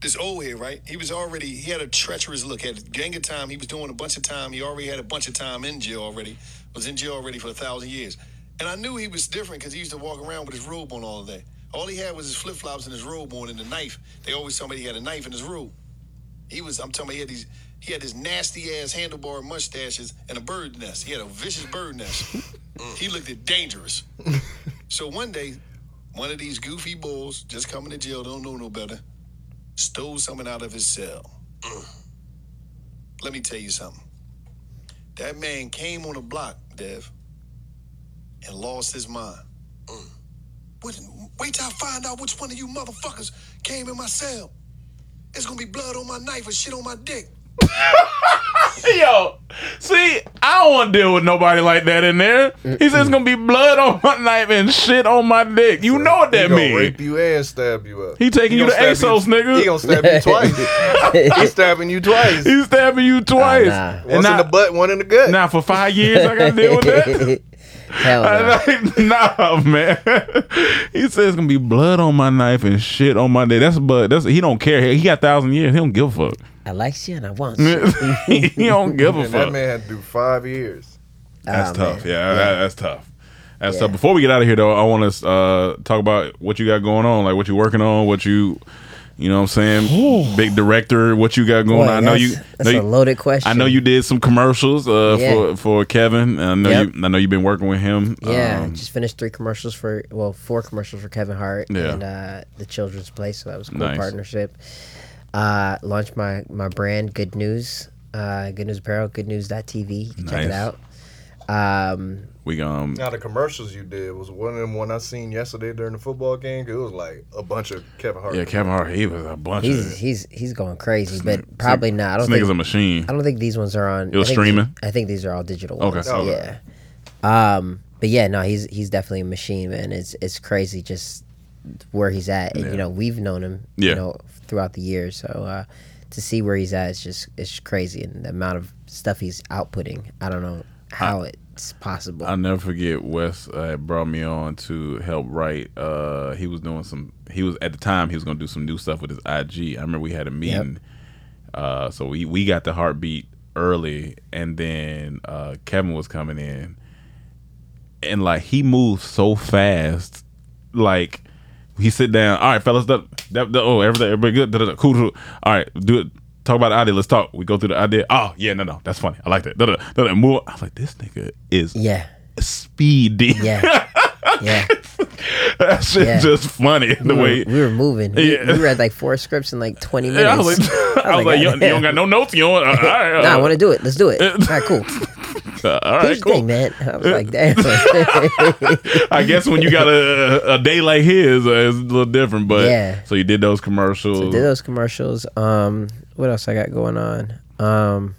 Speaker 15: this old head, right? He was already, he had a treacherous look. Had gang of time. He was doing a bunch of time. He already had a bunch of time in jail already. Was in jail already for a thousand years. And I knew he was different because he used to walk around with his robe on all day. All he had was his flip flops and his robe on and the knife. They always told me he had a knife in his robe. He was, I'm telling you, he had these, he had this nasty ass handlebar mustaches and a bird nest. He had a vicious bird nest. he looked at dangerous. So one day, one of these goofy bulls just coming to jail, don't know no better, stole something out of his cell. Let me tell you something. That man came on a block, Dev, and lost his mind. What, wait till I find out which one of you motherfuckers came in my cell. It's gonna be blood on my knife and shit on my dick.
Speaker 7: Yo, see, I don't want to deal with nobody like that in there. He says it's gonna be blood on my knife and shit on my dick. You know what
Speaker 6: He
Speaker 7: that
Speaker 6: gonna
Speaker 7: means?
Speaker 6: rape you and stab you up.
Speaker 7: He taking you
Speaker 6: gonna
Speaker 7: to
Speaker 6: stab
Speaker 7: ASOS, nigga.
Speaker 6: He gonna stab you twice. He's stabbing you twice.
Speaker 7: He's stabbing you twice.
Speaker 6: Once in the butt, one in the gut.
Speaker 7: Now for five years, I gotta deal with that.
Speaker 8: Hell
Speaker 7: nah, man. he says it's gonna be blood on my knife and shit on my dick. That's but that's he don't care. He got thousand years. He don't give a fuck.
Speaker 8: I like you and I want you.
Speaker 7: he don't give a
Speaker 6: And That
Speaker 7: fuck.
Speaker 6: man had to do five years.
Speaker 7: That's tough. Yeah, that- that's tough. That's
Speaker 6: Yeah.
Speaker 7: tough. Before we get out of here, though, I want to uh, talk about what you got going on, like what you working on, what you, you know, what I'm saying, big director, what you got
Speaker 8: Boy,
Speaker 7: going. on. I know
Speaker 8: that's-
Speaker 7: you.
Speaker 8: that's
Speaker 7: know
Speaker 8: a
Speaker 7: you-
Speaker 8: loaded question.
Speaker 7: I know you did some commercials uh,
Speaker 8: Yeah.
Speaker 7: for for Kevin. and I know
Speaker 8: Yep.
Speaker 7: you. I know you've been working with him.
Speaker 8: Yeah,
Speaker 7: Um,
Speaker 8: just finished three commercials for well, four commercials for Kevin Hart
Speaker 7: Yeah.
Speaker 8: and uh, the Children's Place. So that was a cool
Speaker 7: Nice.
Speaker 8: partnership. Uh, launched my my brand, Good News, uh, Good News Apparel, GoodNews.tv. You can check it
Speaker 7: Nice.
Speaker 8: out. Um,
Speaker 7: we um.
Speaker 6: Now the commercials you did was one of them one I seen yesterday during the football game. 'cause It was like a bunch of Kevin Hart.
Speaker 7: Yeah, Kevin Hart. He was a bunch of.
Speaker 8: he's he's he's going crazy, but probably
Speaker 7: this
Speaker 8: not. I don't
Speaker 7: nigga's
Speaker 8: think
Speaker 7: a machine.
Speaker 8: I don't think these ones are on.
Speaker 7: It was
Speaker 8: I think these-
Speaker 7: streaming?
Speaker 8: I think these are all digital.
Speaker 7: Okay.
Speaker 8: Ones.
Speaker 7: Oh,
Speaker 8: yeah. Um, but yeah, no, he's he's definitely a machine, man. It's it's crazy just where he's at, and you know we've known him,
Speaker 7: Yeah.
Speaker 8: you know, throughout the years. So uh, to see where he's at, it's just it's crazy, and the amount of stuff he's outputting. I don't know how it's possible.
Speaker 7: I'll never forget Wes uh, brought me on to help write. Uh, he was doing some. He was at the time he was going to do some new stuff with his IG. I remember we had a meeting. Uh, so we we got the heartbeat early, and then uh, Kevin was coming in, and like he moved so fast, like. He sit down. All right, fellas. That, that, that- oh, everything, everybody good. Da, da, da, cool, cool. All right, do it. Talk about the idea. Let's talk. We go through the idea. Oh, yeah, no, no, that's funny. I like that. Da, da, da, da, move. I was like this nigga is
Speaker 8: yeah
Speaker 7: speedy.
Speaker 8: Yeah. Yeah.
Speaker 7: that shit
Speaker 8: Yeah.
Speaker 7: just funny the
Speaker 8: we were,
Speaker 7: way.
Speaker 8: we were moving. We,
Speaker 7: Yeah.
Speaker 8: we read like four scripts in like twenty minutes.
Speaker 7: Yeah, I was like, I was like, you, you don't got no notes. You don't. Uh, all right, uh,
Speaker 8: Nah, I want to do it. Let's do it. All right, cool.
Speaker 7: uh, all
Speaker 8: Here's the
Speaker 7: right, cool. Uh,
Speaker 8: thing, man. I was like, damn.
Speaker 7: I guess when you got a a day like his, uh, it's a little different. But
Speaker 8: Yeah.
Speaker 7: so you did those commercials.
Speaker 8: So did those commercials. Um, what else I got going on? Um,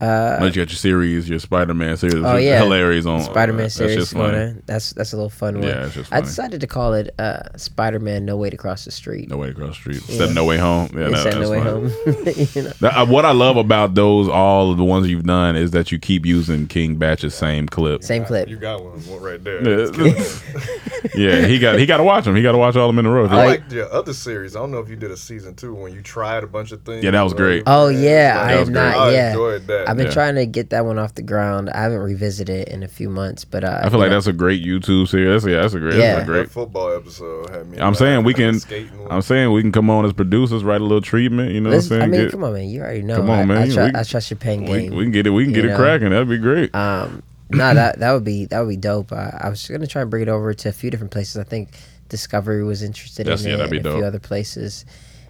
Speaker 8: uh,
Speaker 7: Now you got your series, your Spider Man series.
Speaker 8: oh
Speaker 7: which is
Speaker 8: yeah,
Speaker 7: hilarious on
Speaker 8: Spider Man
Speaker 7: that
Speaker 8: series.
Speaker 7: shit's
Speaker 8: is going
Speaker 7: funny.
Speaker 8: on. That's that's a little fun one.
Speaker 7: Yeah, it's just
Speaker 8: I
Speaker 7: funny.
Speaker 8: decided to call it uh, Spider Man No Way to Cross the Street.
Speaker 7: No Way to Cross the Street. Instead of No Way Home. Yeah, that-
Speaker 8: Instead of
Speaker 7: that's
Speaker 8: No Way
Speaker 7: funny.
Speaker 8: Home. you know?
Speaker 7: That- uh, what I love about those, all of the ones you've done, is that you keep using King Batch's same clip.
Speaker 8: Same clip.
Speaker 6: You got one, one right there. That's
Speaker 7: Yeah.
Speaker 6: good.
Speaker 7: yeah, he got he got to watch them. He got to watch all of them in a row.
Speaker 8: Oh,
Speaker 6: I like your other series. I don't know if you did a season two when you tried a bunch of things.
Speaker 7: Yeah, that was great.
Speaker 8: Oh yeah, I
Speaker 6: That
Speaker 8: have
Speaker 6: was
Speaker 8: not.
Speaker 6: great. I
Speaker 8: yeah,
Speaker 6: enjoyed that.
Speaker 8: I've been
Speaker 7: Yeah.
Speaker 8: trying to get that one off the ground. I haven't revisited it in a few months, but uh,
Speaker 7: I feel like that's a great YouTube series. That's, yeah, that's a great.
Speaker 8: Yeah.
Speaker 7: That's a great.
Speaker 6: That football episode had me.
Speaker 7: I'm saying we can.
Speaker 6: Skating one.
Speaker 7: I'm saying we can come on as producers, write a little treatment. You know what I'm
Speaker 8: Listen,
Speaker 7: saying?
Speaker 8: I mean,
Speaker 7: Get-
Speaker 8: come on, man. You already know.
Speaker 7: Come on,
Speaker 8: I,
Speaker 7: man.
Speaker 8: I,
Speaker 7: You-
Speaker 8: tru-
Speaker 7: we-
Speaker 8: I trust your pen
Speaker 7: we-
Speaker 8: game.
Speaker 7: we can get it- we can
Speaker 8: you
Speaker 7: get it cracking. That'd be great.
Speaker 8: Um, no, that that would be that would be dope. Uh, I was gonna try and bring it over to a few different places. I think Discovery was interested
Speaker 7: That's-
Speaker 8: in
Speaker 7: yeah,
Speaker 8: it,
Speaker 7: that'd be
Speaker 8: and a
Speaker 7: dope.
Speaker 8: few other places,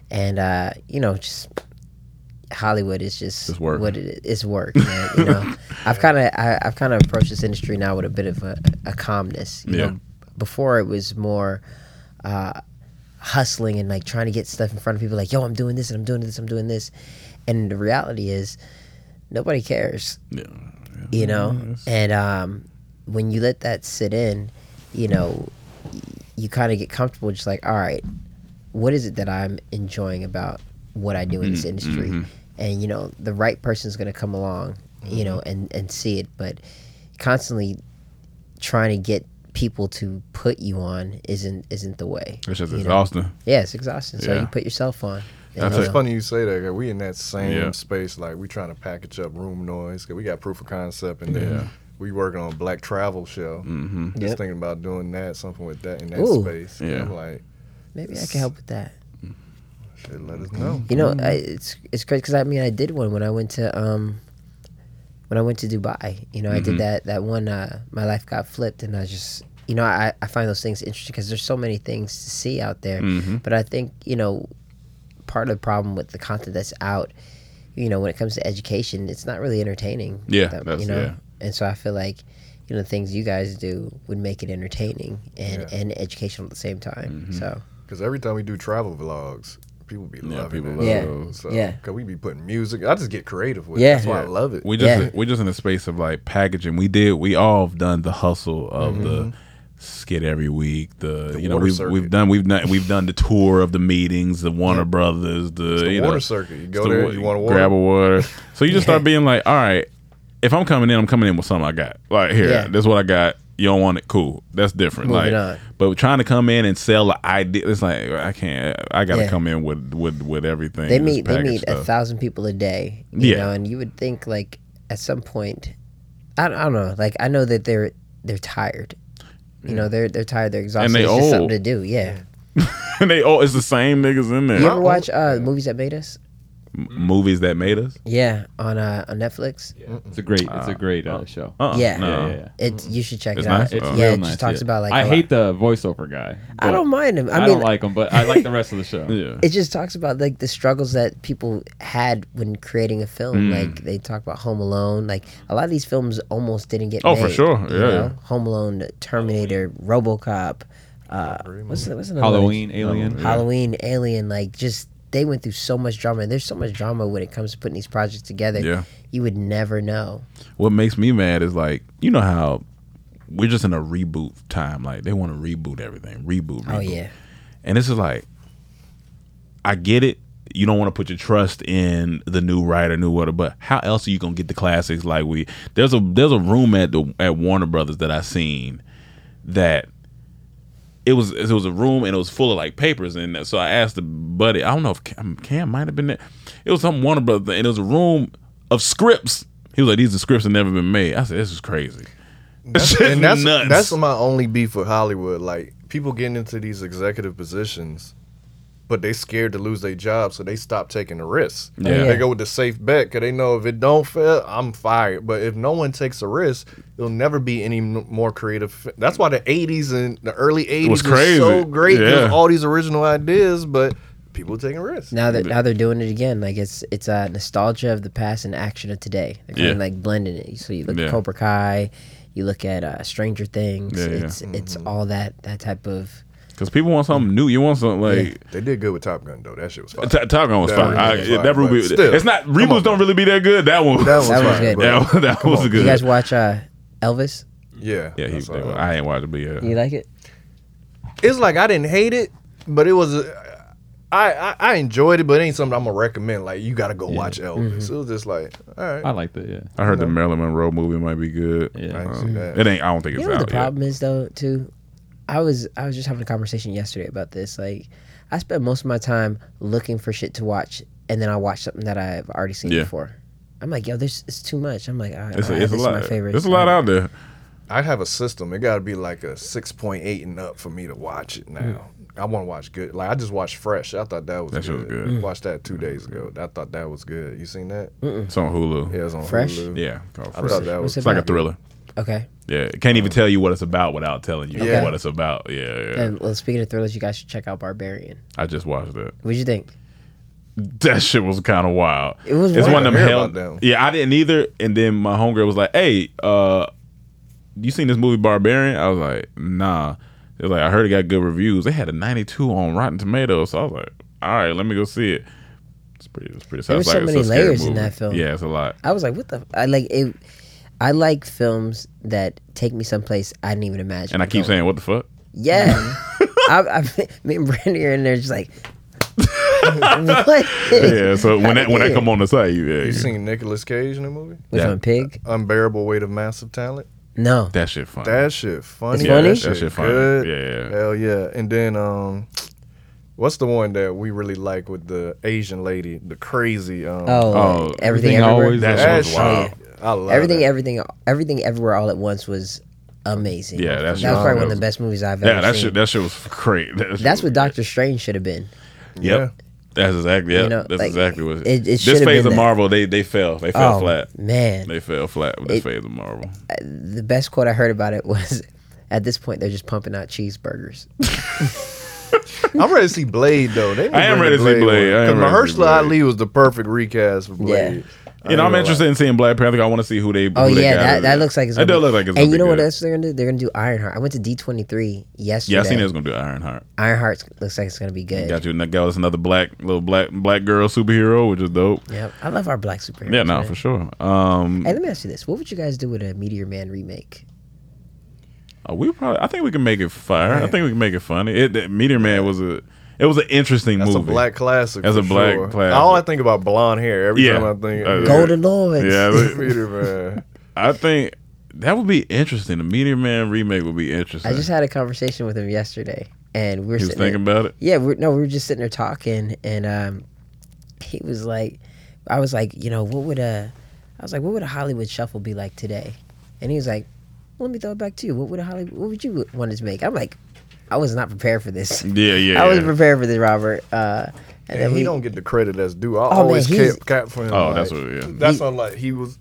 Speaker 8: and uh, you know, just Hollywood is just,
Speaker 7: It's work.
Speaker 8: what it is. It's work, man. You know, I've kind of I've kind of approached this industry now with a bit of a, a calmness. You
Speaker 7: Yeah.
Speaker 8: know, before it was more. Uh, hustling and like trying to get stuff in front of people like yo i'm doing this and i'm doing this i'm doing this and the reality is nobody cares
Speaker 7: Yeah.
Speaker 8: you know and um, when you let that sit in you know y- you kind of get comfortable just like all right what is it that i'm enjoying about what i do in
Speaker 7: Mm-hmm.
Speaker 8: this
Speaker 16: Mhm,
Speaker 8: industry
Speaker 16: mhm.
Speaker 8: and you know the right person's going to come along you know and and see it but constantly trying to get people to put you on isn't isn't the way
Speaker 7: It's just
Speaker 8: you know?
Speaker 7: exhausting.
Speaker 8: yeah it's exhausting so
Speaker 7: Yeah.
Speaker 8: you put yourself on and,
Speaker 6: That's
Speaker 8: you
Speaker 6: just
Speaker 8: know,
Speaker 6: funny you say that. 'cause We in that same
Speaker 7: Yeah.
Speaker 6: space, like we trying to package up room noise. 'cause we got proof of concept, and then
Speaker 7: Yeah.
Speaker 6: we working on Black Travel Show.
Speaker 7: Mhm.
Speaker 6: Just
Speaker 8: Yep.
Speaker 6: thinking about doing that, something with that in that
Speaker 8: Ooh.
Speaker 6: space.
Speaker 7: Yeah.
Speaker 6: I'm like,
Speaker 8: maybe i can help with that
Speaker 6: shit, let us know.
Speaker 8: You
Speaker 7: Mm-hmm.
Speaker 8: know, I, it's it's crazy because I mean I did one when I went to um when I went to Dubai. You know, I
Speaker 7: Mm-hmm.
Speaker 16: Mhm.
Speaker 8: did that that one. Uh, my life got flipped, and I just you know I, I find those things interesting because there's so many things to see out there.
Speaker 7: Mm-hmm.
Speaker 16: Mhm.
Speaker 8: But I think you know part of the problem with the content that's out, you know, when it comes to education, it's not really entertaining.
Speaker 7: Yeah,
Speaker 8: That-
Speaker 7: that's-
Speaker 8: you know,
Speaker 7: yeah.
Speaker 8: and so I feel like. You know, the things you guys do would make it entertaining and,
Speaker 6: Yeah.
Speaker 8: and educational at the same time.
Speaker 7: Mm-hmm.
Speaker 8: So
Speaker 6: Because every time we do travel vlogs, people be
Speaker 7: Yeah,
Speaker 6: loving
Speaker 7: people
Speaker 6: it.
Speaker 7: love Yeah. those.
Speaker 6: So,
Speaker 8: Yeah.
Speaker 6: Cause we be putting music. I just get creative with it.
Speaker 8: Yeah.
Speaker 6: That's why I
Speaker 8: Yeah.
Speaker 6: love it.
Speaker 7: We just we just in the space of like packaging. We did we all have done the hustle of the skit every week. The, you
Speaker 6: Mm-hmm.
Speaker 7: know
Speaker 6: water
Speaker 7: we've
Speaker 6: circuit.
Speaker 7: we've done we've done we've done the tour of the meetings, the Warner Brothers, the,
Speaker 6: the
Speaker 7: you know,
Speaker 6: water circuit. You
Speaker 7: it's
Speaker 6: go
Speaker 7: the
Speaker 6: there,
Speaker 7: wa-
Speaker 6: you want water.
Speaker 7: grab a water. So you just start being like, all right, if I'm coming in, I'm coming in with something I got. Like here,
Speaker 6: Yeah.
Speaker 7: this is what I got. You don't want it, cool. That's different.
Speaker 8: Moving
Speaker 7: like,
Speaker 8: on.
Speaker 7: but trying to come in and sell an idea, it's like I can't. I gotta
Speaker 8: Yeah.
Speaker 7: come in with with with everything.
Speaker 8: They
Speaker 7: and just
Speaker 8: meet they
Speaker 7: package
Speaker 8: meet a
Speaker 7: stuff.
Speaker 8: thousand people a day. You
Speaker 7: Yeah.
Speaker 8: know, and you would think like at some point I don't, I don't know, like I know that they're they're tired. You know, they're they're tired, they're exhausted.
Speaker 7: they
Speaker 8: it's just
Speaker 7: old.
Speaker 8: something to do, yeah.
Speaker 7: and they all it's the same niggas in there.
Speaker 8: You
Speaker 5: Oh.
Speaker 8: ever watch uh movies that made us?
Speaker 7: M- movies that made us?
Speaker 8: Yeah, on uh on Netflix.
Speaker 5: It's a great, it's a great uh, show.
Speaker 7: Uh-uh,
Speaker 8: Yeah.
Speaker 7: no.
Speaker 5: yeah, yeah.
Speaker 8: It you should check
Speaker 5: It's
Speaker 8: it out.
Speaker 5: nice?
Speaker 8: It's-
Speaker 5: Oh.
Speaker 8: yeah,
Speaker 5: Real
Speaker 8: it just
Speaker 5: nice,
Speaker 8: talks
Speaker 5: yeah.
Speaker 8: about like
Speaker 5: I
Speaker 8: a
Speaker 5: hate the voiceover guy.
Speaker 8: I don't mind him. I mean-
Speaker 5: don't like him, but I like the rest of the show.
Speaker 7: yeah.
Speaker 8: it just talks about like the struggles that people had when creating a film.
Speaker 5: Mm.
Speaker 8: Like they talk about Home Alone. Like a lot of these films almost didn't get.
Speaker 7: Oh,
Speaker 8: made,
Speaker 7: for sure.
Speaker 8: you
Speaker 7: Yeah.
Speaker 8: know? Home Alone, Terminator, RoboCop. Uh, what's the, what's another
Speaker 5: Halloween,
Speaker 8: one?
Speaker 5: Alien.
Speaker 8: Halloween, Alien. Like just they went through so much drama. And there's so much drama when it comes to putting these projects together.
Speaker 7: Yeah.
Speaker 8: You would never know.
Speaker 7: What makes me mad is like, you know how we're just in a reboot time. Like they want to reboot everything. Reboot, reboot.
Speaker 8: Oh, yeah.
Speaker 7: And this is like I get it. You don't want to put your trust in the new writer, new writer, but how else are you gonna get the classics? Like we there's a there's a room at the at Warner Brothers that I seen that it was it was a room and it was full of like papers and so I asked the buddy I don't know if Cam, um, Cam might have been there it was some Warner Brothers thing, and it was a room of scripts he was like these are scripts that never been made I said this is crazy
Speaker 6: That's,
Speaker 7: This is
Speaker 6: and that's
Speaker 7: nuts.
Speaker 6: that's my only beef with Hollywood. Like people getting into these executive positions, but they scared to lose their job, so they stop taking the risks.
Speaker 7: Yeah.
Speaker 6: They go with the safe bet because they know if it don't fail, I'm fired. But if no one takes a risk, there'll never be any m- more creative. fi- That's why the '80s and the early '80s
Speaker 7: was
Speaker 6: was,
Speaker 7: crazy.
Speaker 6: so great.
Speaker 7: Yeah.
Speaker 6: because all these original ideas, but people taking risks.
Speaker 8: Now that now they're doing it again. Like it's it's uh, nostalgia of the past and action of today. They're kind
Speaker 7: Yeah.
Speaker 8: of like blending it. So you look
Speaker 7: Yeah.
Speaker 8: at Cobra Kai, you look at uh, Stranger Things.
Speaker 7: Yeah, yeah.
Speaker 8: it's it's
Speaker 6: Mm-hmm.
Speaker 8: all that that type of.
Speaker 7: because people want something new you want something like
Speaker 6: they did good with Top Gun though. That shit was fire.
Speaker 7: T- Top Gun was
Speaker 6: That
Speaker 7: fire.
Speaker 6: was
Speaker 7: I,
Speaker 6: fire,
Speaker 7: that movie,
Speaker 6: but still.
Speaker 7: it's not reboots don't really be that good. That one,
Speaker 6: That was
Speaker 8: That was
Speaker 6: fire,
Speaker 8: good.
Speaker 6: bro.
Speaker 7: that, one- that
Speaker 6: Come
Speaker 7: was
Speaker 6: on.
Speaker 7: good.
Speaker 8: You guys watch uh, Elvis?
Speaker 6: Yeah,
Speaker 7: yeah, he,
Speaker 6: that's all right.
Speaker 7: I ain't watched it, but yeah,
Speaker 8: You like it?
Speaker 6: it's like I didn't hate it, but it was. uh, I, I I enjoyed it, but it ain't something I'm gonna recommend. Like you gotta go watch Elvis.
Speaker 8: Mm-hmm.
Speaker 6: It was just like, all right,
Speaker 5: I liked it. Yeah.
Speaker 7: I heard the Marilyn Monroe movie might be good.
Speaker 5: Yeah.
Speaker 6: I ain't
Speaker 7: Um,
Speaker 6: seen that.
Speaker 7: it ain't. I don't think
Speaker 8: You
Speaker 7: it's
Speaker 8: know what the
Speaker 7: out yet.
Speaker 8: problem is though too. I was I was just having a conversation yesterday about this. Like, I spent most of my time looking for shit to watch, and then I watch something that I've already seen
Speaker 7: Yeah.
Speaker 8: before. I'm like, yo, there's it's too much. I'm like, all right,
Speaker 7: It's
Speaker 8: all
Speaker 7: a,
Speaker 8: right,
Speaker 7: it's a
Speaker 8: this is
Speaker 7: lot.
Speaker 8: my favorite.
Speaker 7: There's a lot out there.
Speaker 6: I have a system. It gotta be like a six point eight and up for me to watch it now.
Speaker 8: Mm.
Speaker 6: I want to watch good. Like I just watched Fresh. I thought that was
Speaker 7: That shit
Speaker 6: good.
Speaker 7: was good. Mm.
Speaker 6: Watched that two days ago. I thought that was good. You seen that?
Speaker 7: It's on Hulu.
Speaker 6: Yeah, it's on
Speaker 8: Fresh?
Speaker 6: Hulu.
Speaker 7: Yeah, called
Speaker 6: I
Speaker 7: Fresh.
Speaker 6: thought that was
Speaker 8: What's
Speaker 7: It's like a
Speaker 8: about?
Speaker 7: thriller.
Speaker 8: Okay.
Speaker 7: Yeah, it can't even tell you what it's about without telling you
Speaker 8: Okay.
Speaker 7: what it's about. Yeah, yeah.
Speaker 8: And well, speaking of thrillers, you guys should check out Barbarian.
Speaker 7: I just watched that.
Speaker 8: What'd you think?
Speaker 7: That shit was kind of wild.
Speaker 8: It was
Speaker 7: It's
Speaker 8: wild.
Speaker 7: one of
Speaker 6: I
Speaker 7: them
Speaker 6: heard
Speaker 7: hell.
Speaker 6: about that one.
Speaker 7: Yeah, I didn't either. And then my homegirl was like, "Hey, uh, you seen this movie Barbarian?" I was like, "Nah." It was like I heard it got good reviews. They had a 92 on Rotten Tomatoes, so I was like, "All right, let me go see it." It's pretty. It's pretty.
Speaker 8: There
Speaker 7: sounds
Speaker 8: were so
Speaker 7: like it's
Speaker 8: many
Speaker 7: a scary
Speaker 8: layers in
Speaker 7: movie.
Speaker 8: that film.
Speaker 7: Yeah, it's a lot.
Speaker 8: I was like, what the? f- I like it. I like films that take me someplace I didn't even imagine.
Speaker 7: And I keep
Speaker 8: going.
Speaker 7: saying, what the fuck?
Speaker 8: Yeah. I, I, me and Brandy are in there just like, what?
Speaker 7: yeah. So when that when that come on the site, you, yeah,
Speaker 6: You
Speaker 7: you-
Speaker 6: seen Nicolas Cage in the movie?
Speaker 8: Which Yeah. one, Pig?
Speaker 6: Unbearable weight of massive talent.
Speaker 8: No.
Speaker 7: That shit funny.
Speaker 6: That shit funny.
Speaker 7: It's Yeah, funny?
Speaker 6: That
Speaker 7: that
Speaker 6: shit,
Speaker 7: shit funny.
Speaker 6: good.
Speaker 7: Yeah, yeah.
Speaker 6: Hell yeah. And then um, what's the one that we really like with the Asian lady, the crazy? Um,
Speaker 8: Oh, everything, everywhere.
Speaker 6: That, shit. I love
Speaker 8: everything,
Speaker 6: that.
Speaker 8: everything, everything, everywhere, all at once was amazing.
Speaker 7: Yeah, that's
Speaker 8: that was probably one of the best movies I've
Speaker 7: yeah,
Speaker 8: ever
Speaker 7: that
Speaker 8: seen.
Speaker 7: shit that shit was crazy. That shit
Speaker 8: that's what Doctor Strange should have been.
Speaker 7: Yep. That's exactly. Yeah,
Speaker 8: You know,
Speaker 7: that's
Speaker 8: like,
Speaker 7: exactly what.
Speaker 8: it- it should
Speaker 7: this
Speaker 8: have
Speaker 7: phase
Speaker 8: been
Speaker 7: of
Speaker 8: that.
Speaker 7: Marvel, they they fell. They fell
Speaker 8: Oh,
Speaker 7: flat.
Speaker 8: man.
Speaker 7: they fell flat with this
Speaker 8: It-
Speaker 7: phase of Marvel.
Speaker 8: Uh, The best quote I heard about it was, "At this point, they're just pumping out cheeseburgers."
Speaker 6: I'm ready to see Blade though. They need
Speaker 7: I am
Speaker 6: bring
Speaker 7: ready to see
Speaker 6: one.
Speaker 7: Blade. I am
Speaker 6: 'Cause
Speaker 7: ready to see
Speaker 6: Mahershala
Speaker 7: Blade.
Speaker 6: Ali was the perfect recast for Blade. I
Speaker 7: You know,
Speaker 6: ain't
Speaker 7: I'm
Speaker 6: gonna
Speaker 7: interested in seeing Black Panther. I want to see who they.
Speaker 8: Oh
Speaker 7: who they
Speaker 8: yeah,
Speaker 7: got
Speaker 8: that,
Speaker 7: in
Speaker 8: that
Speaker 7: it.
Speaker 8: looks like it's.
Speaker 7: That
Speaker 8: gonna be-
Speaker 7: does look like it's.
Speaker 8: And
Speaker 7: gonna
Speaker 8: you
Speaker 7: be
Speaker 8: know what
Speaker 7: good.
Speaker 8: else they're gonna do? They're gonna do Ironheart. I went to D twenty three yesterday.
Speaker 7: Yeah, I seen it was gonna do Ironheart.
Speaker 8: Ironheart looks like it's gonna be good.
Speaker 7: Got you. and that Got us another black little black black girl superhero, which is dope.
Speaker 8: Yeah, I love our black superheroes.
Speaker 7: Yeah, no,
Speaker 8: man.
Speaker 7: for sure. Um,
Speaker 8: Hey, let me ask you this: What would you guys do with a Meteor Man remake?
Speaker 7: Uh, we probably. I think we can make it fire. I
Speaker 8: Yeah.
Speaker 7: think we can make it funny. It, that Meteor Man was a. It was an interesting
Speaker 6: That's
Speaker 7: movie.
Speaker 6: a black classic.
Speaker 7: As
Speaker 6: for
Speaker 7: a black
Speaker 6: sure.
Speaker 7: classic.
Speaker 6: All I think about blonde hair every time I think
Speaker 7: Uh,
Speaker 8: Golden Lawrence.
Speaker 7: Yeah, but-
Speaker 6: Meteor Man.
Speaker 7: I think that would be interesting. The Meteor Man remake would be interesting.
Speaker 8: I just had a conversation with him yesterday, and we were
Speaker 7: He was
Speaker 8: sitting there-
Speaker 7: thinking about it?
Speaker 8: Yeah, we're, no, we were just sitting there talking, and um, he was like, I was like, you know, what would a, I was like, what would a Hollywood shuffle be like today? And he was like, let me throw it back to you. What would a Hollywood, what would you want to make? I'm like, I was not prepared for this.
Speaker 7: Yeah, yeah,
Speaker 8: I was
Speaker 7: yeah.
Speaker 8: prepared for this, Robert. Uh, and
Speaker 6: And
Speaker 8: then
Speaker 6: he
Speaker 8: we, Oh,
Speaker 6: don't get the credit that's due. I
Speaker 8: man,
Speaker 6: always
Speaker 8: he's-
Speaker 6: kept cap for him.
Speaker 7: Oh,
Speaker 6: like,
Speaker 7: that's what- yeah.
Speaker 6: That's what like he was.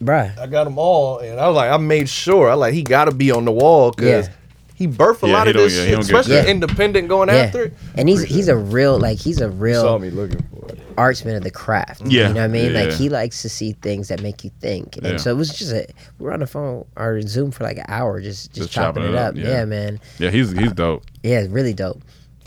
Speaker 8: bruh.
Speaker 6: I got them all, and I was like, I made sure. I like he got to be on the wall because
Speaker 8: Yeah.
Speaker 6: he birthed a
Speaker 7: Yeah,
Speaker 6: lot
Speaker 7: he
Speaker 6: of
Speaker 7: don't-
Speaker 6: this
Speaker 7: yeah, he
Speaker 6: shit,
Speaker 7: don't get
Speaker 6: especially
Speaker 7: credit.
Speaker 6: independent going
Speaker 8: Yeah.
Speaker 6: after it.
Speaker 8: And he's he's a real like he's a real
Speaker 6: Saw me looking for it.
Speaker 8: artsman of the craft.
Speaker 7: Yeah.
Speaker 8: You know what I mean?
Speaker 7: Yeah,
Speaker 8: Like
Speaker 7: yeah.
Speaker 8: he likes to see things that make you think. And
Speaker 7: Yeah.
Speaker 8: so it was just a we were on the phone or Zoom for like an hour just just, chopping, it up. Yeah. man.
Speaker 7: Yeah, he's he's dope.
Speaker 8: Yeah, it's really dope.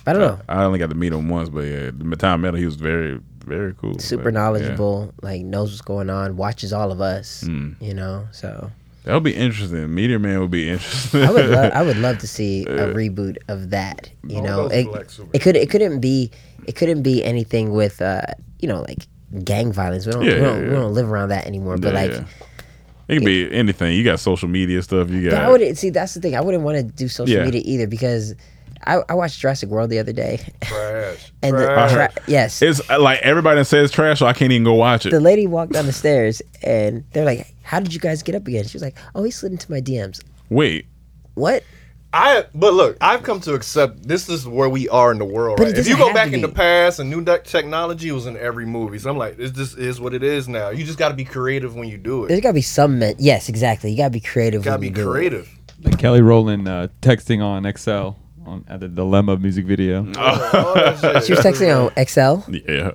Speaker 8: But I don't know.
Speaker 7: I only got to meet him once, but yeah, the time I met him, he was very very cool.
Speaker 8: Super
Speaker 7: Like, yeah.
Speaker 8: knowledgeable, like knows what's going on, watches all of us. You know, so
Speaker 7: That would be interesting. Meteor Man would be interesting.
Speaker 8: I would love, I would love to see a
Speaker 7: Yeah.
Speaker 8: reboot of that. You
Speaker 7: All
Speaker 8: know,
Speaker 7: those
Speaker 8: it,
Speaker 7: black
Speaker 8: it could it couldn't be it couldn't be anything with uh you know like gang violence. We don't
Speaker 7: Yeah,
Speaker 8: we,
Speaker 7: yeah,
Speaker 8: don't, we
Speaker 7: yeah.
Speaker 8: don't live around that anymore. but
Speaker 7: Yeah,
Speaker 8: like,
Speaker 7: yeah. it could be anything. You got social media stuff. You
Speaker 8: but
Speaker 7: got
Speaker 8: I would see that's the thing. I wouldn't want to do social
Speaker 7: Yeah.
Speaker 8: media either because I, I watched Jurassic World the other day.
Speaker 6: Trash.
Speaker 8: And the
Speaker 7: I heard-
Speaker 8: tra- yes,
Speaker 7: It's uh, like everybody says trash, so I can't even go watch it.
Speaker 8: the lady walked down the stairs and they're like, "How did you guys get up again?" She was like, "Oh, he slid into my DMs."
Speaker 7: Wait,
Speaker 8: What?
Speaker 6: I but look, I've come to accept this is where we are in the world.
Speaker 8: But
Speaker 6: right?
Speaker 8: it
Speaker 6: If you
Speaker 8: doesn't
Speaker 6: go
Speaker 8: have
Speaker 6: back
Speaker 8: to
Speaker 6: in the
Speaker 8: be.
Speaker 6: past, and new de- technology was in every movie. So I'm like, this just is what it is now. You just got to be creative when you do it.
Speaker 8: There's got to be some men. Yes, exactly. You got to be creative.
Speaker 6: gotta
Speaker 8: when
Speaker 6: be
Speaker 8: you do it.
Speaker 6: creative.
Speaker 5: Like Kelly Rowland uh, texting on Excel on at the Dilemma music video.
Speaker 8: She was texting on Excel.
Speaker 7: Yeah.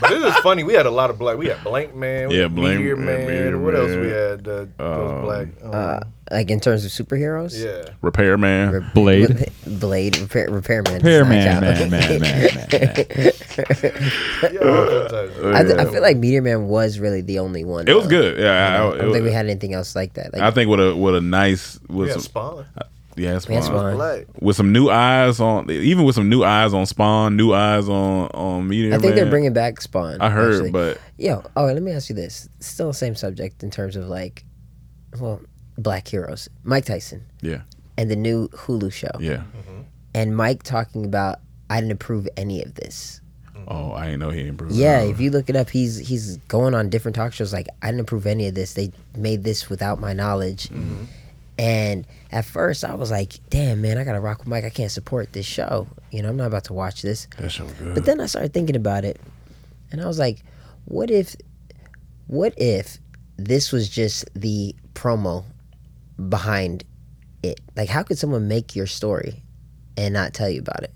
Speaker 6: But it is funny. We had a lot of black. We had Blank Man. We
Speaker 7: Yeah,
Speaker 6: had
Speaker 7: Blank-
Speaker 6: Meteor
Speaker 7: yeah,
Speaker 6: Man.
Speaker 7: Meteor
Speaker 6: what else
Speaker 7: Man.
Speaker 6: we had? Uh,
Speaker 7: Um,
Speaker 6: those black. um,
Speaker 8: uh, like in terms of superheroes.
Speaker 6: Yeah.
Speaker 7: Repair Man,
Speaker 5: Blade.
Speaker 8: Blade repair, repairman.
Speaker 5: Repairman,
Speaker 8: does not
Speaker 5: man,
Speaker 8: count.
Speaker 5: man, man,
Speaker 8: I, th- I feel like Meteor Man was really the only one.
Speaker 7: Oh, It was
Speaker 8: though.
Speaker 7: good. Yeah,
Speaker 8: You know,
Speaker 7: I-
Speaker 8: I,
Speaker 7: it
Speaker 8: don't think
Speaker 7: was-
Speaker 8: we had anything else like that. Like,
Speaker 7: I think with a with a nice with
Speaker 6: We had
Speaker 7: some,
Speaker 6: Spawn.
Speaker 7: Uh, yeah, Spawn.
Speaker 8: had Spawn. Black.
Speaker 7: With some new eyes on, even with some new eyes on Spawn, new eyes on on
Speaker 8: I
Speaker 7: Meteor.
Speaker 8: think
Speaker 7: Man.
Speaker 8: they're bringing back Spawn.
Speaker 7: I heard,
Speaker 8: actually.
Speaker 7: but
Speaker 8: yo, oh, let me ask you this. Still the same subject in terms of like, well, black heroes. Mike Tyson
Speaker 7: yeah,
Speaker 8: and the new Hulu show.
Speaker 7: yeah.
Speaker 6: Mm-hmm.
Speaker 8: Mm-hmm. And Mike talking about I didn't approve any of this.
Speaker 7: Oh, I ain't know he improved.
Speaker 8: Yeah, if you look it up, he's he's going on different talk shows. Like I didn't approve any of this. They made this without my knowledge.
Speaker 7: Mm-hmm.
Speaker 8: And at first, I was like, "Damn, man, I gotta rock with Mike. I can't support this show. You know, I'm not about to watch this."
Speaker 7: That show good.
Speaker 8: But then I started thinking about it, and I was like, "What if, what if this was just the promo behind it? Like, how could someone make your story and not tell you about it?"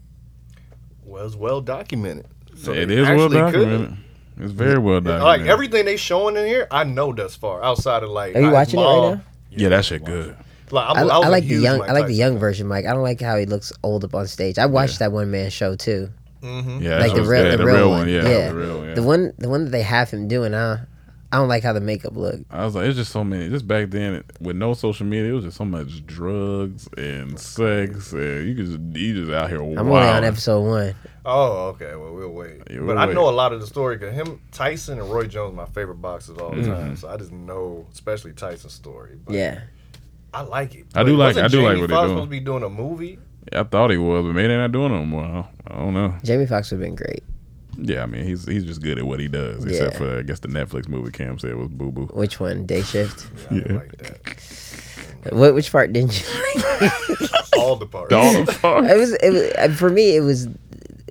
Speaker 6: was well documented. So
Speaker 7: it
Speaker 6: they
Speaker 7: is well
Speaker 6: actually could.
Speaker 7: documented. It's very well documented.
Speaker 6: Like everything they showing in here, I know thus far. Outside of like,
Speaker 8: Are you
Speaker 6: I-
Speaker 8: watching it right
Speaker 6: Law-
Speaker 8: now?
Speaker 7: yeah, that shit good.
Speaker 6: Like, I'm,
Speaker 8: I,
Speaker 6: I,
Speaker 8: I
Speaker 6: was a
Speaker 8: like the
Speaker 6: huge
Speaker 8: young.
Speaker 6: Mike
Speaker 8: I like the
Speaker 6: Tyson.
Speaker 8: young version, Mike. I don't like how he looks old up on stage. I watched that one man show too.
Speaker 6: Mhm.
Speaker 7: Yeah,
Speaker 8: like
Speaker 7: that
Speaker 8: the
Speaker 7: was-
Speaker 8: real,
Speaker 7: yeah,
Speaker 8: the, real one. Yeah,
Speaker 7: the real, yeah.
Speaker 8: the one, the one that they have him doing. Uh, I don't like how the makeup looked.
Speaker 7: I was like, it's just so many. Just back then, with no social media, it was just so much drugs and sex, and you could just, you just out here.
Speaker 8: I'm only on episode one.
Speaker 6: Oh, okay. Well, we'll wait.
Speaker 7: Yeah, we'll
Speaker 6: but I know
Speaker 7: wait.
Speaker 6: a lot of the story because him, Tyson, and Roy Jones, my favorite boxers of all
Speaker 7: Mhm.
Speaker 6: time. So I just know, especially Tyson's story. But
Speaker 8: Yeah.
Speaker 6: I like it.
Speaker 7: I do like- I do like what
Speaker 6: Jamie
Speaker 7: they
Speaker 6: Foxx
Speaker 7: doing.
Speaker 6: supposed to be doing a movie.
Speaker 7: I thought he was, but maybe they're not doing it no more. I don't- I don't know.
Speaker 8: Jamie Foxx would have been great.
Speaker 7: Yeah, I mean, he's he's just good at what he does, except
Speaker 8: Yeah.
Speaker 7: for I guess the Netflix movie Cam said was Boo Boo.
Speaker 8: Which one? Day shift.
Speaker 7: yeah.
Speaker 8: What which part didn't you?
Speaker 6: All the parts.
Speaker 7: All the parts.
Speaker 8: It was, it was uh, for me. It was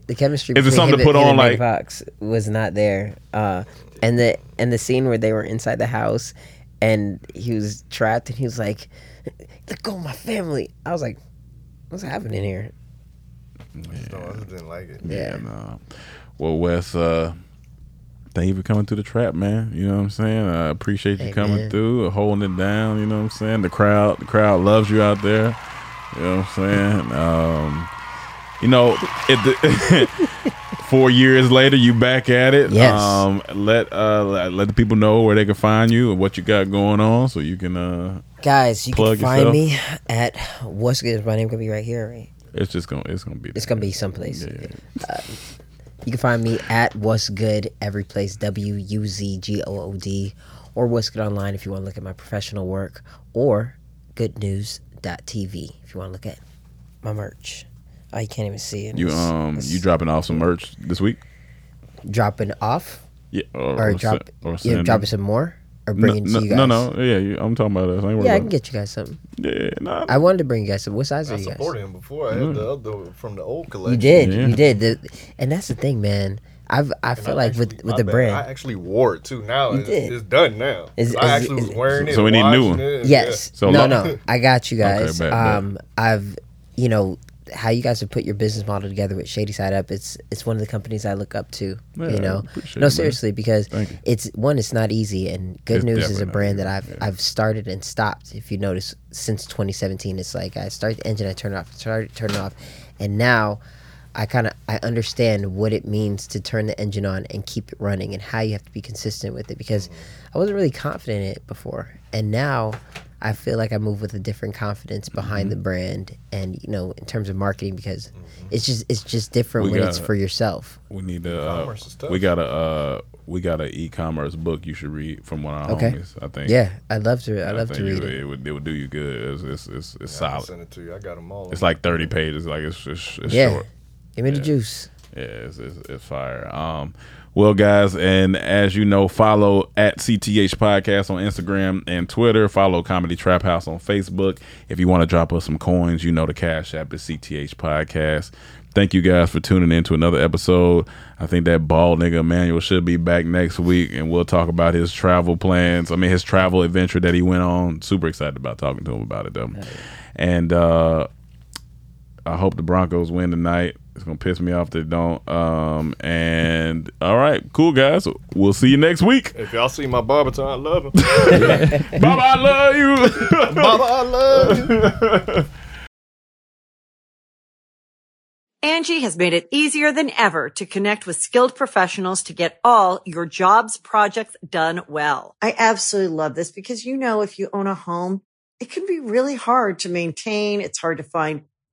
Speaker 8: the chemistry.
Speaker 7: Is it
Speaker 8: between
Speaker 7: something
Speaker 8: him
Speaker 7: to put
Speaker 8: and- him
Speaker 7: on,
Speaker 8: and Megan
Speaker 7: like-
Speaker 8: Fox was not there, uh, and the and the scene where they were inside the house, and he was trapped, and he was like, "Let go, of my family." I was like, "What's happening here?"
Speaker 6: So I just didn't like it.
Speaker 8: Yeah.
Speaker 7: And, uh, well, Wes, uh, thank you for coming through the trap, man. You know what I'm saying? I appreciate you
Speaker 8: Hey,
Speaker 7: coming
Speaker 8: man.
Speaker 7: through, uh, holding it down. You know what I'm saying? The crowd, the crowd loves you out there. You know what I'm saying? Um, you know, it, the, four years later, you back at it.
Speaker 8: Yes.
Speaker 7: Um, let uh, let let the people know where they can find you and what you got going on, so you can uh,
Speaker 8: Guys, you
Speaker 7: Plug
Speaker 8: can find
Speaker 7: yourself.
Speaker 8: me at what's good. My name could be right here. Right?
Speaker 7: It's just gonna it's gonna be
Speaker 8: It's gonna be someplace. Uh, you can find me at What's Good every place W U Z G O O D or What's Good online if you want to look at my professional work or goodnews.tv if you want to look at my merch. Oh, you can't even see it.
Speaker 7: you
Speaker 8: It's-
Speaker 7: um
Speaker 8: it's
Speaker 7: you dropping off some merch this week.
Speaker 8: dropping off
Speaker 7: Yeah, or,
Speaker 8: or,
Speaker 7: or
Speaker 8: drop
Speaker 7: se- or
Speaker 8: you're
Speaker 7: send-
Speaker 8: dropping some more or bringing
Speaker 7: no,
Speaker 8: to you guys.
Speaker 7: no, no, no, yeah, you, I'm talking about us. I ain't worried
Speaker 8: Yeah, I
Speaker 7: about
Speaker 8: can get you guys something.
Speaker 7: Yeah, nah. Mm-hmm.
Speaker 8: I wanted to bring you guys some. What size
Speaker 6: I
Speaker 8: are you guys?
Speaker 6: supported him before. I had the other from the old collection.
Speaker 8: You did,
Speaker 7: Yeah.
Speaker 8: you did, The- and that's the thing, man. I've I feel like with with
Speaker 6: I
Speaker 8: the
Speaker 6: bet-
Speaker 8: brand,
Speaker 6: I actually wore it too. Now
Speaker 8: You
Speaker 6: it's,
Speaker 8: did.
Speaker 6: it's done now.
Speaker 8: Is-
Speaker 6: I
Speaker 8: is-
Speaker 6: actually
Speaker 8: is-
Speaker 6: was wearing it.
Speaker 7: So we need new
Speaker 6: washing
Speaker 7: one.
Speaker 6: it,
Speaker 8: Yes.
Speaker 7: So
Speaker 8: no,
Speaker 7: lo-
Speaker 8: no. I got you
Speaker 7: Okay,
Speaker 8: guys.
Speaker 7: bet, bet.
Speaker 8: um, I've, you know, how you guys have put your business model together with Shady Side Up. It's it's one of the companies I look up to.
Speaker 7: Yeah, I
Speaker 8: you know,
Speaker 7: appreciate it,
Speaker 8: no,
Speaker 7: man.
Speaker 8: seriously, because
Speaker 7: Thank you.
Speaker 8: it's one. It's not easy, and Good
Speaker 7: It's
Speaker 8: News is
Speaker 7: definitely
Speaker 8: a
Speaker 7: not
Speaker 8: brand
Speaker 7: easy,
Speaker 8: that I've I've started and stopped. If you notice, since 2017, it's like I start the engine, I turn it off, start turn it off, and now. I kind of I understand what it means to turn the engine on and keep it running and how you have to be consistent with it
Speaker 7: Mm.
Speaker 8: because I wasn't really confident in it before and now I feel like I move with a different confidence behind
Speaker 7: Mm-hmm.
Speaker 8: the brand and you know in terms of marketing because it's just it's just different
Speaker 7: We
Speaker 8: when it's
Speaker 7: gotta-
Speaker 8: for yourself.
Speaker 7: We need to. Uh,
Speaker 6: E-commerce is tough.
Speaker 7: we got a. Uh, we got an e-commerce book you should read from one of our
Speaker 8: Okay.
Speaker 7: homies. I think.
Speaker 8: Yeah, I'd love to. I'd
Speaker 7: I
Speaker 8: love to
Speaker 7: think
Speaker 8: read
Speaker 7: would-
Speaker 8: it.
Speaker 7: It would, it would do you good. It's it's it's, it's
Speaker 6: I can
Speaker 7: solid.
Speaker 6: send it to you. I got them all.
Speaker 7: It's like thirty pages. Like it's it's, it's
Speaker 8: yeah,
Speaker 7: short.
Speaker 8: give me the juice.
Speaker 7: Yeah, it's, it's, it's fire. Um, well, guys, and as you know, follow at CTH Podcast on Instagram and Twitter. Follow Comedy Trap House on Facebook. If you want to drop us some coins, you know the Cash App is CTH Podcast. Thank you guys for tuning in to another episode. I think that bald nigga Emmanuel should be back next week, and we'll talk about his travel plans. I mean, his travel adventure that he went on. Super excited about talking to him about it, though. And uh, I hope the Broncos win tonight. It's gonna piss me off if they don't. Um, and all right, cool guys. We'll see you next week.
Speaker 6: If y'all see my barberton, I love him.
Speaker 7: Baba, I love you.
Speaker 6: Baba, I love you.
Speaker 17: Angie has made it easier than ever to connect with skilled professionals to get all your jobs projects done well.
Speaker 10: I absolutely love this because you know, if you own a home,
Speaker 17: It can be really hard to maintain. It's hard to find